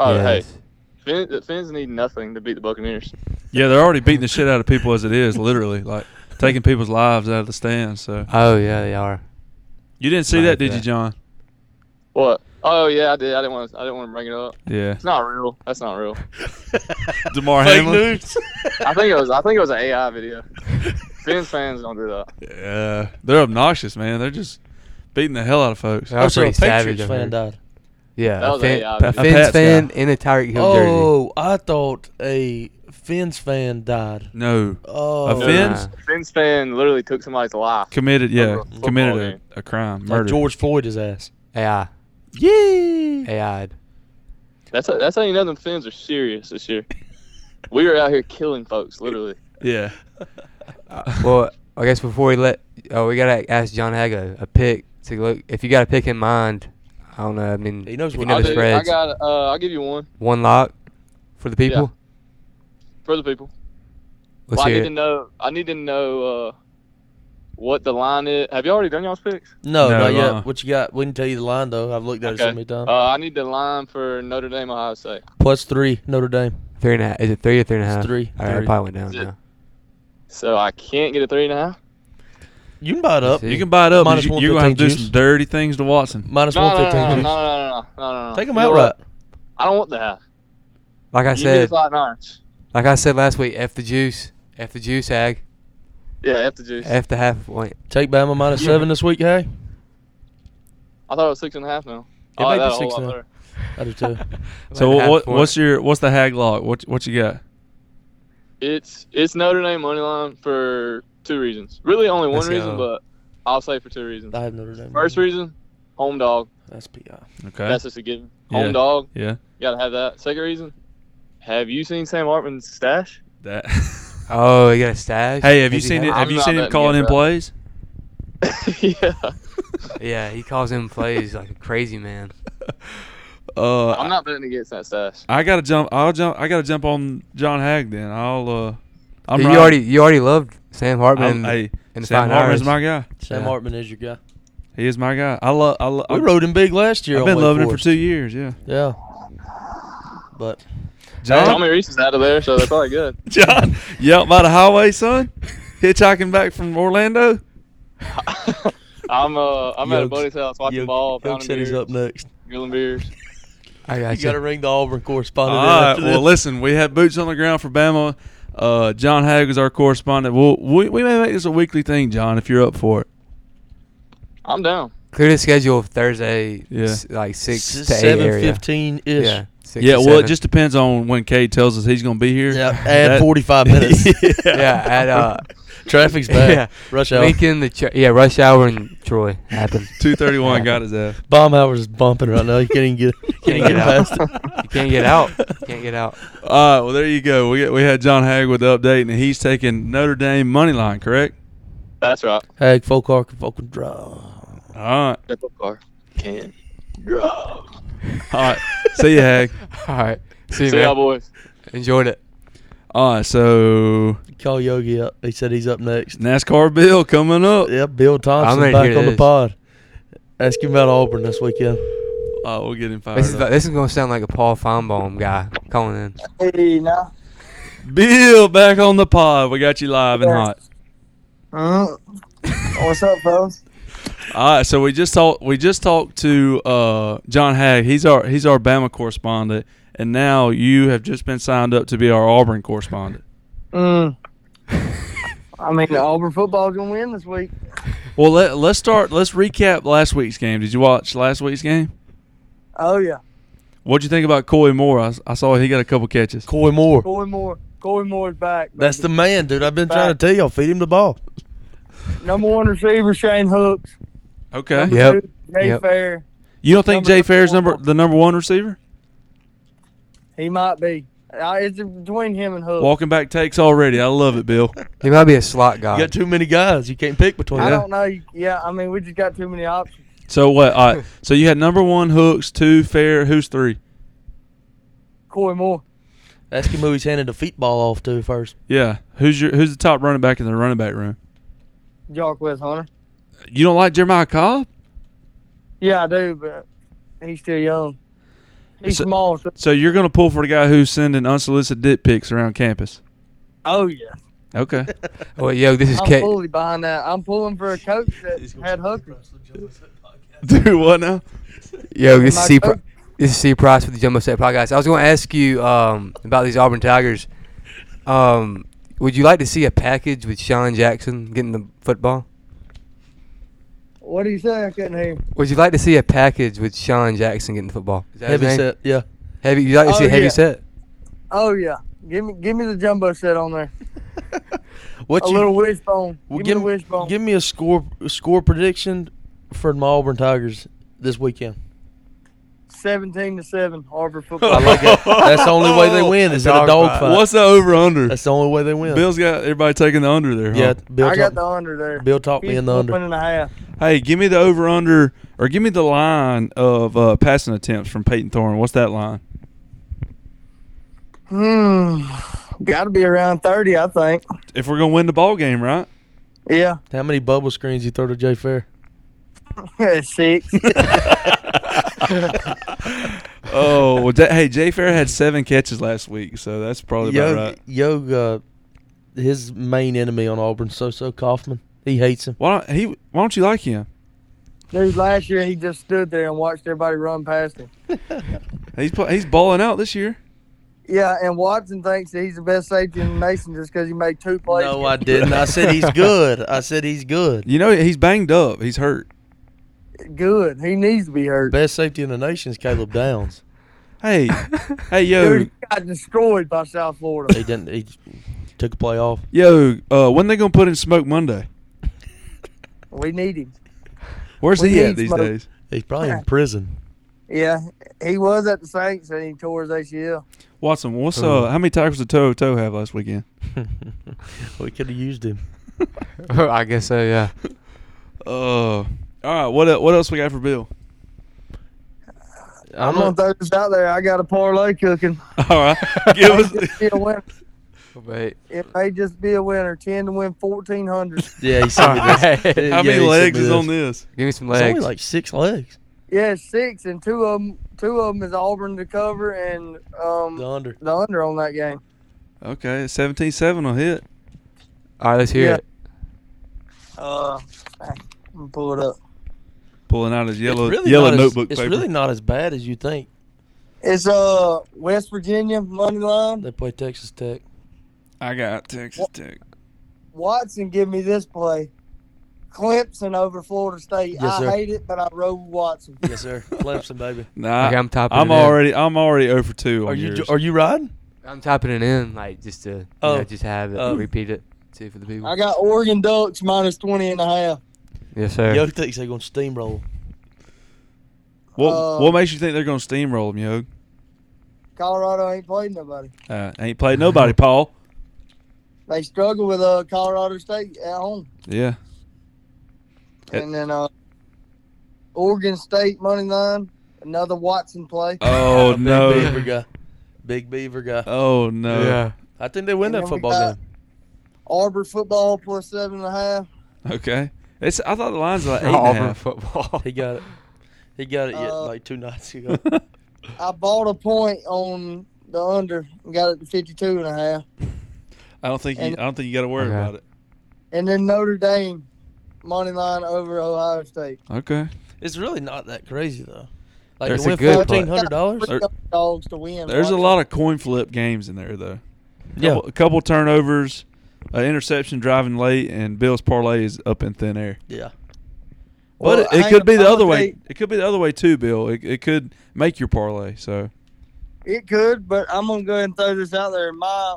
Oh, hey,
Yes.
Fin- the Finns need nothing to beat the Buccaneers.
Yeah, they're already beating the shit out of people as it is, literally, like taking people's lives out of the stands. So
Oh yeah, they are.
you didn't see
Right,
that, did
yeah.
you, John?
What? Oh yeah, I did. I didn't want. I didn't want to bring it up.
Yeah,
It's not real. That's not real.
Damar
Fake
Hamlin.
[laughs] news.
I think it was. I think it was an
[laughs]
AI video. Finns fans don't do that.
Yeah, they're obnoxious, man. They're just beating the hell out of folks.
They are
also, a
pretty savage.
Patriots
I
fan
heard.
died.
That
Yeah, a
was an
fan,
AI.
Pa-
video.
a
Finns
Pats
fan in a Tyreek Hill jersey.
Oh, I thought a Finns fan died.
No,
Oh,
A Finns?
Nah.
Finns fan literally took somebody's life.
committed. Yeah,
Over a football
committed
game.
a, a crime,
Like
murder.
George Floyd his ass.
AI,
Yee.
AI. 'd.
That's how, that's how you know them Finns are serious
[laughs]
this year. we were out here killing folks, literally.
Yeah.
Well, I guess before we let, oh, we gotta ask John Hag a, a pick to look. If you got a pick in mind, I don't know. I mean,
He knows
if you
what-
know
I'll,
the
do, I
spreads.
got. Uh, I'll give you one
One lock for the people.
for the people.
Let's
Well, I
hear
need
it.
to know. I need to know uh, what the line is. Have you already done y'all's picks?
No,
No,
not yet.
uh-uh.
What you got? We can tell you the line though. I've looked at it so many times.
Uh, I need the line for Notre Dame, Ohio State.
Plus three, Notre Dame.
Three and a half. Is it three or three and a
It's
half?
three.
All right,
Three.
I probably went down.
Is it-
now.
So I can't get a three and a half.
You can buy it up.
See.
You can buy it up.
Minus
but You, you're
115
gonna have to do
juice.
some dirty things to Watson.
Minus
No,
one
no, no, no, no, no,
fifteen.
no, no, no, no.
Take him
You know
out right.
what? I don't want the half.
Like I
You said,
said,
like orange.
like I said last week, f the juice, f the juice, Hag,
Yeah, F the juice.
f the half point.
Take Bama minus
[laughs]
seven this week, hey?
I thought it was six and a half now.
It
I
may
like
be
that a whole
six
lot
now.
better.
I do
[laughs]
too.
So
Like half
what?
point.
What's your? What's the hag lock? What? What you got?
It's it's Notre Dame money line for two reasons. Really, only one
Let's go.
reason, but I'll say for two reasons.
I have Notre Dame.
First reason, home dog.
That's PI.
Okay.
That's just a given.
Yeah.
Home dog.
yeah.
You gotta have that. Second reason, have you seen Sam Hartman's stash? [laughs]
That. [laughs]
Oh, you got a stash.
hey, have you
Does he
seen it?
I'm
Have you
not
seen him
letting
calling
you
in
do that.
plays?
[laughs]
yeah.
Yeah, he calls him plays like a crazy man.
Uh,
I'm not betting against that stash.
I gotta jump. I'll jump. I gotta jump on John Hag then. I'll. Uh, I'm
you
riding-
already you already loved Sam Hartman.
I'm,
and-
hey,
and the
Sam
Fine
Hartman's
Irons.
my guy.
Sam
Yeah.
Hartman is your guy.
He is my guy. I love. I love.
We rode him big last year.
I've
on
been
Wake
loving him for
Forest.
two years. Yeah.
Yeah. But
John.
Tommy Reese is out of there, so they're
[laughs]
probably good.
John. [laughs] You out by the highway, son? Hitchhiking back from Orlando.
I'm uh I'm at a
Yokes-
buddy's house watching
Yoke-
ball,
Yoke
pounding
said he's
beers,
up next.
grilling beers.
I
You
got you.
got to ring the Auburn correspondent. in
All right.
after this.
Well, listen, we have boots on the ground for Bama. Uh, John Hag is our correspondent. We'll, we we may make this a weekly thing, John, if you're up for it.
I'm down.
Clear the schedule of Thursday,
Yeah.
s- like six
S-
to eight area.
7:15 ish.
Yeah, six
yeah,
to
well, it
seven. [laughs]
just depends on when Cade tells us he's going to be here. [laughs]
Yeah, add
That- [laughs]
45 minutes.
[laughs] yeah at uh
Traffic's bad.
Yeah.
Rush hour.
Lincoln the ch- yeah rush hour in Troy happened.
[laughs] Two thirty one got his ass.
Bomb hours is bumping right now. You can't even
[laughs]
get, can't even
Can't
get
get out.
past it.
You can't get
[laughs]
[laughs]
out. You can't get out.
All right, well there you go. We we had John Hag with the update, and he's taking Notre Dame money line, correct?
That's right.
Hag, folk arc, folk and draw.
All right,
Step up car. Can. Grow.
all right. See you, Hag.
All right. See you,
See
man.
y'all boys.
Enjoyed it.
All right, so
Call Yogi up. He said he's up next.
NASCAR Bill coming up.
Yeah, Bill Thompson
ready to
back
hear
on the
this.
pod. Ask him about Auburn this weekend.
Oh, we'll get him fired.
This is
up.
this is gonna sound like a Paul Feinbaum guy calling in.
Hey, now.
Bill back on the pod. We got you live and hot.
Mm. What's up, fellas?
[laughs] All right, so we just talked. We just talked to uh, John Hag. He's our he's our Bama correspondent, and now you have just been signed up to be our Auburn correspondent.
Mm. I mean, Auburn football's gonna win this week.
Well, let let's start. Let's recap last week's game. Did you watch last week's game?
Oh yeah,
What'd you think about Coy Moore? I, s- I saw he got a couple catches.
Coy Moore.
Corey Moore. Corey Moore's back.
That's the
baby.
man, dude. I've been trying to tell y'all. Feed him the ball.
number one receiver, Shane Hooks.
Okay.
Number
Yep.
two, Jay
Yep.
Fair.
You don't think
Number
Jay Fair's
number
number the number one receiver?
He might be. Uh, it's between him and Hooks.
Walking back takes already. I love it, Bill.
He might be a slot
You
guy.
got too many guys. You can't pick between
I
them.
don't know. Yeah, I mean, we just got too many options.
So what? All right. So you had number one hooks, two fair. Who's three?
Corey Moore.
Ask him who he's handing the feet ball off
[laughs]
to first.
Yeah. Who's your Who's the top running back in the running back room?
Jarquez Hunter.
You don't like Jeremiah Cobb?
Yeah, I do, but he's still young. He's
So-
small. So,
So you're gonna pull for the guy who's sending unsolicited dick pics around campus?
oh yeah,
Okay.
well, Oh, yo, this is
I'm
Kate.
fully behind that. I'm pulling for a coach that had Hooker.
Dude, what now?
Yo, this is
My
C.
coach-
Pri- This is C. Price with the Jumbo Set Podcast. I was going to ask you um, about these Auburn Tigers. Um, would you like to see a package with Sean Jackson getting the football?
What do you say? I couldn't hear.
Would you like to see a package with Sean Jackson getting the football? Is that his
Heavy
name?
set. Yeah.
Heavy. You like to see
Oh,
a heavy
[laughs]
yeah.
set? [laughs]
Oh yeah, give me give me the jumbo set on there.
What
a
you,
little wishbone.
well,
give, me the wishbone.
give me a score score prediction for my Auburn Tigers this weekend.
Seventeen to seven,
[laughs]
Harvard
I
football.
like it. That's the only way
[laughs]
they win is in a dog fight.
What's the over under?
That's the only way they win.
Bill's got everybody taking the under there. huh?
yeah, Bill
I
talked,
got the under there.
Bill talked me in the under.
One and a half.
Hey, give me the over under or give me the line of uh, passing attempts from Peyton Thorne. What's that line?
Hmm. Got to be around thirty, I think.
If we're gonna win the ball game, right?
Yeah, [laughs]
How many bubble screens you throw to Jay Fair? [laughs]
six.
[laughs] Oh, well, J- hey, Jay Fair had seven catches last week, so that's probably about
Yoga,
right.
Yoga, his main enemy on Auburn, so so Kaufman. He hates
[laughs]
him.
Why don't he? Why don't you like him?
Dude, last year he just stood there and watched everybody run past him.
He's pl- he's balling out this year.
Yeah, and Watson thinks that he's the best safety in the nation just because he made two plays.
No, I didn't. I said [laughs] he's good. I said he's good.
You know he's banged up. He's hurt.
Good. He needs to be hurt.
Best safety in the nation is Caleb Downs.
Hey, hey,
Dude,
yo,
he got destroyed by South Florida.
He didn't. He took a play off.
yo, uh, when they gonna put in Smoke Monday?
we need him.
Where's
We
he at
need
these
Smoke.
days?
He's probably in prison.
Yeah, he was at the Saints and he tore his ACL.
Watson, what's uh, how many tackles did Toe Toe have last weekend?
we could have used him.
I guess so. Yeah.
Uh, all right, what el- what else we got for Bill? [laughs]
I'm gonna throw this out there. I got a parlay cooking.
All right, give
It
us. [laughs]
may just be a winner.
Wait.
It may just be a winner. Ten to win fourteen hundred.
Yeah, he
[laughs]
sent me this. Yeah,
How
he
many
sent
legs
me
is
this.
on this?
Give me some
It's only
legs.
like six legs.
Yeah, it's six and two of them. Two of them is Auburn to cover and um
The
the,
under.
under on that game.
Okay, 17-7 will hit.
All right, let's hear
Yeah.
it.
Uh, I'm gonna pull it up.
Pulling out his yellow
It's really
yellow
not as-
notebook
It's
paper.
really not as bad as you think.
It's uh West Virginia money line.
They play Texas Tech.
I got Texas Tech.
Watson give me this play. Clemson over Florida State.
Yes,
I
sir.
hate it, but I rode with Watson.
[laughs]
Yes, sir. Clemson, baby.
Nah,
Like, I'm topping
I'm
it in.
already I'm already over two.
Are
on
you
yours.
are you riding?
I'm typing it in, like just to you
Oh.
know, just have it,
Oh.
repeat it, see for the people.
I got Oregon Ducks minus 20 and a half.
yes, sir.
Yo thinks they're gonna steamroll.
what
uh,
what makes you think they're gonna steamroll them, Yog?
Colorado ain't played nobody.
Uh, ain't played nobody, Paul.
They struggle with uh, Colorado State at home.
Yeah, It-
And then uh, Oregon State money line, another Watson play.
Oh, [laughs]
Big
no.
Beaver guy. Big Beaver guy.
Oh no.
Yeah.
I think they win
And
that
then we
football
got-
game.
Arbor football plus seven and a half.
Okay. It's I thought the lines
[laughs]
were like eight and a
Auburn
half.
football. [laughs]
He got it. He got it yet,
Uh,
like two
[laughs]
nights ago.
I bought a point on the under and got it to 52 and a half.
I don't think you, I
And-
don't think you got to worry
Okay.
about it.
And then Notre Dame money line over Ohio State.
Okay.
it's really not that crazy though. Like
That's
to
a
win
good play.
fourteen hundred dollars.
Three dogs to win.
There's a
Watson.
lot of coin flip games in there though.
Yeah.
Couple, a couple turnovers, an interception driving late, and Bill's parlay is up in thin air.
Yeah.
But
Well,
it, it
I-
could be the
I
other
would
way.
say-
It could be the other way too, Bill. It, it could make your parlay. So
It could, but I'm gonna go ahead and throw this out there. My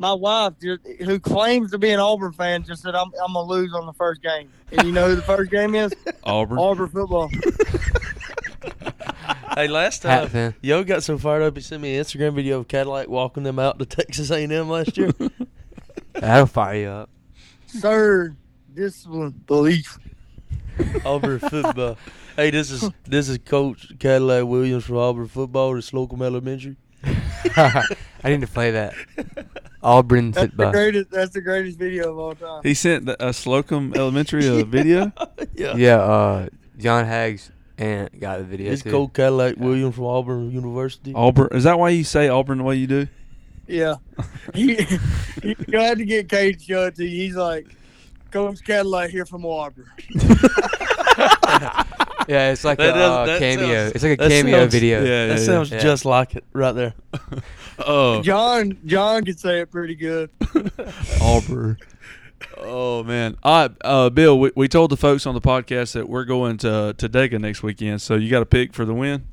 my wife, ju- who claims to be an Auburn fan, just said I'm I'm gonna lose on the first game. And you know who the first
[laughs]
game is?
Auburn.
Auburn football.
Hey, last
Hat
time
fan.
Yo got so fired up, he sent me an Instagram video of Cadillac walking them out to [laughs] Texas A&M last year.
[laughs] That'll fire you up.
Sir, discipline, belief.
Auburn football. Hey, this is this is Coach Cadillac Williams from Auburn football, the Slocum Elementary.
I need to play that. Auburn
That's the
football.
greatest. That's the greatest video of all time.
He sent the, uh, Slocum Elementary
[laughs]
a video.
yeah.
Yeah, uh, John Hags and got the video
It's
too.
Coach Cadillac Williams from Auburn University.
Auburn. Is that why you say Auburn the way you do?
Yeah, [laughs] you, you had to get Cade shut to. He's like, Coach Cadillac here from Auburn.
[laughs] Yeah, it's like
That
a
doesn't-
uh,
that
cameo.
sounds-
it's like a
that
cameo
sounds-
video.
Yeah.
that sounds
yeah.
just like it right there.
[laughs]
[laughs]
Oh,
John John could say it pretty good.
Auburn. Oh man, I uh, Bill, we, we told the folks on the podcast that we're going to to Dega next weekend, so you got a pick for the win.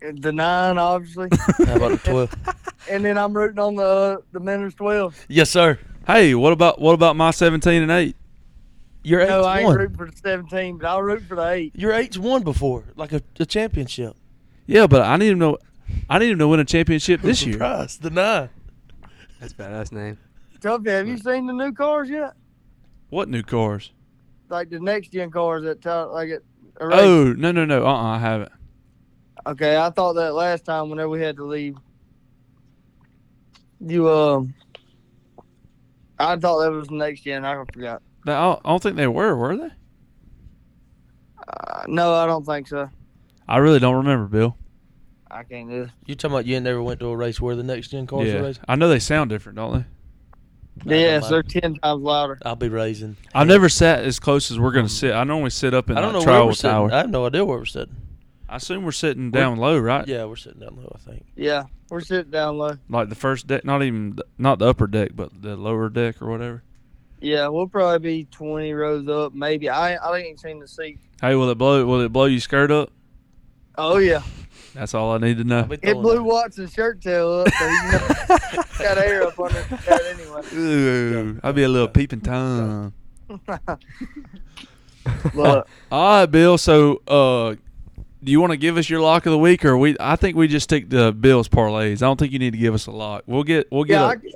The nine, obviously,
[laughs] How about the 12?
and then I'm rooting on the uh, the Miners twelve.
yes, sir.
Hey, what about what about my seventeen and eight?
Your eight's
No, I ain't
won.
rooting for the 17, but I'll root for the 8.
Your eight's won before, like a, a championship.
Yeah, but I need him to I need him to win a championship this year.
Surprise, the nine.
That's a badass name.
Tuffy, have you seen the new cars yet?
What new cars?
Like the next gen cars that t- like it.
Oh no no no, uh uh I haven't.
Okay, I thought that last time whenever we had to leave. You um, I thought that was the next gen. I forgot.
They- I don't I don't think they were, were they?
Uh, no, I don't think so.
I really don't remember, Bill.
I can't do it.
You talking about you ain't never went to a race where the next gen cars were
Yeah.
raced?
I know they sound different, don't they?
Nah,
yes,
never
they're
mind.
ten times louder.
I'll be raising.
I've never sat as close as we're gonna sit. I normally sit up in
Um, I don't
the
know where
trial
we're
with
sitting. Uh, I
tower.
have no idea where we're sitting.
I assume we're sitting down low, right?
Yeah, we're sitting down low, I think.
Yeah, we're sitting down low.
Like the first deck, not even th- not the upper deck, but the lower deck or whatever.
Yeah, we'll probably be twenty rows up, maybe. I I ain't seen the seat.
Hey, will it blow? Will it blow you skirt up?
Oh yeah,
That's all I need to know.
I'll be
it
throwing
blew
that.
Watson's shirt tail up, so you know. got air up under his head anyway.
[laughs] Ooh, I'll be a little peeping tom.
Look,
All right, Bill. So, uh, do you want to give us your lock of the week, or we? I think we just stick to Bill's parlays. I don't think you need to give us a lock. We'll get. We'll get.
yeah,
Yeah,
I, c-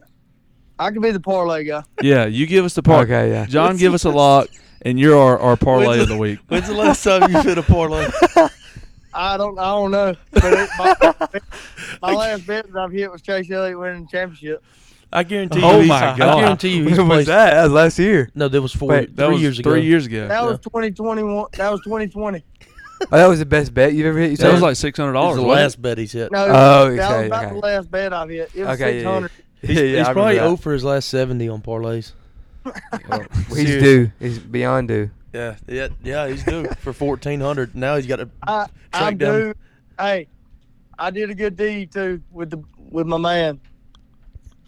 I could be the parlay guy.
yeah you give us the parlay.
Okay, yeah.
John, give
[laughs]
us a lock, and you're our, our parlay of the week.
When's the last time you hit a
[laughs]
parlay?
I don't, I don't know. But it,
[laughs]
my, my last bet that I've hit was Chase Elliott winning the championship.
I guarantee you.
Oh
he's-
my God.
I guarantee you. He's
When was
placed,
that? That was last
[laughs]
year.
No, that was four.
Wait,
That
three
was
years ago.
three years ago.
That was 2021. That was 2020.
Oh, that was the best bet you've ever hit. You
That was
said?
like six hundred
That was
dollars.
the last bet he's hit.
No,
Oh,
that was
okay,
about
okay.
the last bet I've hit. It was
Okay, yeah, yeah.
600.
He's,
Yeah, yeah,
he's
I remember
probably
that.
0 for his last 70 on parlays.
[laughs] Oh,
Well, He's due. He's beyond due.
Yeah, yeah, yeah. He's due for 1400 Now he's got a.
I, I'm
down.
due. Hey, I did a good deed too with the with my man.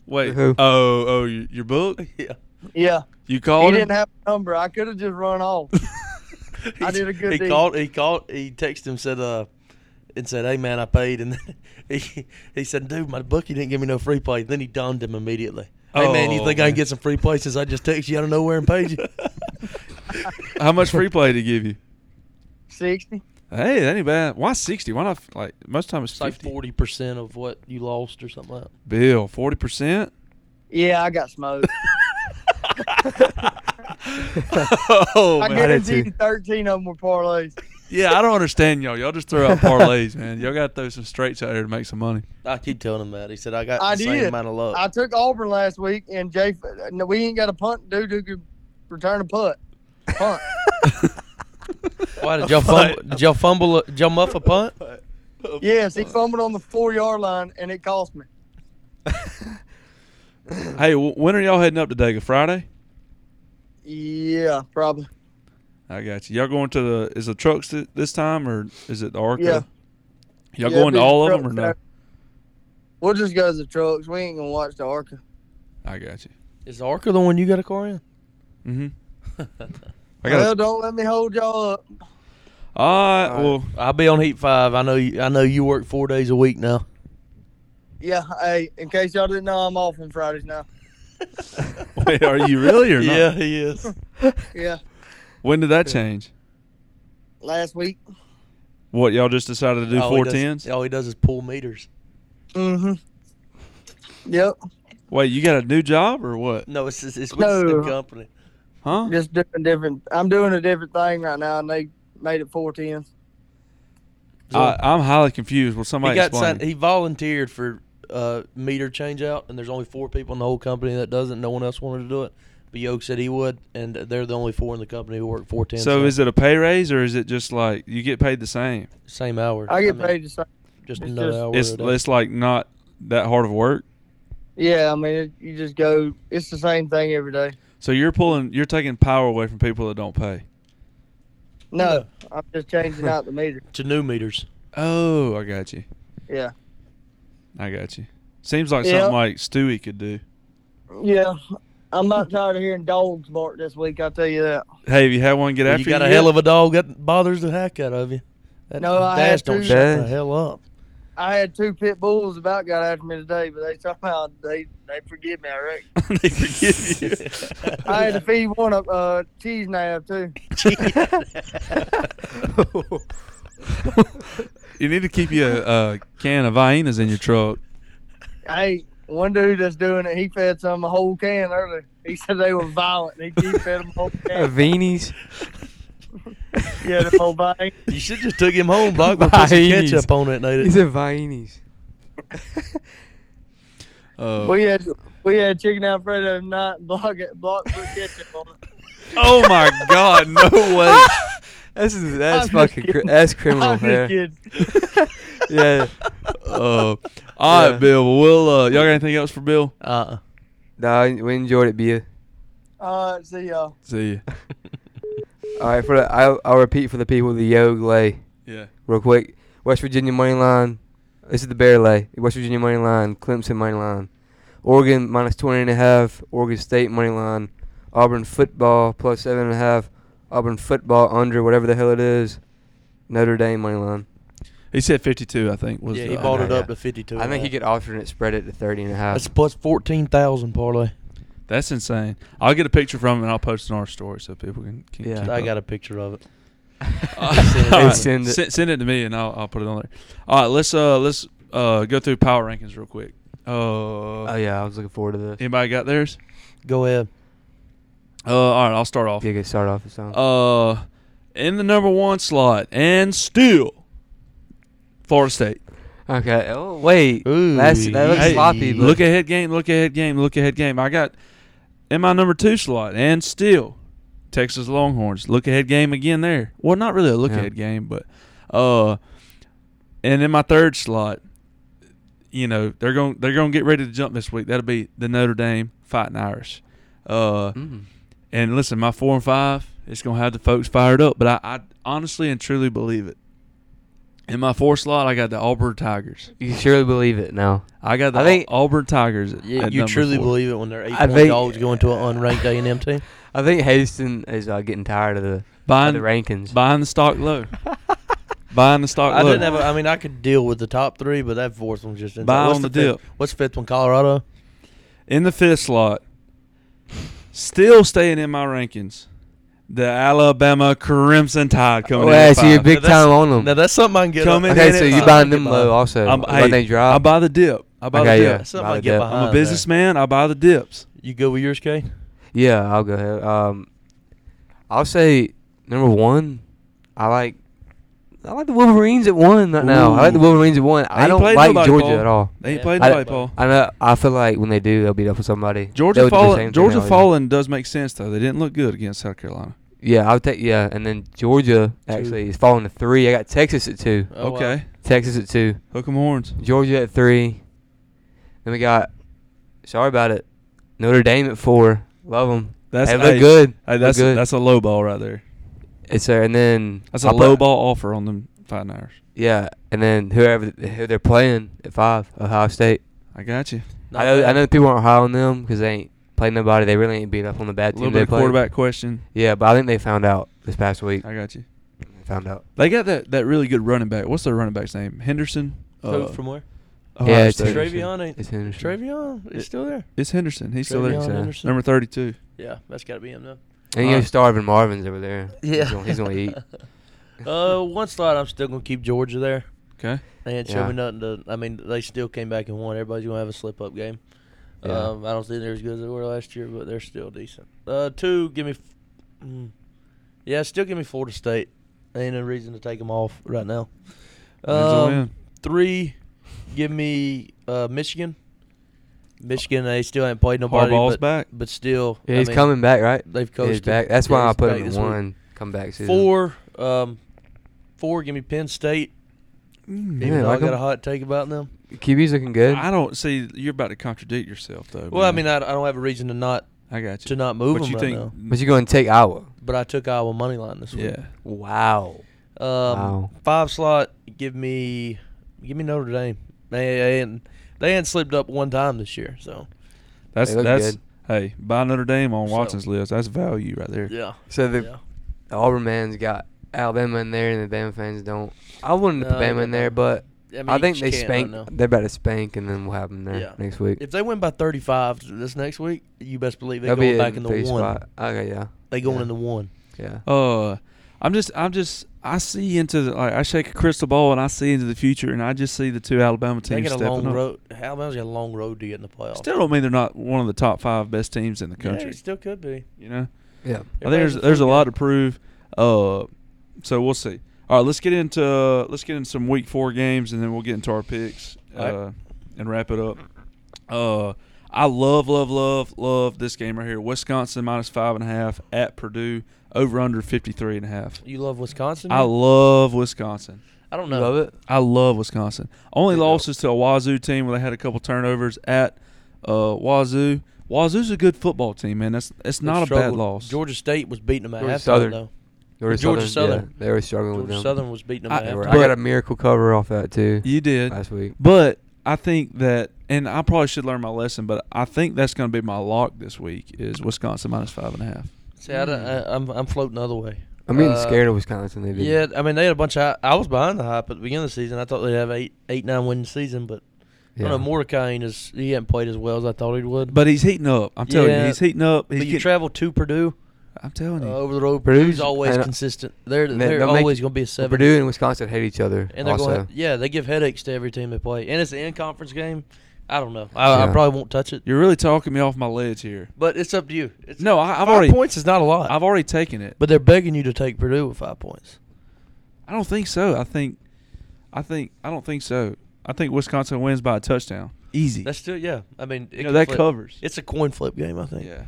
Wait.
Who?
Oh, oh, y- your book.
Yeah.
Yeah,
You
he
called him.
didn't have a number. I could have just run
[laughs]
off. I did a
[laughs]
good
He
deed.
called. He called. He texted him said uh, and said, "Hey man, I paid." And [laughs] then he he said, "Dude, my bookie didn't give me no free play." Then he donned him immediately. Hey man, you
Oh,
think I
man.
can get some free places? I just text you out of nowhere and paid you.
How
[laughs]
much free play did he give you?
Sixty.
Hey, that ain't bad. Why sixty? Why not? Like most times,
it's like forty percent of what you lost or something like that.
Bill, forty percent.
Yeah, I got smoked.
[laughs]
oh
[laughs] I
man,
guarantee thirteen of them were parlays.
Yeah, I don't understand y'all. Y'all just throw out parlays, man. Y'all got to throw some straights out there to make some money.
I keep telling him that. He said I got
I
the
did.
same amount of luck.
I took Auburn last week, and Jay, no, we ain't got a punt dude who could return a punt.
[laughs]
Punt.
Why did y'all fumble? Did y'all fumble? a- Did y'all muff a punt?
yes, he fumbled on the four yard line, and it cost me.
Hey, w- when are y'all heading up to Dago? Friday?
Yeah, probably.
I got you. Y'all going to the? Is the trucks th- this time or is it the Arca?
Yeah.
Y'all
Yeah,
going to
big
all of
truck
them or no?
track. We'll just go to the trucks. We ain't gonna watch the Arca.
I got you.
Is Arca the one you got a car in?
Mm-hmm.
[laughs]
I
Well,
got.
don't let me hold y'all up.
All right.
Alright.
Well,
I'll be on heat five. I know. You, I know you work four days a week now.
Yeah, hey, in case y'all didn't know, I'm off on Fridays now.
[laughs] wait. Are you really or not?
Yeah, he is.
Yeah,
When did that change?
last week.
What y'all just decided to do
all he
four
does-
tens?
All he does is pull meters.
Mm-hmm. Yep.
Wait, you got a new job or what?
No, it's it's, it's with
No.
the company.
Huh?
Just doing different. I'm doing a different thing right now, and they made it four ten.
I, I'm highly confused. Will
he
somebody
got
explain?
signed, he volunteered for uh, meter change out, and there's only four people in the whole company that does it. No one else wanted to do it, but Yoke said he would, and they're the only four in the company who work four ten.
so is it a pay raise or is it just like you get paid the same?
same hour?
I get
mean,
paid the same.
just
it's
another
just-
hour.
It's
a day.
it's like not that hard of work.
Yeah, I mean, it, you just go. It's the same thing every day.
So you're pulling, you're taking power away from people that don't pay.
No, I'm just changing out the meter.
to new meters.
Oh, I got you.
Yeah,
I got you. Seems like
Yeah.
something like Stewie could do.
yeah. I'm not tired of hearing dogs bark this week. I'll tell you that.
Hey, have you had one get
Well,
after
you
you
got a
yet?
hell of a dog that bothers the heck out of you. That
No, I
Dash
had
don't
to-
shut the
Dash.
hell up. [laughs]
I had two pit bulls about got after me today, but they somehow they they forgive me. I reckon.
They forgive you.
[laughs]
[laughs]
[laughs]
I had to feed one of uh, cheese nab too.
Uh,
You need to keep you a, a can of Viennas in your truck.
Hey, one dude that's doing it, he fed some a whole can earlier. He said they were violent. and He, he fed them a whole
Uh,
can.
[laughs] Veenies.
Yeah, the whole thing.
You should just took him home,
[laughs]
Buck. but Put some
Nice.
ketchup on it and
[laughs]
ate
He
it.
said Vienies. [laughs]
Uh,
We had we had chicken alfredo tonight. Block it, block put ketchup on it.
oh
[laughs]
my God!
[laughs]
No way.
That's that's
I'm just
fucking cri-
kidding.
that's
[laughs]
criminal.
I'm just
Yeah.
kidding. [laughs]
yeah.
Uh, all
Yeah.
right, Bill. Well, we'll uh, y'all got anything else for Bill?
Uh-uh.
Nah, we enjoyed it,
[laughs]
Bia.
All right, see y'all.
See you.
All right, for the, I'll, I'll repeat for the people the Yog lay
Yeah.
real quick. West Virginia money line. This is the Bear lay. West Virginia money line. Clemson money line. Oregon minus twenty and a half. Oregon State money line. Auburn football plus seven and a half. Auburn football under whatever the hell it is. Notre Dame money line.
He said 52, I think. Was
Yeah,
the-
he bought it
okay,
up
yeah.
to 52.
I think he could alternate spread it to thirty and a half.
That's plus 14,000 parlay.
That's insane. I'll get a picture from him and I'll post it on our story so people can. can
Yeah.
keep
I
up.
got a picture of it.
Uh, [laughs]
Send it
all right.
to
[laughs]
me.
Send it.
Send, send it to me and I'll, I'll put it on there. All right, let's uh let's uh go through power rankings real quick. Uh,
oh yeah, I was looking forward to this.
anybody got theirs?
Go ahead.
Uh, all right, I'll start off.
Yeah, get started off with something.
Uh, in the number one slot and still, Florida State.
Okay. Oh wait.
Ooh,
That's, that looks
Hey,
sloppy. But
Look ahead game. Look ahead game. Look ahead game. I got in my number two slot and still Texas Longhorns. Look ahead game again there. Well, not really a look
Yeah.
ahead game, but uh, and in my third slot, you know they're going they're going to get ready to jump this week. That'll be the Notre Dame Fighting Irish. Uh,
Mm-hmm.
Mm.
and listen, my four and five, it's going to have the folks fired up. But I, I honestly and truly believe it. In my fourth slot, I got the Auburn Tigers.
You surely believe it now.
I got the
I think-
Au- Auburn Tigers. At,
You,
at
you
number
truly
four.
believe it when they're eight
I
point
think-
dogs going to an unranked A and M
[laughs]
team?
I think Haston is uh, getting tired of the, of
buying
the rankings.
buying the stock
[laughs]
low, buying the stock
I
low.
didn't have. A, I mean, I could deal with the top three, but that fourth one's just insane.
Buy
What's
on the
fifth- What's the fifth one? Colorado.
in the fifth slot, still staying in my rankings, the Alabama Crimson Tide coming
Oh,
in. at
yeah, so you're
five.
big
Now that's-
time on them.
Now that's something I can get.
Coming
up-
in
okay,
at
so you
five.
buying them low also
I'm-
when
hey,
they
I
drop.
buy the dip. I buy
Okay,
the
yeah.
dip.
That's something
Buy
I
the
get
dip. I'm a
behind.
I'm a
there.
businessman. I buy the dips.
You go with yours, K.
yeah, I'll go ahead. Um, I'll say number one. I like. I like the Wolverines at one right now. I like the
Ooh.
Wolverines at one.
They
I
ain't
don't
played
like
nobody,
Georgia
Paul.
at all.
They ain't
Yeah.
playing
I-
nobody, Paul.
I know. I feel like when they do, they'll beat up with somebody. They
Georgia
would do the same
falling.
thing
Georgia
they always do.
falling does make sense though. They didn't look good against South Carolina.
Yeah, I'll take. Yeah, and then Georgia actually is falling to three. I got Texas at two.
Uh.
Oh, wow.
okay,
Texas at two.
hook 'em horns.
Georgia at three. Then we got. Sorry about it. Notre Dame at four. Love them.
That's
they look
hey,
good.
Hey,
Look
that's
good.
that's a low ball right there.
It's there, and then
That's a
I'll
low
put-
ball offer on them five niners.
Yeah, and then whoever th- who they're playing at five, Ohio State.
I got you.
Not
I know, I
bad.
know people aren't high on them because they ain't played nobody. They really ain't beat up on the
A
bad
little
team
bit
they
of
played.
quarterback question.
Yeah, but I think they found out this past week.
I got you.
They found out.
They got that, that really good running back. What's their running back's name? Henderson.
Who
Uh,
from where?
Ohio
Yeah, it's
State.
Henderson.
Travion ain't-
It's Henderson.
Travion is still there.
It's Henderson. He's still
Travion
there.
so.
Henderson.
Number thirty-two.
Yeah, that's got to be him though.
And you
Uh,
know, starving Marvin's over there.
Yeah, [laughs]
he's gonna, he's gonna eat.
uh, one slot. I'm still gonna keep Georgia there.
Okay.
They ain't
Yeah.
showing nothing to. I mean, they still came back and won. Everybody's gonna have a slip up game.
Yeah.
Um, I don't think they're as good as they were last year, but they're still decent. Uh, two, give me. F- mm. yeah, still give me Florida State. Ain't no reason to take them off right now.
Wins a
Um,
win.
Three, give me uh, Michigan. Michigan, they still ain't played nobody.
Harbaugh's
but,
back.
but still,
Yeah,
I
he's
mean,
coming back, right?
They've
Yeah,
coached.
he's
him.
back. That's why
Yeah,
I
he's
put
back
him in
this week.
one comeback season.
Four, um, four. Give me Penn State.
Mm.
Even
Yeah,
though
like
I got a
him.
hot take about them.
QB's looking good.
I don't see. You're about to contradict yourself though.
Well, I
man.
mean, I, I don't have a reason to not
I got you.
to not move
but
them
you
right
think?
now.
But you're going to take Iowa.
But I took Iowa money line this week.
yeah.
Wow.
Um,
Wow.
Five slot. Give me, give me Notre Dame. They, they ain't they ain't slipped up one time this year. So
That's
look
that's.
good.
Hey, buy Notre Dame on
So-
Watson's list. That's value right there.
yeah.
So the,
yeah.
the Auburn man's got Alabama in there, and the Bama fans don't. I wanted to put
No,
Bama
no,
in there,
no.
but I,
mean, you
think
just
they
can't
spank.
right now.
they're about to spank, and then we'll have them there
Yeah.
next week.
If they win by 35 this next week, you best believe they
They'll
going
be
back in the
three
one.
Spot. Okay, yeah,
They going
Yeah.
in the Oh, one.
yeah.
Uh, I'm just, I'm just, I see into the, like, I shake a crystal ball and I see into the future, and I just see the two Alabama
They
teams
got a
stepping
long
up.
road. Alabama's got a long road to get in the playoffs.
Still don't mean they're not one of the top five best teams in the
yeah,
country.
it still could be.
you know,
Yeah.
I think there's there's a lot to prove. Uh, so we'll see. All right, let's get into let's get into some week four games, and then we'll get into our picks uh,
All right.
and wrap it up. Uh, I love love love love this game right here. Wisconsin minus five and a half at Purdue. Over under fifty three and a half.
You love Wisconsin?
I love Wisconsin.
I don't
You
know.
love it.
I love Wisconsin. Only
They
losses to a Wazoo team where they had a couple turnovers at uh, Wazoo. Wazoo's a good football team, man. That's it's
They
not a bad
struggled.
loss.
Georgia State was beating them at
Georgia
halftime,
Southern.
though.
Georgia,
Georgia
Southern.
Southern.
Yeah, they were struggling with
Georgia
them.
Southern was beating them
I-
at
They were-
halftime.
I got a miracle cover off that too
You did
last week.
But I think that, and I probably should learn my lesson, but I think that's going to be my lock this week is Wisconsin minus five and a half.
See, I don't, I, I'm, I'm floating the other way.
I'm getting
Uh,
scared of Wisconsin. They beat.
Yeah, I mean, they had a bunch of. I was behind the hype at the beginning of the season. I thought they'd have eight, eight, nine win season, but I don't know. Mordecai ain't as, he hadn't played as well as I thought he would.
But he's heating up. I'm telling you,
Yeah.
he's heating up. He's
But you
getting-
travel to Purdue
I'm telling you.
uh, over the road.
Purdue's-
Purdue's always
and, uh,
consistent. They're
and they-
they're
they'll make-
always going to be a seven.
Purdue and Wisconsin hate each other.
and they're
also.
going. Yeah, they give headaches to every team they play, and it's an in-conference game. I don't know. I, I
Yeah.
probably won't touch it.
You're really talking me off my ledge here.
But it's up to you. It's
No, I, I've
five
already
points is not a lot.
I've already taken it.
but they're begging you to take Purdue with five points.
I don't think so. I think, I think I don't think so. I think Wisconsin wins by a touchdown. Easy.
That's still yeah. I mean, it
You know,
can
that
flip.
covers.
It's a coin flip game, I think.
Yeah.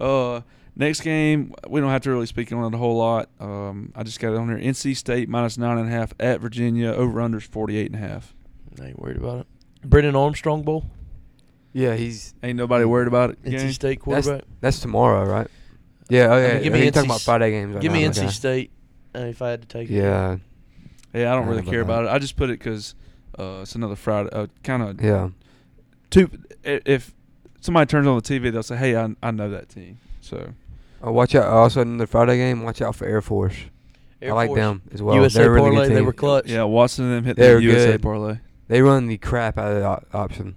Uh, next game, we don't have to really speak on it a whole lot. Um, I just got it on here. NC State minus nine and a half at Virginia. Over unders forty eight and a half.
I ain't worried about it. Brendan Armstrong Bowl,
Yeah, he's
Ain't nobody worried about it.
NC
gang.
State
that's,
quarterback.
that's tomorrow, right? Yeah. Oh yeah.
mean, give me
you're talking
NC
about Friday games. Right
Give
now.
me
okay.
NC State. Uh, if I had to take it.
Yeah.
Yeah, I don't
I
really
don't
care
know.
about it. I just put it because uh, it's another Friday. Uh, kind of
Yeah.
two. i- If somebody turns on the TV, they'll say, "Hey, I, I know that team." So
Uh, watch out. Also, in the Friday game, watch out for Air Force.
Air
I like
Force,
them as well.
USA
They're a really good
parlay, they
team.
were clutch.
yeah, Watson and them hit
They're
the USA
good.
parlay.
They run the crap out of the op- option.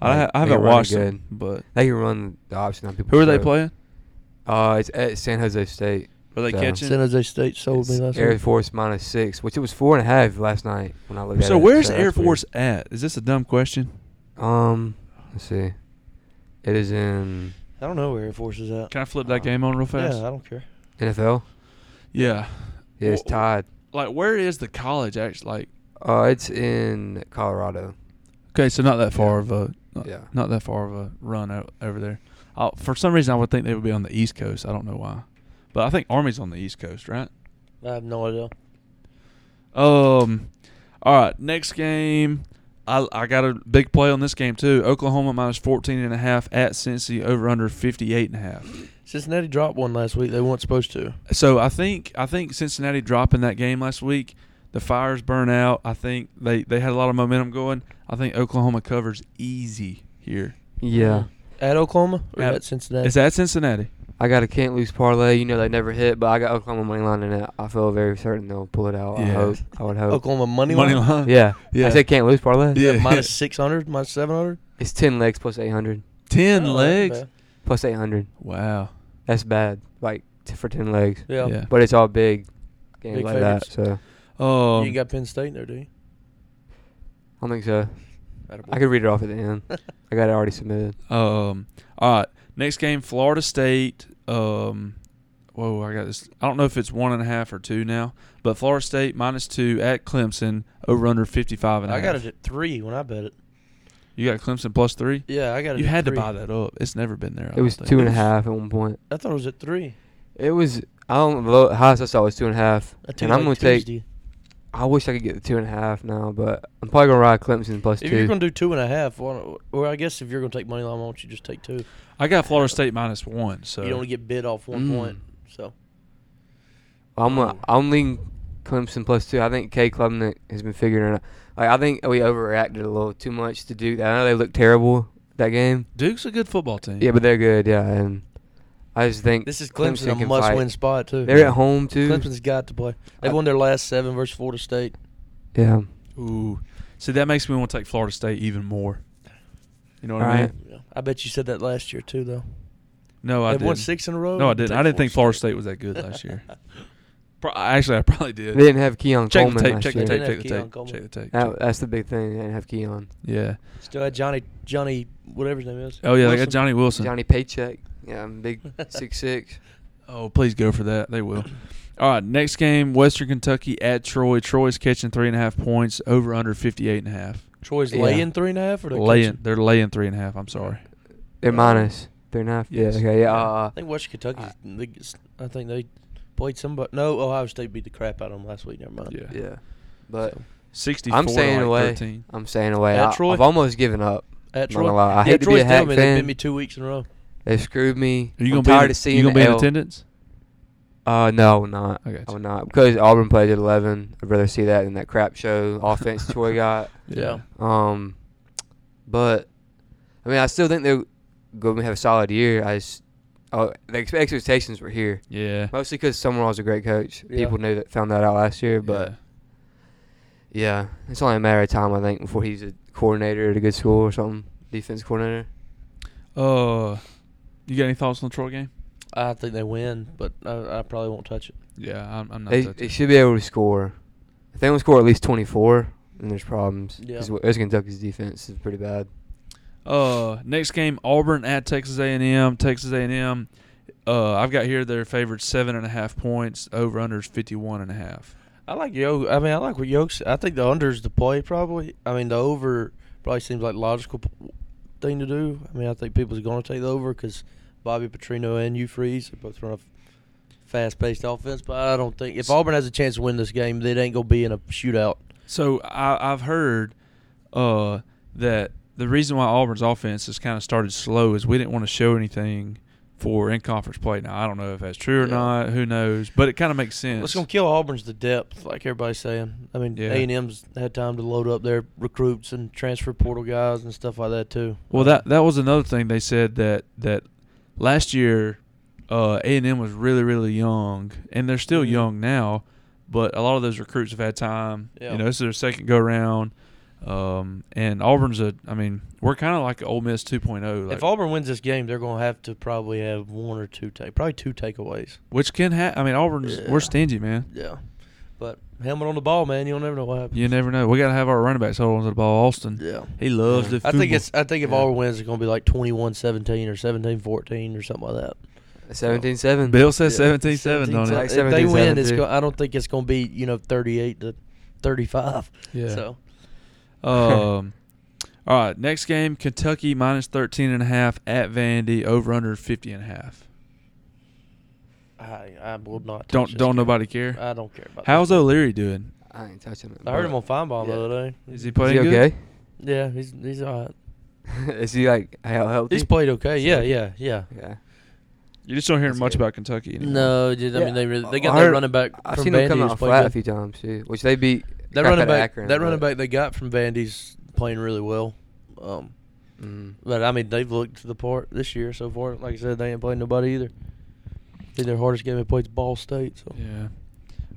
I,
Like,
I
they
haven't
run
watched
good.
it, but
They can run the option on people.
who are they playing?
Uh, it's at San Jose State.
Were they
So-
catching?
San Jose State sold me
It's
last
Air
week.
Force minus six, which it was four and a half last night when I looked at
So
it.
where's
that's
Air
weird.
Force at? Is this a dumb question?
Um, let's see. It is in
I don't know where Air Force is at.
Can I flip that game on real fast?
Yeah, I don't care.
NFL.
Yeah.
Yeah, it's
Wh-
tied.
Like, where is the college actually? Like,
Uh, it's in Colorado.
okay, so not that far of a not,
Yeah.
not that far of a run out over there. i for some reason, I would think they would be on the East Coast. I don't know why, but I think Army's on the East Coast, right?
I have no idea.
Um. All right, next game. I I got a big play on this game too. Oklahoma minus 14 and a half at Cincy over under 58 and a half.
Cincinnati dropped one last week. They weren't supposed to.
So I think I think Cincinnati dropping that game last week, the fires burn out. I think they they had a lot of momentum going. I think Oklahoma covers easy here.
Yeah.
At Oklahoma or
At-
at, Cincinnati?
It's at Cincinnati.
I got a can't lose parlay. You know they never hit, but I got Oklahoma money line in it. I feel very certain they'll pull it out. I
Yeah.
hope. I would hope.
Oklahoma money,
Money
line?
line.
Yeah.
Yeah.
I said can't lose parlay.
Yeah. [laughs]
minus 600, minus 700.
It's ten legs plus eight hundred
Ten
Oh,
legs.
okay.
plus eight hundred.
Wow.
That's bad. Like t- for ten legs.
Yeah.
Yeah.
[laughs] But it's all big games
Big
like that.
favorites.
So
Um,
you ain't got Penn State in there, do you?
I don't think so.
Attaboy.
I could read it
[laughs]
off at the end. I got it already submitted.
Um. All right. Next game, Florida State. Um. Whoa, I got this. I don't know if it's one and a half or two now, but Florida State minus two at Clemson over under fifty five and a
I
half.
got it at three when I bet it.
You got Clemson plus three.
Yeah, I got it.
You
at
had to
three.
buy that up. It's never been there. I
It
don't
was
think.
two and a half at one point.
I thought it was at three.
It was I don't the low- highest I saw was two and a half.
I took
And
it
I'm
like
gonna take-
Tuesday.
I wish I could get the two and a half now, but I'm probably gonna ride Clemson plus
If
two.
you're gonna do two and a half, why not, or I guess if you're gonna take money line, why don't you just take two?
I got Florida State minus one. So
You only get bid off one
Mm.
point. So
I'm
Oh.
gonna, I'm leaning Clemson plus two. I think K Klubnik has been figuring it out. Like I think we overreacted a little too much to Duke. I know they looked terrible that game.
Duke's a good football team.
Yeah, but they're good. Yeah, and I just think
this is Clemson, a
can
must
fight.
win spot too.
They're at home too.
Clemson's got to play. They've
I-
won their last seven versus Florida State.
Yeah.
Ooh. See, that makes me want to take Florida State even more. You know what I
All
mean?
right.
Yeah. I bet you said that last year too, though.
No, I
They've
didn't.
won six in a row.
no, I didn't.
Take
I didn't think
[laughs]
Florida
Florida
State was that good last year. Pro- actually, I probably
They
did.
didn't have Keon
check
Coleman
the tape.
last
Check
year.
the tape.
They
Check
didn't
the
have
tape.
Keon
Check the tape.
That, that's the big thing. They didn't have Keon.
Yeah.
[laughs] Still had Johnny, Johnny, whatever his name is.
Oh yeah, they
Wilson.
got Johnny Wilson.
Johnny Paycheck. Yeah, big
[laughs]
six six.
Oh, please go for that. They will. All right, next game, Western Kentucky at Troy. Troy's catching three and a half points over under fifty eight and a half.
Troy's
Yeah.
laying three and a half, or they're
Laying,
catching?
they're laying three and a half. I'm sorry.
They're minus. They're not.
Yes.
Yeah. Okay. Yeah.
Yeah.
Uh,
I think Western Kentucky. they s- I think they played somebody. No, Ohio State beat the crap out of them last week. Never mind.
Yeah.
yeah. But
Sixty.
I'm staying
like
away.
13.
I'm staying away.
At
I,
Troy?
I've almost given up. Not
At Troy.
gonna lie, I
yeah,
hate to be
Troy's
a
telling
Hack
me They
fan.
bit me two weeks in a row.
They screwed me.
Are you
I'm
gonna
tired
be?
of
In,
seeing
you gonna be
the
in
L.
attendance?
Uh, no, I will not.
I got
I
you.
would not because Auburn plays at 11. I'd rather see that than that crap show
[laughs]
offense Troy got.
Yeah.
Um, but I mean, I still think they're going to have a solid year. I just, oh, the ex- expectations were here
Yeah.
mostly because Summerall was a great coach.
Yeah.
People knew that, found that out last year. But
Yeah.
yeah. it's only a matter of time I think before he's a coordinator at a good school or something, defense coordinator.
Uh, you got any thoughts on the Troy game?
I think they win, but I, I probably won't touch it.
Yeah, I'm, I'm not.
They,
touching
they
it.
should be able to score. If they don't score at least 24, then there's problems.
Yeah.
Because West Kentucky's defense is pretty bad.
Uh, next game, Auburn at Texas A&M. Texas A&M. Uh, I've got here their favored seven and a half points. Over unders fifty one and a half.
I like Yo. I mean, I like what Yokes. I think the under's the play probably. I mean, the over probably seems like logical p- thing to do. I mean, I think people's going to take the over because Bobby Petrino and you Freeze they both run a fast paced offense. But I don't think if Auburn has a chance to win this game, it ain't gonna be in a shootout.
So I, I've heard uh, that the reason why Auburn's offense has kind of started slow is we didn't want to show anything for in conference play. Now I don't know if that's true or
Yeah.
not. Who knows? But it kind of makes sense.
What's gonna kill Auburn's the depth, like everybody's saying. I mean, A
Yeah.
and M's had time to load up their recruits and transfer portal guys and stuff like that too.
Well, that that was another thing they said that that last year uh, A&M was really really young, and they're still
Mhm.
young now, but a lot of those recruits have had time.
Yeah.
You know, this is their second go round. Um, and Auburn's a, I mean, we're kind of like Ole Miss 2.0, like,
if Auburn wins this game, they're gonna have to probably have one or two take, probably two takeaways.
which can happen. I mean, Auburn's
Yeah.
we're stingy, man.
Yeah, but helmet on the ball, man. You'll never know what happens.
You never know. We gotta have our running backs hold on to the ball. Austin,
Yeah.
he loves the.
I think
football.
it's. I think if
Yeah.
Auburn wins, it's gonna be like 21-17 or 17-14 or something like that.
17 7.
Bill says
Yeah.
17-7 on it.
Like
If they
17-7,
win, it's.
too.
Go, I don't think it's gonna be you know thirty eight to thirty five.
Yeah.
So
Um, [laughs] all right, next game, Kentucky minus 13 and a half at Vandy, over under 50 and a half.
I, I will not. touch
Don't
this
don't
game.
nobody care.
I don't care about.
How's
this game.
O'Leary doing?
I ain't touching it.
I heard him on
but-
Feinbaum
Yeah.
the other day.
Is he
Is
playing
he
good?
okay?
Yeah, he's he's all right.
[laughs] Is he like hel- healthy?
He's played okay. Yeah, yeah, yeah.
Yeah.
You just don't hear
That's
much
good.
about Kentucky anymore.
No, dude, I
Yeah,
mean they really, they
I
got that
heard-
running back
I've
from
seen
Vandy.
him come
who's
out
played
flat
good.
a few times too, which they beat.
that
crap out
running
of
back,
Akron,
that running
but-
back they got from Vandy's playing really well. Um,
Mm.
but I mean they've looked the part this year so far. Like I said, they ain't played nobody either. Did their hardest game they played is Ball State. So
Yeah.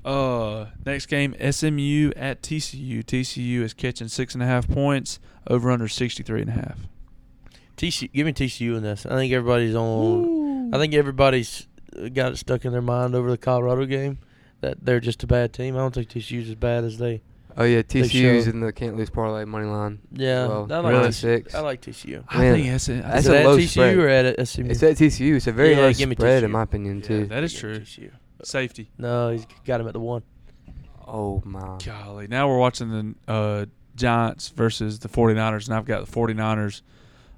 Uh, next game, SMU at TCU. TCU is catching six and a half points, over under 63 and a half.
TCU, give me TCU in this. I think everybody's on. I think everybody's uh, got it stuck in their mind over the Colorado game that they're just a bad team. I don't think TCU's as bad as they.
Oh yeah, TCU's
show-
in the can't lose parlay money line.
Yeah,
Well,
I like
really?
TCU. I like TCU.
I
Man,
think it's a,
that's
Is it
a
at
low
TCU
spread.
or at SMU?
It's at TCU. It's a very
Yeah,
low
give me
spread
TCU.
in my opinion
Yeah,
too.
that is true.
TCU.
Safety.
No, he's got him at the one.
oh my.
Golly, now we're watching the uh, Giants versus the 49ers, and I've got the 49ers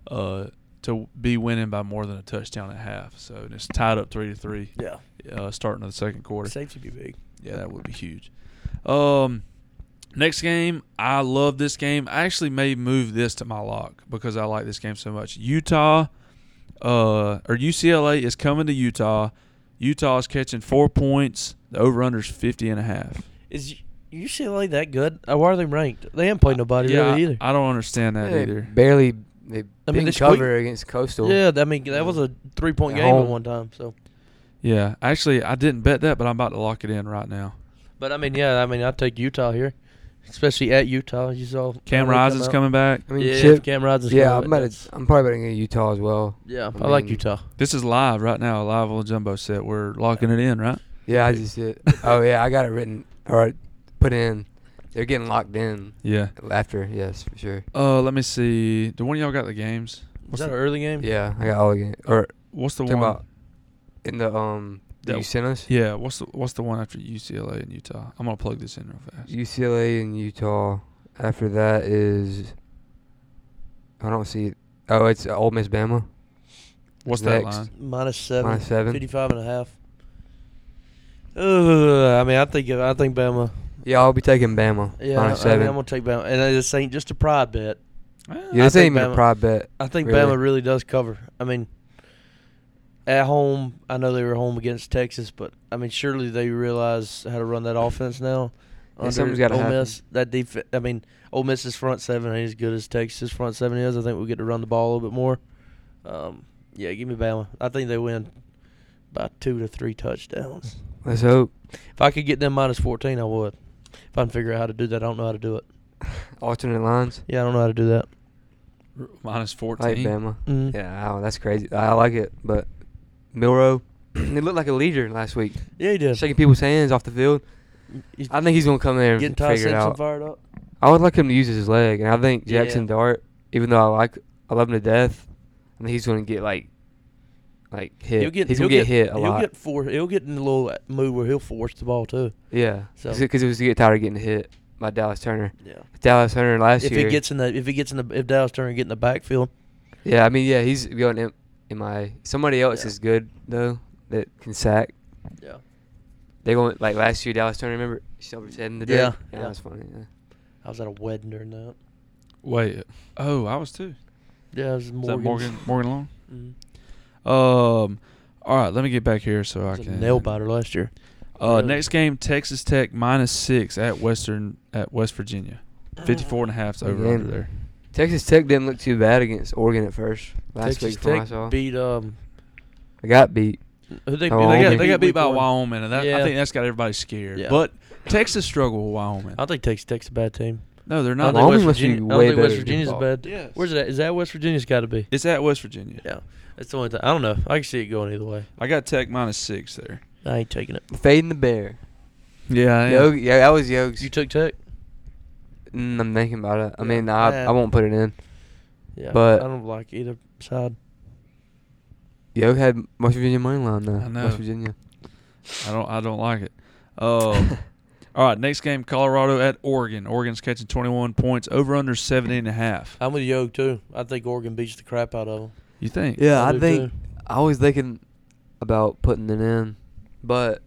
uh, to be winning by more than a touchdown and a half. So and it's tied up three to three,
Yeah,
uh, starting of the second quarter.
safety be big.
Yeah, that would be huge. Um, next game, I love this game. I actually may move this to my lock because I like this game so much. Utah, uh, or UCLA is coming to Utah. Utah is catching four points. The over/under's fifty and a half.
Is UCLA that good? Uh, Why are they ranked? They haven't played nobody
yeah,
really either.
I, I don't understand that
They
either.
Barely. They
they
didn't
squeaked-
cover against Coastal.
yeah, I mean that was a three point
At
game at
home.
one time. So,
Yeah, actually, I didn't bet that, but I'm about to lock it in right now.
but I mean, yeah, I mean I take Utah here, especially at Utah. You saw
Cam
how they come
Rising's
out.
coming back.
I mean,
yeah,
Chip.
Cam Rising's
Yeah,
coming
I'm
back.
about to, I'm probably about to get Utah as well.
Yeah, I,
I
like
mean-
Utah.
This is live right now, live on the Jumbo set. We're locking it in, right?
Yeah, I just did. oh yeah, I got it written or put in. They're getting locked in
Yeah.
after. Yes, for sure.
Uh, let me see. Do one of y'all got the games?
Was
What's
that an
the,
early game?
Yeah, I got all the game. Or
what's the
talking
one?
about in the um that
That-
you sent us.
yeah. What's the what's the one after UCLA and Utah? I'm gonna plug this in real fast.
UCLA and Utah. After that is. I don't see. It. Oh, it's Ole Miss Bama.
what's that
next.
line?
Minus seven.
Minus seven.
55 and a half. Ugh, I mean, I think I think Bama.
Yeah, I'll be taking Bama. minus
Yeah, I, I mean,
seven.
I'm gonna take Bama, and this ain't just a pride bet.
yeah, this
I
ain't
think
even
Bama-
a pride bet.
I think
Really?
Bama really does cover. I mean, at home, I know they were home against Texas, but I mean, surely they realize how to run that offense now.
Yeah, something's gotta
Ole
happen.
Miss, that defense. I mean, Ole Miss's front seven ain't as good as Texas' front seven is. I think we get to run the ball a little bit more. Um, yeah, give me Bama. I think they win by two to three touchdowns.
Let's hope.
If I could get them minus fourteen, I would. If I can figure out how to do that, I don't know how to do it.
Alternate lines.
Yeah, I don't know how to do that.
R- Minus
I like
fourteen.
Bama.
Mhm.
Yeah, oh, that's crazy. I like it, but Milrow, he looked like a leader last week,
Yeah, he did.
shaking people's hands off the field.
He's
I think he's gonna come there and
getting Ty
figure it
Simpson
out.
fired up.
I would like him to use his leg, and I think Jackson
Yeah.
Dart, even though I like, I love him to death, I think he's gonna get like, like hit.
He'll get,
he's
he'll
gonna get, hit a
he'll
lot.
Get for, he'll get in a little uh, mood where he'll force the ball too.
yeah,
So-
because it was to get tired of getting hit by Dallas Turner.
Yeah.
Dallas Turner last
If
year.
he gets in the if he gets in the if Dallas Turner get in the backfield,
yeah, I mean, yeah, he's going in, in my. Somebody else
Yeah.
is good though that can sack.
yeah,
They went like last year. Dallas Turner, remember? She shoved his head in the dirt.
Yeah.
yeah,
Yeah.
that's funny. Yeah.
I was at a wedding during that.
Wait. Oh, I was too.
Yeah, it was Mm-hmm.
Is that
Morgan.
Morgan Morgan Long?
Mhm.
Um, All right, let me get back here so I
It was a
can
nail biter last year.
Uh,
Really?
Next game, Texas Tech minus six at Western at West Virginia.
Uh,
54 and a half's
Good
over
game.
under there.
Texas Tech didn't look too bad against Oregon at first last
Texas
week. From what I
Tech
saw,
beat um.
I got beat.
Who they,
Oh,
They
Wyoming.
got, they got beat
week
by
one.
Wyoming, and that, I
Yeah.
think that's got everybody scared.
Yeah.
But Texas struggled with Wyoming.
I think Texas Tech's a bad team.
No, they're
I
not.
don't think
Wyoming
West
must be
Virginia. I don't
way
think West
better than
Virginia's a
Duke.
bad.
Yes.
Where's that? Is that West Virginia's got to be?
It's at West Virginia.
Yeah, that's the only thing. I don't know. I can see it going either way.
I got Tech minus six there.
I ain't taking it.
Fading the bear.
Yeah, I
Yog, yeah, that was Yogs.
You took Tech.
Mm, I'm thinking about it. I
Yeah.
mean, I, I
Yeah.
won't put it in.
Yeah,
But-
I don't like either side.
Yog had West Virginia money line though.
I know.
West Virginia.
I don't. I don't like it.
[laughs]
Um, all right, next game, Colorado at Oregon. Oregon's catching 21 points, over under 17 and a half.
I'm with Yoke too. I think Oregon beats the crap out of them.
You think?
Yeah,
I
I,
do,
think
too.
I was thinking about putting it in, but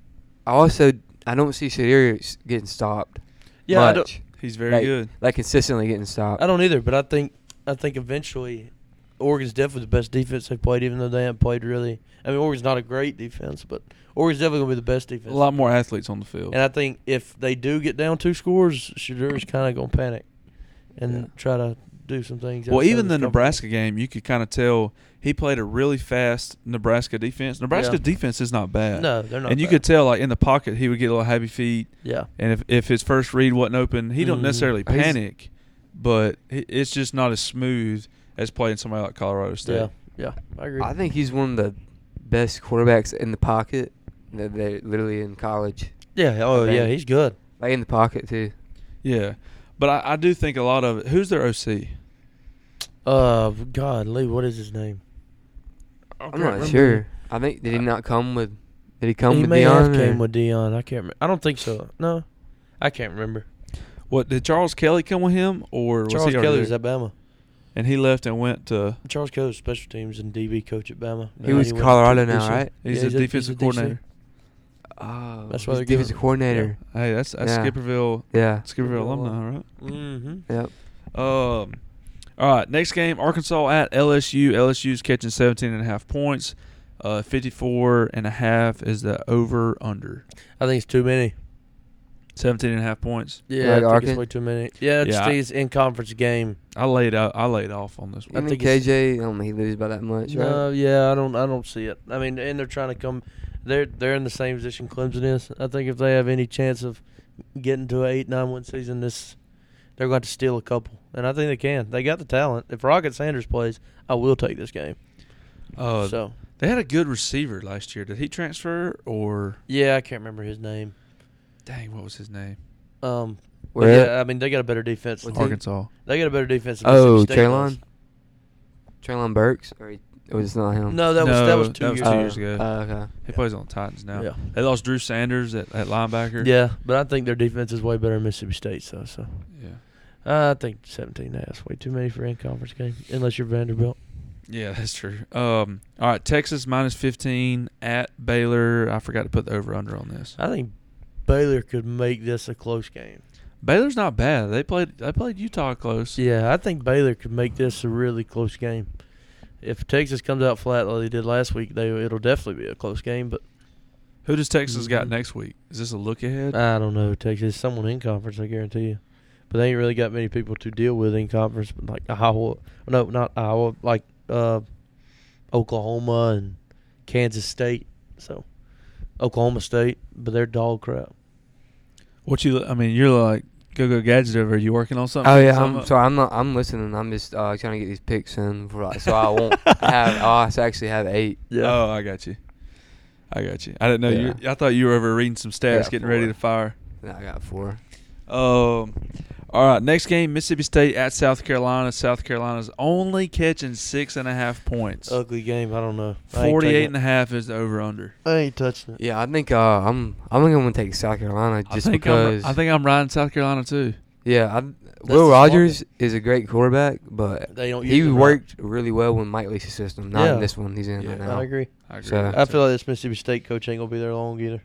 I also I don't see Shadir s- getting stopped.
Yeah, I
much.
don't,
He's very
like,
good.
Like consistently getting
Uh,
stopped.
I don't either. But I think I think eventually, Oregon's definitely the best defense they've played, even though they haven't played really. I mean, Oregon's not a great defense, but Oregon's definitely gonna be the best
A
defense.
lot more athletes on the field.
And I think if they do get down two scores, Shadur's kind of gonna panic and
Yeah.
try to do some things.
Well,
outside of
even
his
the
comfort
Nebraska game, you could kind of tell he played a really fast Nebraska defense. Nebraska's defense is not
zone.
bad.
No, they're not.
and you
bad.
could tell like in the pocket he would get a little happy feet,
Yeah.
and if if his first read wasn't open, he don't
Mhm.
necessarily
He's-
panic, but he- it's just not as smooth as playing somebody like Colorado State.
Yeah. Yeah. I agree.
I think he's one of the best quarterbacks in the pocket. That they literally in college,
Yeah. Oh,
I
yeah.
think-
He's good.
like in the pocket too.
Yeah, but I, I do think a lot of it. Who's their OC?
Uh, God, Lee, what is his name?
I'm not sure. I think did he not come with? Did he come
he
with
may
Deion?
have
or-
came with Dion. I can't. Remember. I don't think so. No, I can't remember.
What did Charles Kelly come with him, or was
Charles
he already
Kelly was
there?
at Bama.
and he left and went to
Charles Kelly was special teams and DB coach at Bama.
He
And
was
then went to
Colorado now,
DC.
right?
he's
Yeah,
a defensive
DC.
coordinator.
Oh,
That's
that's
why
why
they
he's
give
defensive
him-
coordinator.
Hey, that's that's
Yeah.
Skipperville
Yeah.
Skipperville alumni, right?
Mhm.
Yep.
Um, all right, next game, Arkansas at LSU. LSU's catching 17 and a half points. Uh, 54 and a half is the over under.
I think it's too many.
17 and a half points.
Yeah,
Like
I think
Arkin?
it's way too many. Yeah, it's
Yeah, I-
these in conference game.
I laid out, I laid off on this
I
one.
think
think it's-
KJ. I don't think he loses by that much, right?
No, yeah, I don't, I don't see it. I mean, and they're trying to come. They're they're in the same position Clemson is. I think if they have any chance of getting to an eight nine one season, this they're going to steal a couple, and I think they can. They got the talent. If Rocket Sanders plays, I will take this game.
Uh,
so
They had a good receiver last year. Did he transfer or,
yeah, I can't remember his name.
dang, what was his name?
Um, but
Where
yeah, I mean they got a better defense. than-
What team?
Arkansas.
They got a better defense. Than
Oh,
Mississippi State does.
Traylon. Traylon Burks, or he, it was not him.
No, that was that was
No,
two
that was
years.
two
ago.
years ago.
Uh, okay.
He plays on the Titans now.
Yeah.
They lost Drew Sanders at, at linebacker.
Yeah, but I think their defense is way better than Mississippi State. So, so
Yeah.
uh, I think 17 that's way too many for in conference game, unless you're Vanderbilt.
Yeah, that's true. Um, all right, Texas minus 15 at Baylor. I forgot to put the over under on this.
I think Baylor could make this a close game.
Baylor's not bad. They played they played Utah close.
Yeah, I think Baylor could make this a really close game. If Texas comes out flat like they did last week, they it'll definitely be a close game. But
Who does Texas got
Mhm.
next week? Is this a look ahead?
I don't know Texas. Someone in conference, I guarantee you. But they ain't really got many people to deal with in conference, but like Iowa. No, not Iowa. Like uh, Oklahoma and Kansas State. So Oklahoma State, but they're dog crap.
what you I mean, you're like go go gadget over. Are you working on something?
Oh yeah,
Sum
I'm
up.
sorry. I'm not. I'm listening. I'm just uh, trying to get these picks in, for, like, so I
[laughs]
won't have. Oh, I actually have eight.
Oh, I got you. I got you. I didn't know
Yeah.
you I thought you were over reading some stats,
Yeah,
getting ready
four.
to fire.
No, I got four.
Um all right, next game, Mississippi State at South Carolina. South Carolina's only catching six and a half points.
Oh,
Ugly game. I don't know. I ain't
Forty-eight
taking
and a half is the over under.
it. I ain't touching it.
Yeah, I think uh, I'm. I'm gonna take South Carolina
I
just
think
because.
I'm, I think I'm riding South Carolina too.
Yeah, I,
the
Will
smart
Rogers is a great quarterback, but
They don't
he
use him right.
worked really well with Mike Leach's system. Not
Yeah.
in this one he's in
Yeah,
right
I
now.
I agree.
I agree.
So-
with
I
that.
feel like this Mississippi State coach ain't gonna be there long either.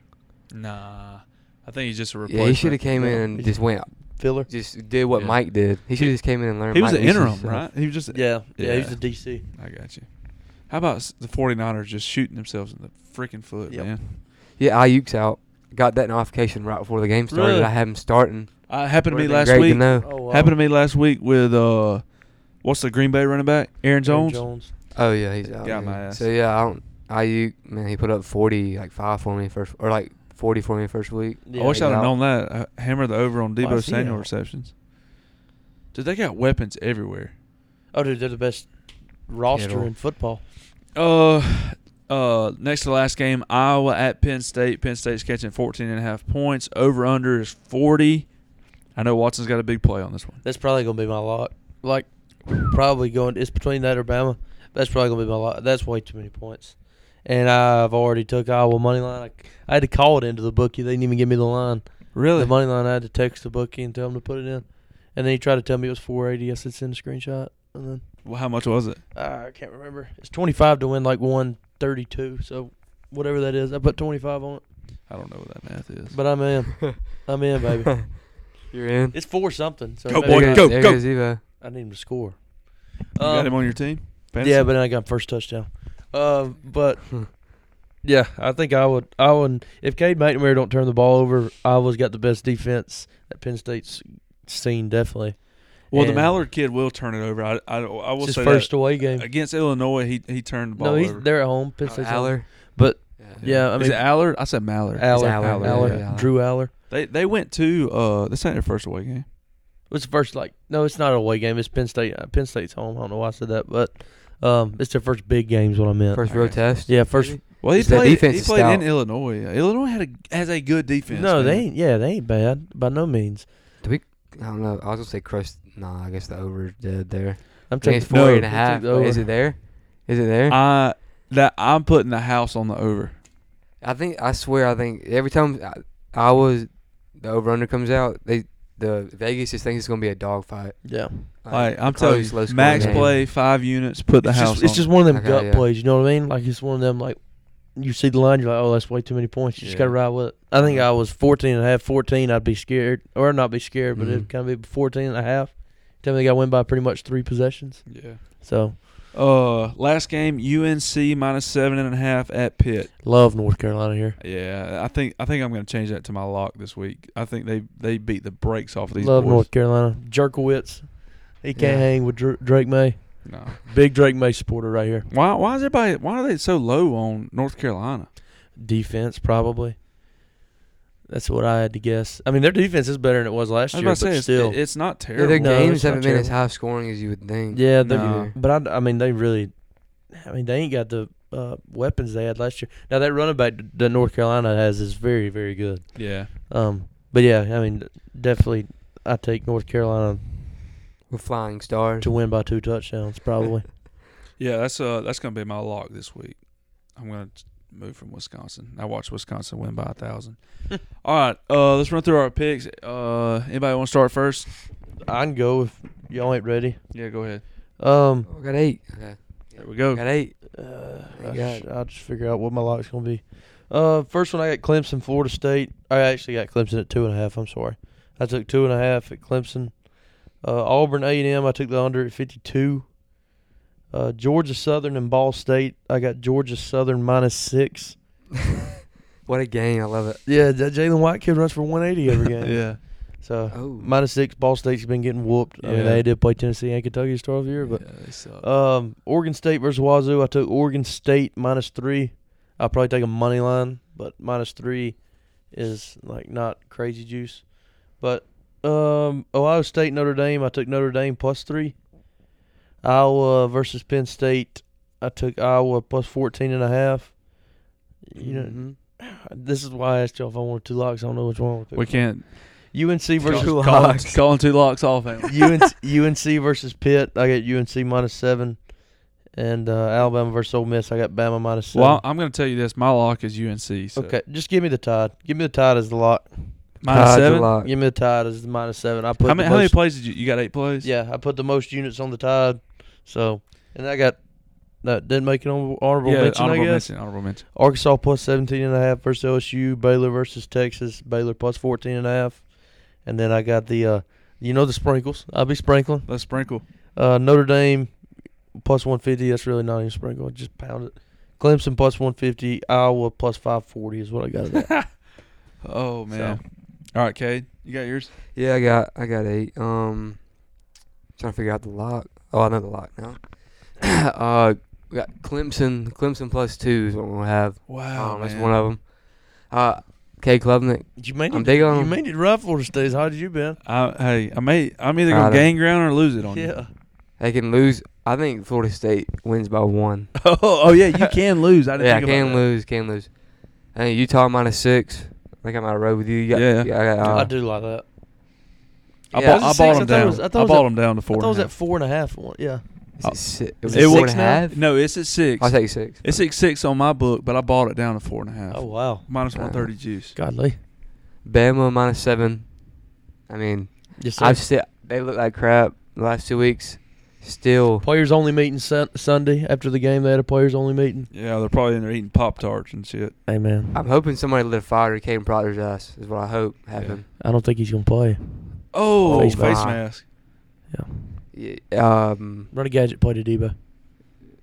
Nah, I think he's just a replacement.
Yeah, he should have came in
Yeah.
and just went,
Filler.
just did what
Yeah.
Mike did. He should have just came in and learned.
He was
Mike
an
Leach's
interim,
stuff.
right? He was just
Yeah, yeah.
Yeah.
He's a DC.
I got you. How about s- the 49ers just shooting themselves in the freaking foot,
Yep.
man?
Yeah, Ayuk's out. Got that notification right before the game started.
Really?
I had him starting.
Uh, happened to me
Would've been
last
great
week.
To know.
Oh, wow.
Happened to me last week with uh, what's the Green Bay running back? Aaron
Aaron
Jones.
Uh,
Oh yeah, he's out.
Got
yeah.
my ass.
So yeah, I don't. Ayuk man, he put up forty like five for me first, or like forty for me first week.
I wish
he's
I'd have
out.
known that. Uh, hammer the over on
Why
Debo
is he
Samuel
out?
receptions. Dude, they got weapons everywhere.
Oh, dude, they're the best roster
Kittle.
in football.
Uh, uh, next to last game, Iowa at Penn State. Penn State's catching 14 and a half points. Over under is 40. I know Watson's got a big play on this one.
That's probably gonna be my lot. [laughs] Like, probably going. It's between that or Bama. That's probably gonna be my lot. That's way too many points. And I've already took Iowa money line. I, I had to call it into the bookie. They didn't even give me the line.
Really?
The money line. I had to text the bookie and tell him to put it in. And then he tried to tell me it was 480. I said send a screenshot. And then
Well, how much was it?
uh, I can't remember. It's 25 to win like 132. So whatever that is, I put 25 on it.
I don't know what that math is.
But
[laughs]
I'm in. I'm in, baby.
You're in.
It's four something. So
Go,
maybe
boy,
I-
There
go,
there
go.
goes Evo.
I need him to score.
you got
Um,
him on your team?
Yeah, but then I got first touchdown. Uh, but
Hmm.
yeah, I think I would. I would if Cade McNamara don't turn the ball over. Iowa's got the best defense that Penn State's seen definitely.
Well, the
and-
Mallard kid will turn it over. I, I, I will
It's his
say
first
that.
away game.
Against Illinois, he he turned the ball
No, he's
over.
they're at home. Penn State's home.
Uh, Aller.
But yeah, I
Is
mean
it Allard? I said Mallard.
Aller,
Aller,
Aller,
yeah, yeah, Aller.
Drew Aller.
They they went to uh this ain't their first away game.
It's the first like no, it's not an away game. It's Penn State. Uh, Penn State's home. I don't know why I said that, but um, it's their first big game. Is what I meant.
First road
Okay.
test.
yeah, first.
Well, he
It's their
played.
defense
He
is
played in
stout.
Illinois. Illinois had a has a good defense.
no,
man.
they ain't. Yeah, they ain't bad by no means.
I don't know. I was gonna say crushed. Nah, I guess the over is dead there.
I'm
I think it's
taking
No,
forty and a
I
half.
think the over.
Is it there? Is it there?
[laughs] I that I'm putting the house on the over.
I think I swear I think every time I, I was the over under comes out, they the Vegas just thinks it's gonna be a dog fight.
Yeah.
Like I'm telling
close,
you,
low-scoring
max
game.
play five units, put the
it's
house.
Just, it's
on
just one of them
Okay,
gut
yeah.
plays. You know what I mean? Like it's one of them like you see the line, you're like, oh, that's way too many points. You just
Yeah.
got to ride with it. I think I was 14 and a half, 14. I'd be scared or not be scared, but
Mhm.
it'd kind of be 14 and a half. Tell me they got to win by pretty much three possessions.
yeah.
So
Uh, last game UNC minus seven and a half at Pitt.
love North Carolina here.
Yeah, I think I think I'm going to change that to my lock this week. I think they they beat the brakes off of these
love
boys.
North Carolina. Jerkowitz, he
Yeah.
can't hang with Dr- Drake May.
No.
Big Drake May supporter right here.
Why why is everybody why are they so low on North Carolina?
Defense probably. That's what I had to guess. I mean, their defense is better than it was last
I was
year,
about
but
to say it's,
still,
it- it's not
Yeah,
terrible.
their
No,
games
it's not
haven't been as
terrible.
high scoring as you would think.
Yeah, they,
No.
but I, I mean, they really, I mean, they ain't got the uh, weapons they had last year. Now that running back that North Carolina has is very, very good.
yeah.
Um, but yeah, I mean, definitely, I take North Carolina
With flying stars.
to win by two touchdowns, probably.
Yeah, that's uh that's gonna be my lock this week. I'm gonna t- move from Wisconsin. I watched Wisconsin win by a thousand. All right, uh, let's run through our picks. Uh, anybody want to start first?
[laughs] I can go if y'all ain't ready.
Yeah, go ahead.
Um,
Oh, I got eight. Okay.
There we go.
I got eight.
uh,
I
I
got-
sh- I'll just figure out what my lock's gonna be. Uh, first one I got Clemson, Florida State. I actually got Clemson at two and a half. I'm sorry, I took two and a half at Clemson. Uh, Auburn A and M. I took the under at 52. Uh, Georgia Southern and Ball State. I got Georgia Southern minus six.
What a game. I love it.
Yeah, that Jalen White kid runs for 180 every [laughs] game.
[laughs] Yeah,
So
Oh.
minus six. Ball State's been getting whooped. I mean,
Yeah.
they did play Tennessee and Kentucky to start of the year, but
yeah, they suck.
um, Oregon State versus Wazoo. I took Oregon State minus three. I'll probably take a money line, but minus three is like not crazy juice. But um, Ohio State Notre Dame. I took Notre Dame plus three. Iowa versus Penn State. I took Iowa plus 14 and a half. You
Mm-hmm.
know, mm-hmm.
Mhm.
this is why I asked y'all if I wanted two locks. I don't know which one. I would pick.
we can't
UNC versus
call, calling, calling two locks off. ain't we?
[laughs] UNC, UNC versus Pitt. I got UNC minus seven, and uh, Alabama versus Ole Miss. I got Bama minus seven.
Well, I'm gonna tell you this. My lock is UNC. So.
okay, just give me the Tide. Give me the Tide as the lock.
Minus
Tide's a
seven.
lock.
Give me the Tide as the minus seven. I put
How
the
many, how many
most-
plays did you? You got eight plays.
Yeah, I put the most units on the Tide. So, and I got that didn't make an honorable, honorable
Yeah,
mention.
honorable
I guess
mention. Honorable mention.
Arkansas plus 17 and a half versus LSU. Baylor versus Texas. Baylor plus 14 and a half. And then I got the, uh, you know, the sprinkles. I'll be sprinkling.
Let's sprinkle.
Uh, Notre Dame plus 150. That's really not even sprinkled. Just pound it. Clemson plus 150. Iowa plus 540 is what I got. At.
Oh man. All right, Cade, you got yours.
Yeah, I got I got eight. Um, trying to figure out the lock. Oh, I know the lock now. [coughs] uh, we got Clemson. Clemson plus two is what we'll have.
Wow,
um, that's one of them. Uh, K. Klubnik.
[laughs] you made
I'm
it.
big on
You
them.
made it rough for us days. How did you been?
I, hey, I may I'm either
I
gonna
don't-
gain ground or lose it on
[laughs]
you.
Yeah.
They can lose. I think Florida State wins by one.
Oh, oh yeah, you can lose. I didn't
yeah,
think about
can
that.
lose. Can lose. I think Utah minus six. I think I'm out of road with you. you got,
Yeah.
yeah, I, got, uh,
I do like that.
I
Yeah.
bought, I
Was
bought
it six?
him
I thought it
down.
was- I
I,
thought it was
bought
at-
him down to
I
four.
thought it was
and a
at four and a half. One. Yeah.
Is it si-
half.
Oh, was
it
it
wa-
four
six
and a
now?
half? Oh,
No, it's at six.
I take six.
It's at six on my book, but I bought it down to four and a half.
Oh wow.
Minus
Uh,
130 juice.
Godly.
Bama minus seven. I mean,
Yes, sir.
I've still they look like crap the last two weeks. Still,
Players only meeting sun- Sunday after the game. They had a players only meeting.
Yeah, they're probably in there eating Pop Tarts and shit.
Amen.
I'm hoping somebody lit a fire to Caden Proctor's ass. Is what I hope happened.
I don't think he's gonna play.
Oh,
Face
face,
mask.
mask.
Yeah.
Yeah. Um,
Run a gadget play to Debo.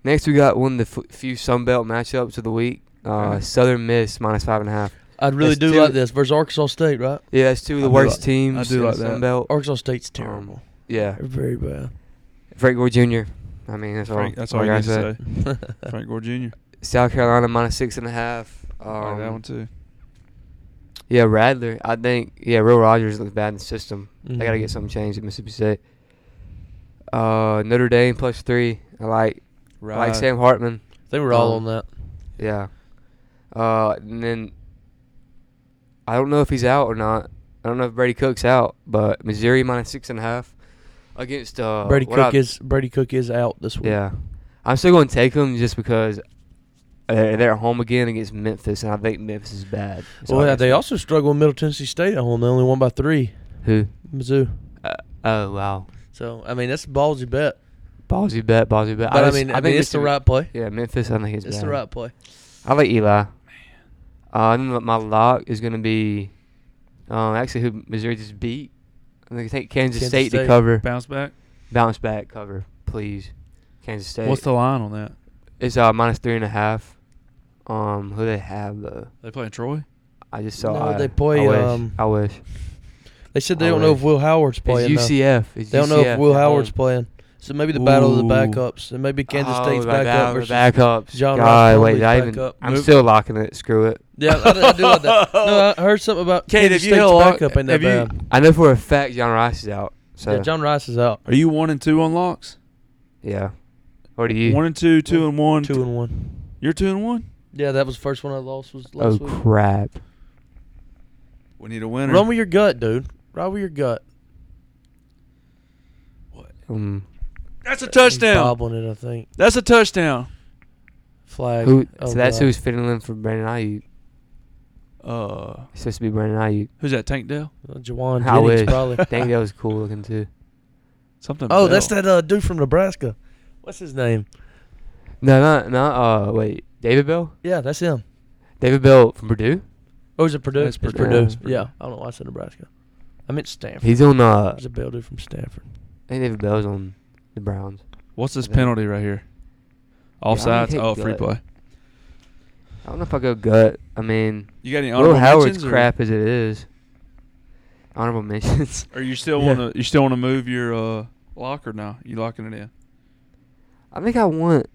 next we got one of the f- few Sun Belt matchups of the week. Uh,
Okay.
Southern Miss minus five and a half.
I really
That's
do
two-
like this versus Arkansas State, right?
Yeah, that's two of
I
the
do
worst
like- I
teams
do
in
like
the
that.
Sun Belt.
Arkansas State's
Um,
terrible.
Yeah,
They're very bad.
Frank Gore Jr. I mean, that's all.
Frank, that's all
Oh, I
you
gotta
need to say. Frank Gore Jr.
[laughs] South Carolina minus six and a half.
I like that
Um,
one too.
yeah, Radler. I think yeah, Real Rogers looks bad in the system. They gotta
Mhm.
get
Mm-hmm.
something changed at Mississippi State. Uh, Notre Dame plus three. I like I like Sam Hartman.
They were all
Um,
on that.
Yeah. Uh, and then I don't know if he's out or not. I don't know if Brady Cook's out, but Missouri minus six and a half against uh,
Brady
what
Cook
I-
is Brady Cook is out this week.
Yeah, I'm still going to take them just because they're, they're at home again against Memphis, and I think Memphis is bad. That's all
Well,
I
yeah,
can
they
say.
also struggle in Middle Tennessee State at home. They only won by three.
who?
Mizzou.
Uh, oh wow,
So I mean that's a ballsy bet.
ballsy bet, ballsy bet.
But I,
just-
mean I,
think
mean it's the
Mississippi-
right play.
Yeah, Memphis. I think it's,
It's
bad.
the right play.
I like Eli. Uh, and then my lock is going to be um, actually who Missouri just beat. I'm going to take Kansas,
Kansas
State,
State.
to cover.
Bounce back.
Bounce back cover, please. Kansas State.
What's the line on that?
It's uh, minus three and a half. Um, who they have though?
They playing Troy?
I just saw.
No,
I,
they play,
I wish.
um,
I wish.
They said they
I
don't know
wish.
if Will Howard's playing.
It's
though.
UCF. It's
They don't know if
UCF
Will
at
Howard's
home.
playing. So maybe the battle of the
Ooh.
backups. And maybe Kansas
Oh,
State's
right,
back
that-
up versus
backups.
John
God,
Ross
wait,
Plumlee's
did I
back
even,
up.
I'm
Move-
still locking it. Screw it.
[laughs] Yeah, I, I do like that. No, I heard something about
Kate,
Kansas
have you
State's
held lock-
backup ain't that
have you-
bad.
I know for a fact John Rice is out. So
yeah, John Rice is out.
Are you one and two on locks?
yeah. What do you?
One and two, two and one.
Two and one.
You're two and one.
Yeah, that was the first one I lost was
oh
last week.
crap.
We need a winner.
Run with your gut, dude. Run with your gut.
Um,
That's a
He's
touchdown.
bobbling it, I think.
That's a touchdown.
Flag.
who,
Oh,
so that's
God.
who's filling in for Brandon Ayuk.
Uh,
It's supposed to be Brandon Ayuk.
who's that? Tank Dell?
Uh, Jawan
I
Jennings,
wish.
probably.
[laughs] Dang, that was cool looking too.
Something.
[laughs] oh, that's
Bell.
that uh, dude from Nebraska. What's his name?
No, not not. Uh, wait, David Bell.
Yeah, that's him.
David Bell from Purdue.
Or is it Purdue?
That's
It's
Purdue.
Purdue.
Yeah,
Yeah,
it's
Purdue.
I don't know why I said Nebraska. I meant Stanford.
He's on. Uh,
There's a Bell dude from Stanford.
I think David Bell's on the Browns.
What's this
I think-
penalty right here?
I
Offsides.
think
oh, free
that-
play.
I don't know if I go gut. I mean,
You got any honorable
Will Howard's
mentions, or-
crap as it is. Honorable mentions.
Or you still
Yeah.
want to? You still want to move your uh, locker now? You locking it in?
I think I want.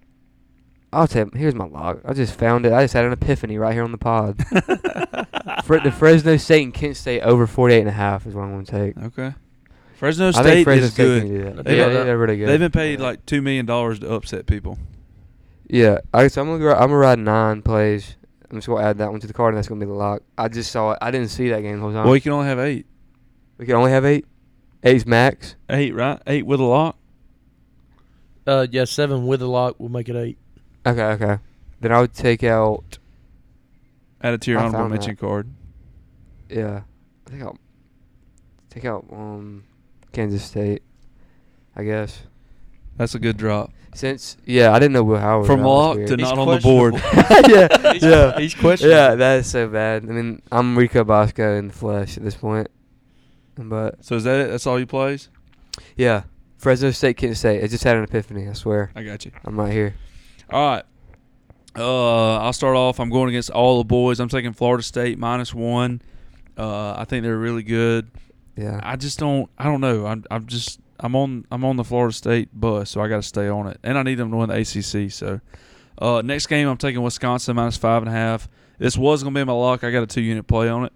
I'll tell. Here's my log. I just found it. I just had an epiphany right here on the pod. [laughs]
[laughs]
Fre- the Fresno State and Kent State over 48 and a half is what I'm going to take.
Okay. Fresno
I
State
think Fresno
is
State
good.
can do that.
They
yeah,
got
they-
that.
they're really good.
They've been paid like two million dollars to upset people.
Yeah, I, so I'm gonna go, I'm gonna ride nine plays. I'm just gonna add that one to the card, and that's gonna be the lock. I just saw it. I didn't see that game the whole time.
well, you can only have eight.
we can only have eight. Eight's max.
Eight, right? Eight with a lock.
Uh, yeah, seven with a lock will make it eight.
Okay, okay. Then I would take out.
Add it to your
I
honorable
found that.
mention card.
Yeah, I think I'll take out um Kansas State. I guess
That's a good drop.
since yeah, I didn't know Will Howard.
From
that was [laughs]
lock
weird.
to
He's
not on the
[laughs]
board. [laughs]
yeah, yeah.
He's questionable.
Yeah, that is so bad. I mean, I'm Rico Bosco in the flesh at this point. But
So is that it? That's all you plays?
yeah, Fresno State, Kent State. I just had an epiphany. I swear,
I got you.
I'm right here.
All right. Uh, I'll start off. I'm going against all the boys. I'm taking Florida State minus one. Uh, I think they're really good.
Yeah.
I just don't. I don't know. I'm. I'm just. I'm on. I'm on the Florida State bus, so I got to stay on it, and I need them to win the ACC. So, uh, next game, I'm taking Wisconsin minus five and a half. This was gonna be my lock. I got a two unit play on it.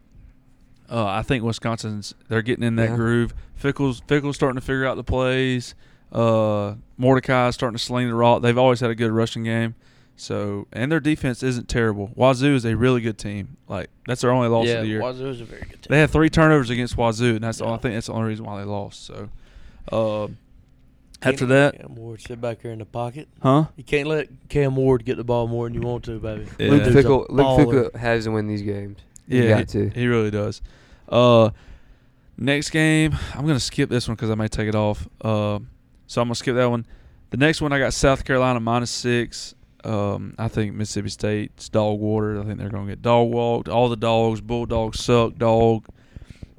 Uh, I think Wisconsin's they're getting in that
Yeah.
groove. Fickle's Fickle's starting to figure out the plays. Uh, Mordecai's starting to sling the rock. They've always had a good rushing game. So and their defense isn't terrible. Wazoo is a really good team. Like that's their only loss
yeah,
of the year.
Wazoo's a very good team.
They had three turnovers against Wazoo, and that's the
Yeah.
only, I think that's the only reason why they lost. So, um, after that,
Cam Ward sit back here in the pocket.
huh?
You can't let Cam Ward get the ball more than you want to, baby.
Yeah.
Luke
Dude's a
Fickle. Luke
baller.
Fickle has to win these games.
Yeah,
you got
he,
to.
he really does. Uh, next game, I'm gonna skip this one because I may take it off. Uh, so I'm gonna skip that one. The next one, I got South Carolina minus six. Um, I think Mississippi State's dog water. I think they're gonna get dog walked. All the dogs, bulldogs suck. Dog,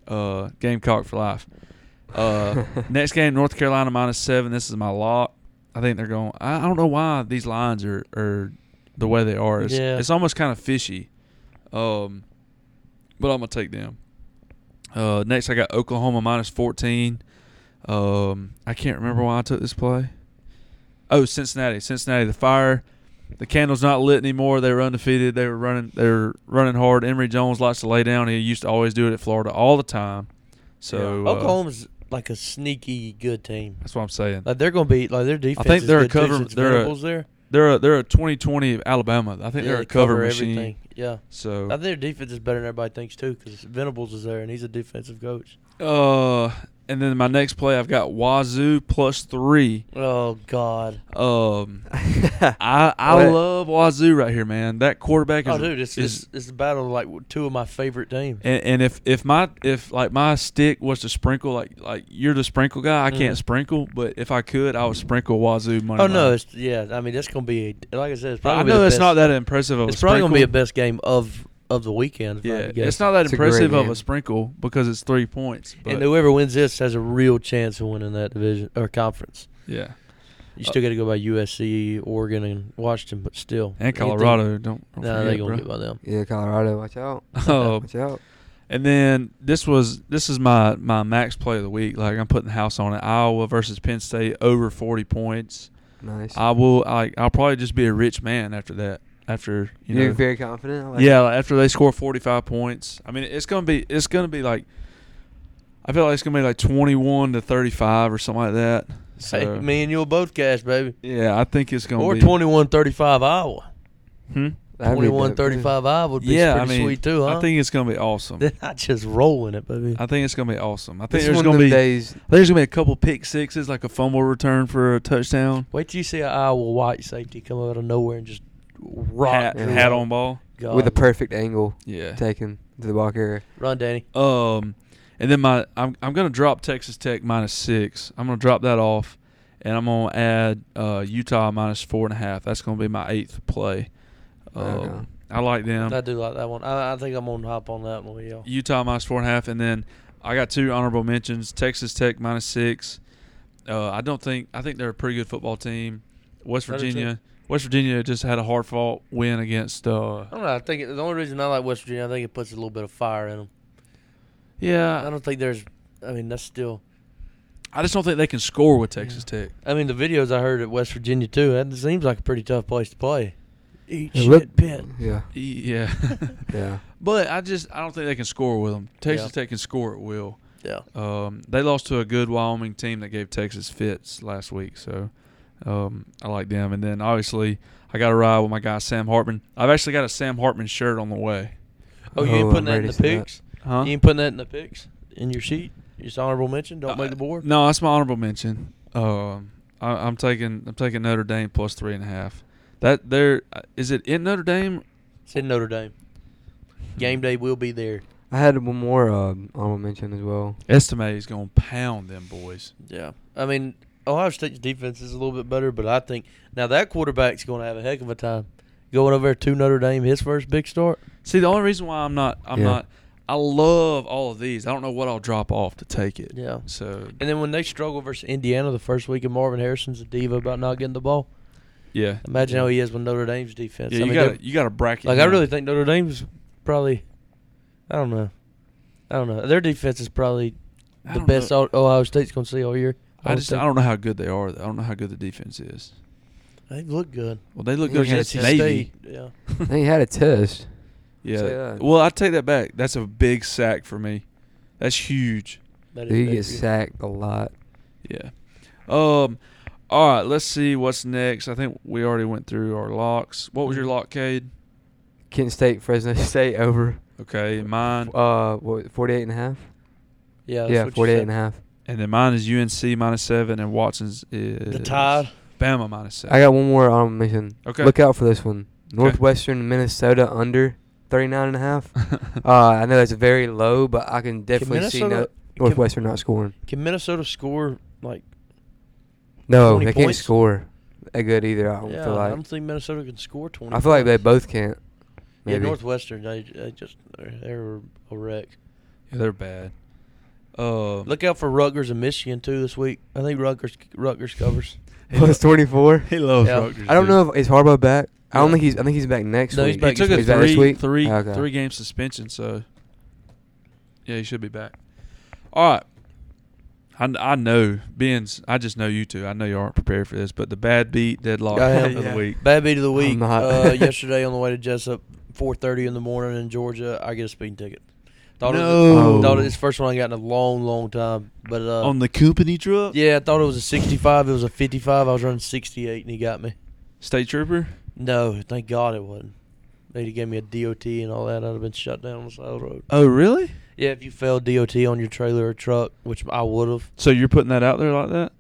uh, Gamecock for life.
[laughs]
[laughs]
Uh, next game, North Carolina minus seven. This is my lock. I think they're going. I, I don't know why these lines are, are the way they are. It's,
Yeah.
it's almost kind of fishy. Um, but I'm gonna take them. Uh, next, I got Oklahoma minus fourteen. Um, I can't remember why I took this play. Oh, Cincinnati, Cincinnati, the fire. The candle's not lit anymore. They were undefeated. They were running. They were running hard. Emory Jones likes to lay down. He used to always do it at Florida all the time. So uh,
Oklahoma's like a sneaky good team.
That's what I'm saying.
Like they're gonna be like their defense. is
they're a
good too,
cover-
since
they're a-
Venables there.
They're a, they're a 2020 Alabama. I think
Yeah,
they're
they
a cover, machine.
Everything. Yeah, I
So
think their defense is better than everybody thinks too, because Venables is there and he's a defensive coach.
uh, and then my next play, I've got Wazoo plus three.
Oh God!
Um, I I
What?
love Wazoo right here, man. That quarterback is
Oh, dude, it's
is-
it's, it's a battle of like two of my favorite teams.
And, and if if my if like my stick was to sprinkle like like you're the sprinkle guy, I can't
Mhm.
sprinkle, but if I could, I would sprinkle Wazoo money.
Oh no,
line.
it's yeah. I mean, that's gonna be a, like I said. It's probably
I
gonna be
know
the
it's
best-
not that impressive of a
It's probably gonna be
sprinkle.
the best game of of the weekend. if I had
Yeah,
to guess.
it's not that
It's a great
impressive of
game.
a sprinkle because it's three points. But
and whoever wins this has a real chance of winning that division or conference.
yeah,
You still got to go by USC, Oregon, and Washington, but still.
and
Anything-
Colorado don't. don't
Nah,
forget,
they gonna
bro.
get by them.
yeah, Colorado, watch
[laughs]
out.
Um,
Watch out.
and then this was this is my my max play of the week. Like I'm putting the house on it. Iowa versus Penn State over 40 points.
Nice.
I will. I I'll probably just be a rich man after that. After you
You're
know,
very confident. I like
yeah. Like after they score 45 points, I mean it's gonna be it's gonna be like. I feel like it's gonna be like 21 to 35 or something like that. So
Hey, me and you'll both cash, baby.
yeah, I think uh, it's gonna
Or
be
twenty-one thirty-five Iowa.
Hmm?
it. That'd be dope,
Twenty-one
too.
thirty-five Iowa would be
Yeah, I
pretty
mean,
sweet too, huh?
I
[laughs]
think it's gonna be awesome.
They're not just rolling it, baby.
I think it's gonna be awesome. I think
This
there's
one of
gonna
them
be
days.
there's gonna be a couple pick sixes, like a fumble return for a touchdown,
Wait till you see an Iowa white safety come out of nowhere and just rock
hat,
through
hat
it.
on ball.
God.
with a perfect angle
Yeah.
taken to the block area.
run, Danny.
Um, and then my I'm I'm gonna drop Texas Tech minus six. I'm gonna drop that off, and I'm gonna add uh, Utah minus four and a half. That's gonna be my eighth play. Um,
Okay.
I like them.
I do like that one. I, I think I'm gonna hop on that one with y'all.
Utah minus four and a half, and then I got two honorable mentions: Texas Tech minus six. Uh, I don't think I think they're a pretty good football team. West
I do too.
Virginia, West Virginia just had a hard fought win against. Uh,
I don't know. I think it, the only reason I like West Virginia, I think it puts a little bit of fire in them. I
yeah,
don't think there's. I mean, that's still.
I just don't think they can score with Texas Tech.
I mean, the videos I heard at West Virginia too. That seems like a pretty tough place to play. Eat
It
shit
looked-
pit.
Yeah.
Yeah, [laughs]
Yeah.
but I just I don't think they can score with them. Texas
Yeah.
Tech can score at will.
Yeah.
Um, they lost to a good Wyoming team that gave Texas fits last week, so um, I like them. And then obviously, I got a ride with my guy Sam Hartman. I've actually got a Sam Hartman shirt on the way.
Oh, you ain't
Oh,
putting
I'm
that in
ready
the
for that.
picks.
Huh?
You ain't putting that in the picks in your sheet. Just honorable mention. Don't make the board.
Uh, No, that's my honorable mention. Um, I, I'm taking I'm taking Notre Dame plus three and a half. That there uh, is it in Notre Dame. Hmm.
It's in Notre Dame. Game day will be there.
I had one more um, honorable mention as well.
Estimate is gonna pound them boys.
Yeah. I mean, Ohio State's defense is a little bit better, but I think now that quarterback's going to have a heck of a time going over to Notre Dame. His first big start.
See, the only reason why I'm not I'm
Yeah.
not I love all of these. I don't know what I'll drop off to take it.
Yeah.
So
And then when they struggle versus Indiana the first week, and Marvin Harrison's a diva about not getting the ball.
yeah,
Imagine how he is with Notre Dame's defense.
yeah.
I
You
mean,
got
they're-
to you got to bracket.
Like I
him.
really think Notre Dame's probably, I don't know, I don't know. Their defense is probably
I
the
don't
best
know.
O- Ohio State's gonna see all year.
I
would
just
think.
I don't know how good they are. though. I don't know how good the defense is.
They look good.
Well, they look
Look
good
at
against Navy.
Yeah.
[laughs]
They had a test. Say
Yeah.
that.
Well, I take that back. That's a big sack for me. That's huge.
That is
He
big.
gets sacked a lot.
Yeah. Um. All right. Let's see what's next. I think we already went through our locks. What was your lock, Cade?
Kent State, Fresno [laughs] State over.
Okay, and mine.
Uh, what, 48 and a half?
Yeah. that's
yeah,
what you
48
said.
and a half.
And then mine is UNC minus seven, and Watson's is
The Tide.
Bama minus seven.
I got
[laughs]
one more honorable mention.
Okay.
Look out for this one. Northwestern Minnesota under 39 and a half. uh, I know that's very low, but I can definitely see no,
Minnesota- can-
Northwestern not scoring.
Can Minnesota score like?
No,
20
they can't
points?
score that good either. I don't
yeah,
feel
I
like.
don't think Minnesota can score twenty.
I feel like they
points.
both can't.
Yeah,
maybe.
Northwestern. They, they just they're, they're a wreck.
Yeah, they're bad. Uh,
Look out for Rutgers and Michigan too this week. I think Rutgers Rutgers
[laughs]
covers.
Plus 24.
He loves
Yeah.
Rutgers.
I don't
dude.
know if is Harbaugh back. I don't
No.
think he's. I think he's back next
No,
week.
he's back
he took a
next
He's back
three,
this week?
three-
Ah, okay.
three game suspension, so yeah, he should be back. All right, I, kn- I know Ben's. I just know you two. I know you aren't prepared for this, but the bad beat deadlock
I am.
of the week.
Bad beat of the week.
I'm not.
[laughs]
Uh, yesterday on the way to Jessup, four thirty in the morning in Georgia, I get a speeding ticket. Thought it was
No.
thought it was the first one I got in a long, long time. But uh,
on the company truck.
yeah, I thought it was a sixty-five. It was a fifty-five. I was running sixty-eight, and he got me.
State trooper.
No, thank God it wasn't. They gave me a DOT and all that. I'd have been shut down on the side of the road.
Oh, really?
Yeah, if you failed DOT on your trailer or truck, which I would have,
So you're putting that out there like that?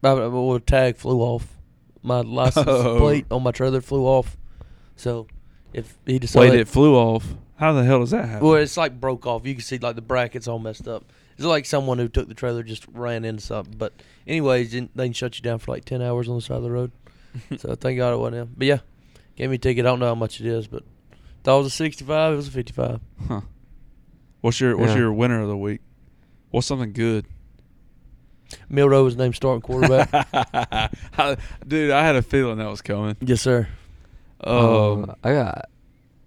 my, my little tag flew off. My license
Oh.
plate on my trailer flew off. So if he decided
Wait, it flew off. How the hell does that happen?
Well, it's like broke off. You can see like the brackets all messed up. It's like someone who took the trailer just ran into something. But anyways, didn't- they can shut you down for like ten hours on the side of the road. so thank God it wasn't him. But yeah, gave me a ticket. I don't know how much it is, but thought it was a sixty-five. It was a fifty-five.
[laughs] Huh. What's your What's
Yeah.
your winner of the week? What's something good?
Milrow was named starting quarterback.
[laughs] I- Dude, I had a feeling that was coming.
yes, sir.
Um,
Uh, I got.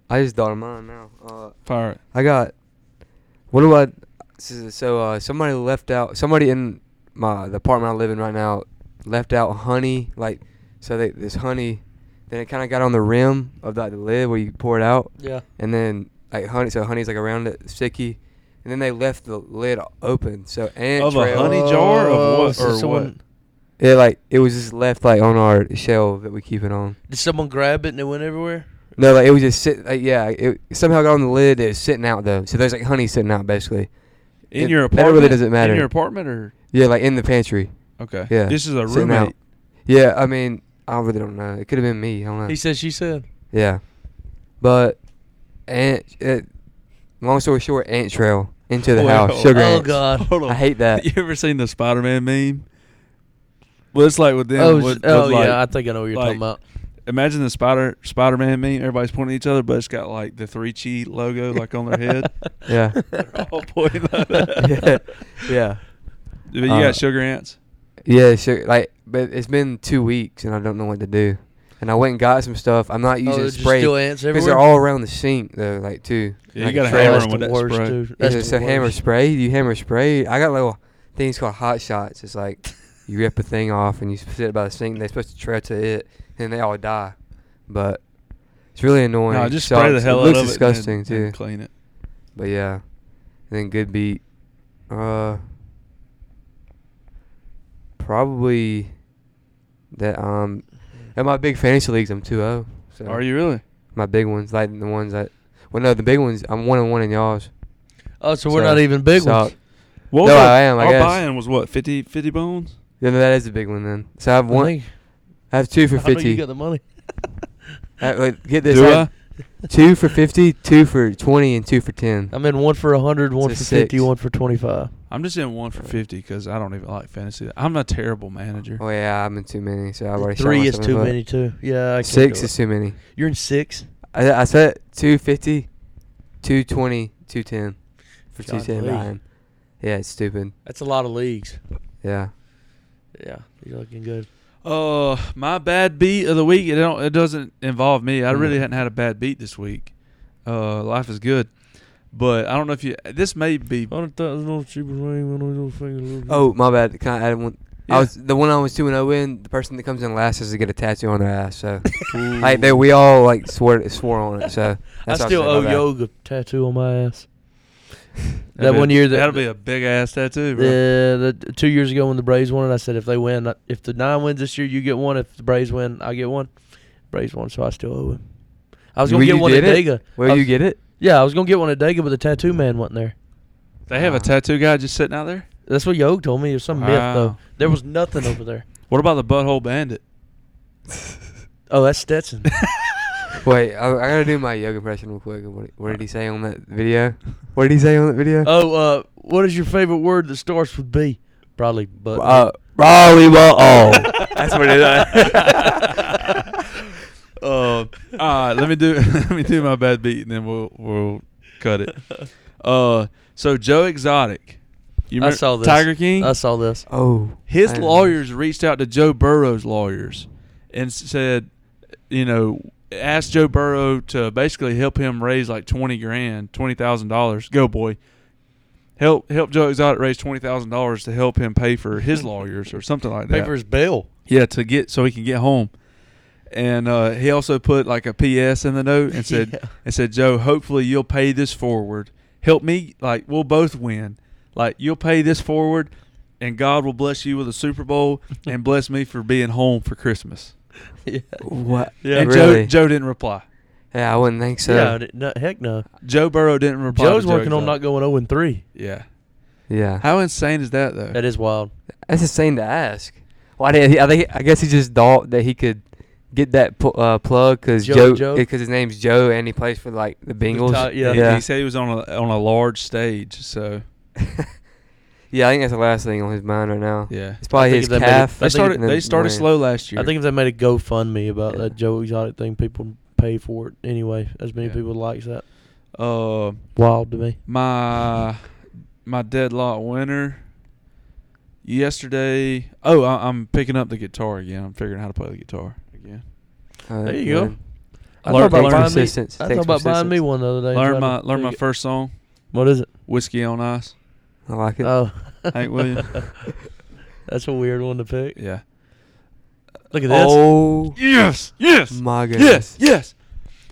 I just thought of mine now. Uh,
fire it.
I got. What do I? this is- So uh, somebody left out. Somebody in my the apartment I live in right now left out honey. Like so, they, this honey. Then it kind of got on the rim of like, the lid where you pour it out,
Yeah.
and then like honey. So honey's like around it, sticky. And then they left the lid open. So ant
Of a
trail-
honey jar of what
Oh, so
or
someone,
what?
Yeah, like it was just left like on our shelf that we keep it on.
Did someone grab it and it went everywhere?
No, like it was just sit. Like, yeah, it somehow got on the lid. It was sitting out though, so there's like honey sitting out basically.
In
it-
your
that really
apartment?
doesn't matter.
In your apartment or
Yeah, like in the pantry.
okay?
Yeah,
This is a
sitting
roommate.
out. Yeah, I mean, I really don't know. It could have been me. I don't know.
He said. She said.
yeah, but ant. It, long story short, ant trail into the
Well,
house. Sugar
oh
ants.
God.
Hold on.
I hate that.
[laughs] You ever seen the Spider Man meme? Well, it's like with them.
oh,
with-
sh-
with
oh
like-
yeah. I think I know what you're
like-
talking about.
Imagine the Spider Spider Man meme. Everybody's pointing at each other, but it's got like the three chi logo like on their
[laughs]
head.
[laughs] Yeah.
They're
Oh,
all [laughs] pointing like
yeah,
[laughs] that.
[laughs] yeah,
But you
Uh,
got sugar ants.
yeah. Sugar, like, but it's been two weeks and I don't know what to do. And I went and got some stuff. I'm
Oh,
not using
they're just
spray
still ants
because they're
everywhere?
all around the sink though, like too.
Yeah, you
Like,
gotta
trail
hammer
is
'em
the
with that
worst,
spray.
dude.
Is
That's
it
the
a hammer
worst.
spray? You hammer spray? I got little things called hot shots. It's like you rip a thing off and you sit by the sink. and They're supposed to try to it, and they all die. But it's really annoying.
No, just
It
spray the
sucks.
hell
it
out
looks
of
disgusting
it. and-
too.
and clean it.
but yeah, and then good beat. Uh, probably that. Um, at my big fantasy leagues, I'm 2-0. So
Are you really?
my big ones? Like the ones that. Well, no, the big ones. I'm one and one in y'all's.
Oh, so we're
So,
not even big
so-
ones.
What
No,
was our-
I am, I
Our
guess.
buy-in was what 50, 50 bones.
Yeah, no, that is a big one then. So I have one.
Dang.
I have two for
I know you
fifty.
got
[laughs]
the money.
Uh, wait, get this.
Do
I
I?
have two for fifty, two for twenty, and two for ten.
I'm in one for 100, one
It's
for
a
50,
six.
one for 25.
I'm just in one for fifty because I don't even like fantasy. I'm a terrible manager.
Oh yeah, I'm in too many. So I've already shot
Three
myself
is
in
too
the
many,
foot.
too. Yeah, I can't
Six
do
is
it.
too many.
You're in six?
I, I said two fifty, two twenty, two two ten for two
Golly.
ten behind. Yeah, it's stupid.
That's a lot of leagues.
Yeah,
Yeah, you're looking good.
Uh, my bad beat of the week. It don't. It doesn't involve me. I really
Mm.
hadn't had a bad beat this week. Uh, life is good, but I don't know if you. This may be.
Oh, my bad. Can I add one?
Yeah.
I was the one I was two and zero in. The person that comes in last has to get a tattoo on their ass. So like they, we all like swore swore on it.
[laughs]
So
I
that's what
still
I was
owe
saying, my bad.
yoga tattoo on my ass.
That'd
that
be-
one year that
that'll be a big ass tattoo, bro.
the, the two years ago when the Braves won, it, I said if they win, if the nine wins this year, you get one. If the Braves win, I get one. Braves won, so I still owe him. I was gonna
Well,
get
you
one at
did it?
Dega. I
Where
was-
you get it?
Yeah, I was gonna get one at Dega, but the tattoo man wasn't there.
They have a
Wow.
tattoo guy just sitting out there.
That's what Yogue told me. It was some myth
Wow.
though. There was nothing over there.
What about the butthole bandit?
Oh,
[laughs]
that's Stetson.
Wait, I, I gotta do my yoga impression real quick. What, what did he say on that video? What did he say on that video?
oh, uh, what is your favorite word that starts with B? Probably but
uh Raleigh, oh, [laughs]
[laughs]
that's what it
[laughs]
is.
Uh, all right, let me do [laughs] let me do my bad beat, and then we'll we'll cut
[laughs]
it. Uh, so Joe Exotic, you
I
remember
saw this.
Tiger King.
I saw this.
oh,
His
I-
lawyers reached out to Joe Burrow's lawyers and s- said, you know, asked Joe Burrow to basically help him raise like twenty grand, twenty thousand dollars. Go boy, help help Joe Exotic raise twenty thousand dollars to help him pay for his lawyers or something like that.
Pay for his bill.
Yeah, to get so he can get home. And uh, he also put like a PS in the note
[laughs]
and said
Yeah.
and said, Joe, hopefully you'll pay this forward. Help me like we'll both win. Like you'll pay this forward and God will bless you with a Super
[laughs]
Bowl and bless me for being home for Christmas.
[laughs] yeah.
what?
Yeah.
and
really?
Joe Joe didn't reply.
yeah, I wouldn't think so.
yeah, no, heck no.
Joe Burrow didn't reply.
Joe's
to Joe
working on not
Exotic.
going 0 and 3.
Yeah.
yeah,
How insane is that though?
That is wild.
that's insane to ask. Why did he, I think? I guess he just thought that he could get that pl- uh, plug because
Joe-
Joe,
Joe?
because his name's Joe and he plays for like the Bengals.
Ti- yeah.
He-
yeah,
He said he was on a on a large stage, so
[laughs] yeah. I think that's the last thing on his mind right now.
yeah.
It's
I
probably
think
his
if they made it-
calf.
I
They
think
started
and then
they started
ran.
slow last year.
I think if they made a GoFundMe about
Yeah.
that Joe Exotic thing, people would pay for it anyway. As many
Yeah.
people likes that.
uh
Wild to me.
my my deadlock winner yesterday. Oh, I, I'm picking up the guitar again. I'm figuring how to play the guitar again.
Uh,
There you go.
good.
I
Learn-
thought about
learn
buying me.
persistence.
I
Takes
thought about buying me
persistence.
one the other day.
Learn
trying
my
to
learn my
dig it.
first song,
What is it?
"Whiskey on Ice."
I like it. [laughs]
Oh, [laughs]
Hank Williams.
that's a weird one to pick.
Yeah.
Look at this.
oh
Yes. Yes.
my
Yes.
goodness.
Yes.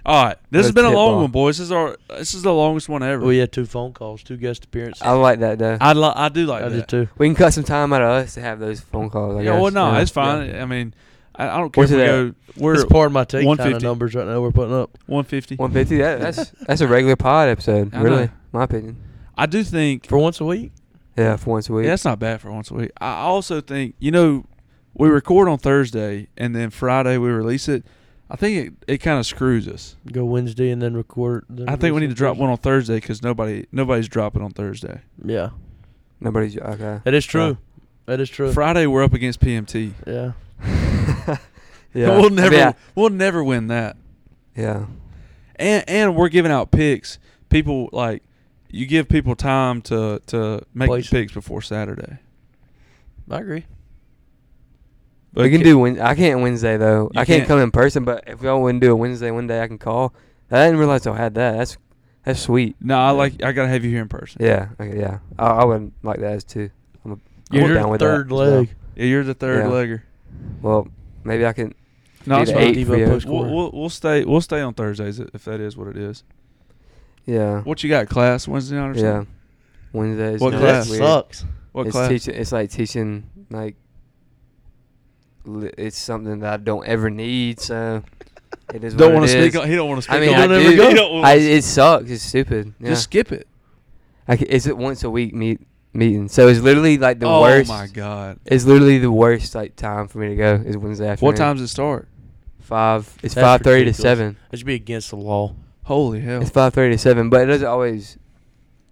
All right. This has
Let's
been a
hit
long
ball.
one, boys. This is our this is the longest one ever.
We had two phone calls, two guest appearances.
I like that though.
I li- I do like
I
that.
did too.
we can cut some time out of us to have those phone calls. I
yeah. Well,
guess.
no,
Yeah.
it's fine. I mean, I, I don't care
What's
if we
it
go. We're
It's part of my take kind of
150.
numbers right now we're putting up.
150.
150. That,
[laughs]
that's that's a regular pod episode,
I
really.
know.
My opinion.
I do think
For once a week?
Yeah, for once a week.
Yeah, that's not bad for once a week. I also think you know we record on Thursday and then Friday we release it. I think it, it kind of screws us.
Go Wednesday and then record. then
I think we
release
need
it
to drop
Thursday.
one on Thursday because nobody nobody's dropping on Thursday.
Yeah.
Nobody's okay.
That is true. That is true.
Friday we're up against PMT.
yeah.
yeah.
[laughs] we'll
[laughs]
never
Yeah.
we'll never win that.
yeah.
And and we're giving out picks. People like you give people time to to make
Place.
picks before Saturday.
I agree.
But
we can
ca-
do. Wed- I can't Wednesday though.
You
I can't,
can't.
come in person. But if y'all wouldn't do a Wednesday one day, I can call. I didn't realize I had that. That's that's sweet.
No, I like I gotta have you here in person.
Yeah. Okay. Yeah. I, I would like that as too. I'm, a,
You're
I'm
your
down with that
third
as well.
leg.
Yeah, you're the third
Yeah.
legger.
Well, maybe I can.
No,
do
it's
the
fine.
eight for
Devo
you.
post-
We'll,
score.
we'll we'll stay we'll stay on Thursdays if that is what it is.
Yeah.
What you got class Wednesday night or something?
Yeah. Wednesdays.
What
no, that's
class?
That
weird.
sucks.
What
it's
class?
teaching. It's like teaching like. Li- it's something that I don't ever need,
[laughs]
so it is.
Don't
want to
speak. On, he don't want to speak.
I mean,
on
I
it.
do.
He don't wanna
I,
s-
it sucks. It's stupid. Yeah.
Just skip it.
I c it's a once a week meet meeting, so it's literally like the
oh
worst.
my god!
It's literally the worst like time for me to go is Wednesday afternoon.
What time does it start?
Five. It's
That's
five thirty to
ridiculous.
seven.
That should be against the law.
Holy hell!
It's five thirty to seven, but it doesn't always.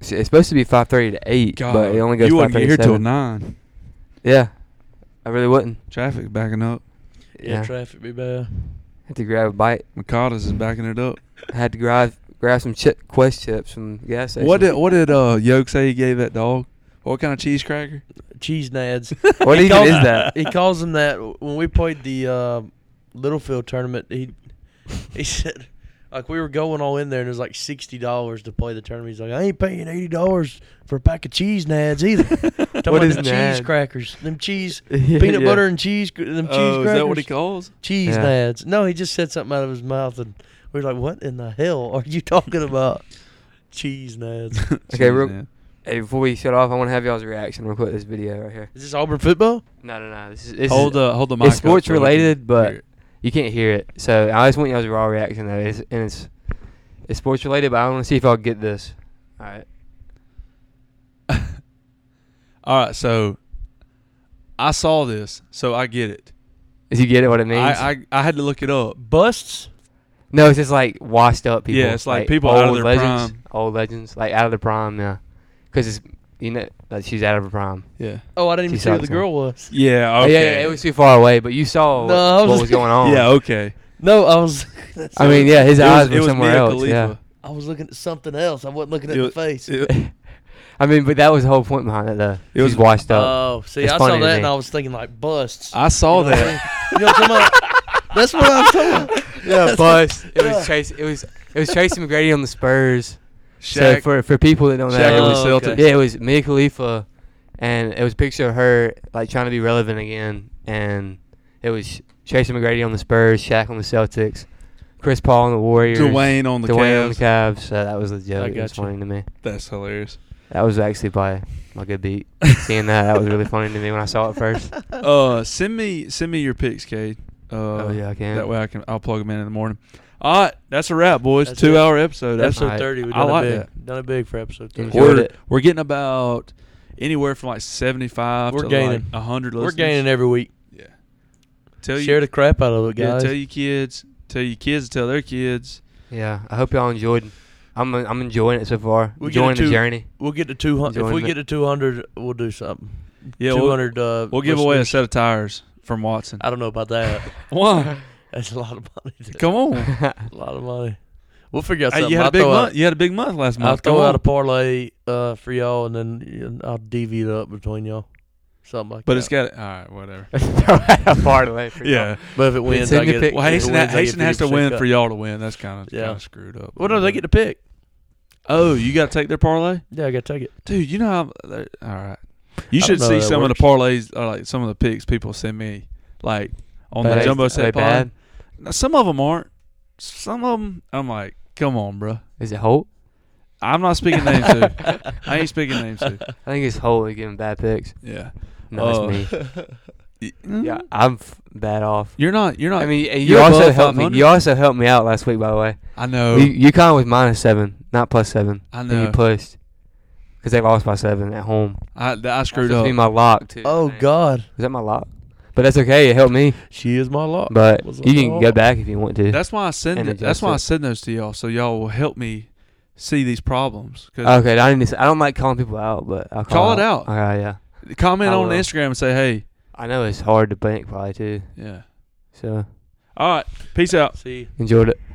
s- It's supposed to be five thirty to eight,
God,
but it only goes
you
five
wouldn't
thirty
get
to
here till
seven.
nine.
Yeah, I really wouldn't.
Traffic backing up.
Yeah, traffic be bad.
had to grab a bite.
Mikadas is backing it up.
I had to grab grab some chip, Quest chips from the gas station.
What did what did uh Yoke say he gave that dog? What kind of cheese cracker?
Cheese nads.
[laughs] What
He
even
calls-
is that?
He calls them that when we played the uh, Littlefield tournament. He he [laughs] said like we were going all in there and it was like sixty dollars to play the tournament. He's like, I ain't paying eighty dollars for a pack of cheese nads
[laughs]
either.
[laughs]
Talking about
is
them
nads?
cheese crackers, them cheese
[laughs] Yeah,
peanut
yeah.
butter and cheese, cr- them cheese
Oh,
crackers.
is that what he calls?
Cheese
Yeah.
nads. No, he just said something out of his mouth and we were like, what in the hell are you talking
[laughs]
about? cheese nads.
[laughs]
Okay,
Cheese,
real-
man.
Hey, before we shut off, I want to have y'all's reaction real quick. to This video right here.
Is this Auburn football?
No, no, no. This is, this
hold
is,
the hold the mic.
it's
up
sports
so we can
related, but
hear it.
you can't hear it. So I just want y'all's raw reaction though. It's, and it's it's sports related, but I want to see if y'all get this. All right.
all right. So I saw this, so I get it.
Did you get it? What it means?
I, I I had to look it up.
Busts?
no, it's just like washed up people.
Yeah, it's like people out of their
legends,
prime.
Old legends, like out of their prime. Yeah, because it's you know like she's out of her prime.
Yeah.
Oh, I didn't even
She
see who the
sucks,
girl was.
Yeah.
Oh,
Okay.
yeah, yeah, it was too far away, but you saw
No, I
what,
was-
what was going on.
Yeah. Okay.
No, I was. [laughs] that's-
I mean, yeah, his
It was-
eyes
it
were
was
somewhere
Mia
else.
Khalifa.
Yeah.
I was looking at something else. I wasn't looking at
It
the
was-
face.
[laughs]
it-
I mean, but that was the whole point behind it, though.
It was-
She's washed up.
oh, see,
It's
I
funny
saw
to
that
me.
and I was thinking like busts.
I saw [laughs]
You know what
that.
I mean? Oh. You know what I'm talking about? That's what I'm talking. about.
yeah, bust. It was Tracy. It was it was Tracy McGrady on the Spurs. So
Shaq,
for for people that don't
Shaq
know,
and
it
the
was,
Oh, okay.
Celtics.
yeah, it was Mia Khalifa, and it was a picture of her like trying to be relevant again, and it was Tracy McGrady on the Spurs, Shaq on the Celtics, Chris Paul on the Warriors,
Dwayne on the
Dwayne on the
Cavs.
Cavs. So that was the joke. It was
gotcha.
funny to me.
That's hilarious.
That was actually by my good beat. Seeing that, that was really funny to me when I saw it
[laughs]
first.
Oh.
Uh, send me send me your picks, Cade. Uh,
Oh, yeah, I can.
That way I can I'll plug them in in the morning. All right, that's a wrap, boys.
That's
Two
it.
hour episode. That's
episode
Alright.
thirty. We
I
done
like
it big.
that.
Done it big for episode thirty.
Enjoyed
we're,
it.
we're getting about anywhere from like seventy five.
We're
to
gaining.
like hundred.
We're gaining every week.
Yeah. Tell
Share
you,
the crap out of it,
yeah,
guys.
tell your kids. Tell your kids. to Tell their kids.
Yeah, I hope y'all enjoyed. I'm uh, I'm enjoying it so far.
We get
enjoying the
to-
[laughs]
journey.
We'll get to two hundred. If
Enjoying
we
it.
get to two hundred, we'll do something.
Yeah,
two
we'll,
hundred. Uh,
we'll give away a
listeners.
set of tires from Watson.
I don't know about that. [laughs]
Why?
That's a lot of money.
[laughs] Come on.
A lot of money. We'll figure out
Hey,
something.
you had
I'll
a big
throw out-
month. You had a big month last month.
I'll
Come
throw
on.
out a parlay uh, for y'all, and then uh, I'll DV it up between y'all, something like that.
But it's got all right, whatever.
[laughs] Throw out a parlay for y'all.
Yeah.
But if it wins,
in
I
your
get
pick.
Well,
if it
Hasten,
wins, I get
Hasten has to
50%
win
cut.
for y'all to win. That's kind of
Yeah.
kind of screwed up.
Well, no, they get to pick.
[laughs] Oh, you got to take their parlay,
Yeah, I got to take it.
dude. You know how? they're- All right. You
I
should
don't know
see
how that
some of the parlays, or like some of the picks people send me, like on
Are
the
they-
jumbo
are they
set pod.
bad?
Now, some of them aren't. Some of them, I'm like, come on, bro.
Is it Holt?
I'm not speaking names
[laughs]
to. I ain't speaking names to.
I think it's Holt that's giving bad picks.
Yeah.
No,
Oh. [laughs]
it's me.
Mm,
Yeah, I'm f- bad off.
You're not. You're not.
I mean, and you
Uh, you're
also
above
helped me.
500.
You also helped me out last week, by the way.
I know.
You UConn was minus seven, not plus seven.
I
And
know.
you pushed because they lost by seven at home.
I, I screwed
That's
up.
me my lock too.
Oh
Dang.
God,
is that my lock? But that's okay. It helped me.
she is my lock.
But
Was
you can
lock.
go back if you want to.
That's why I send.
And
th- that's why I
adjust
send those to y'all, so y'all will help me see these problems. 'Cause
Okay, I, need to, s- I don't like calling people out, but I'll call,
Call it out.
Okay, yeah.
comment
I
on
will.
Instagram and say, "Hey,
I know it's hard to bank probably too.
yeah."
So
All right, peace out.
See.
enjoyed it.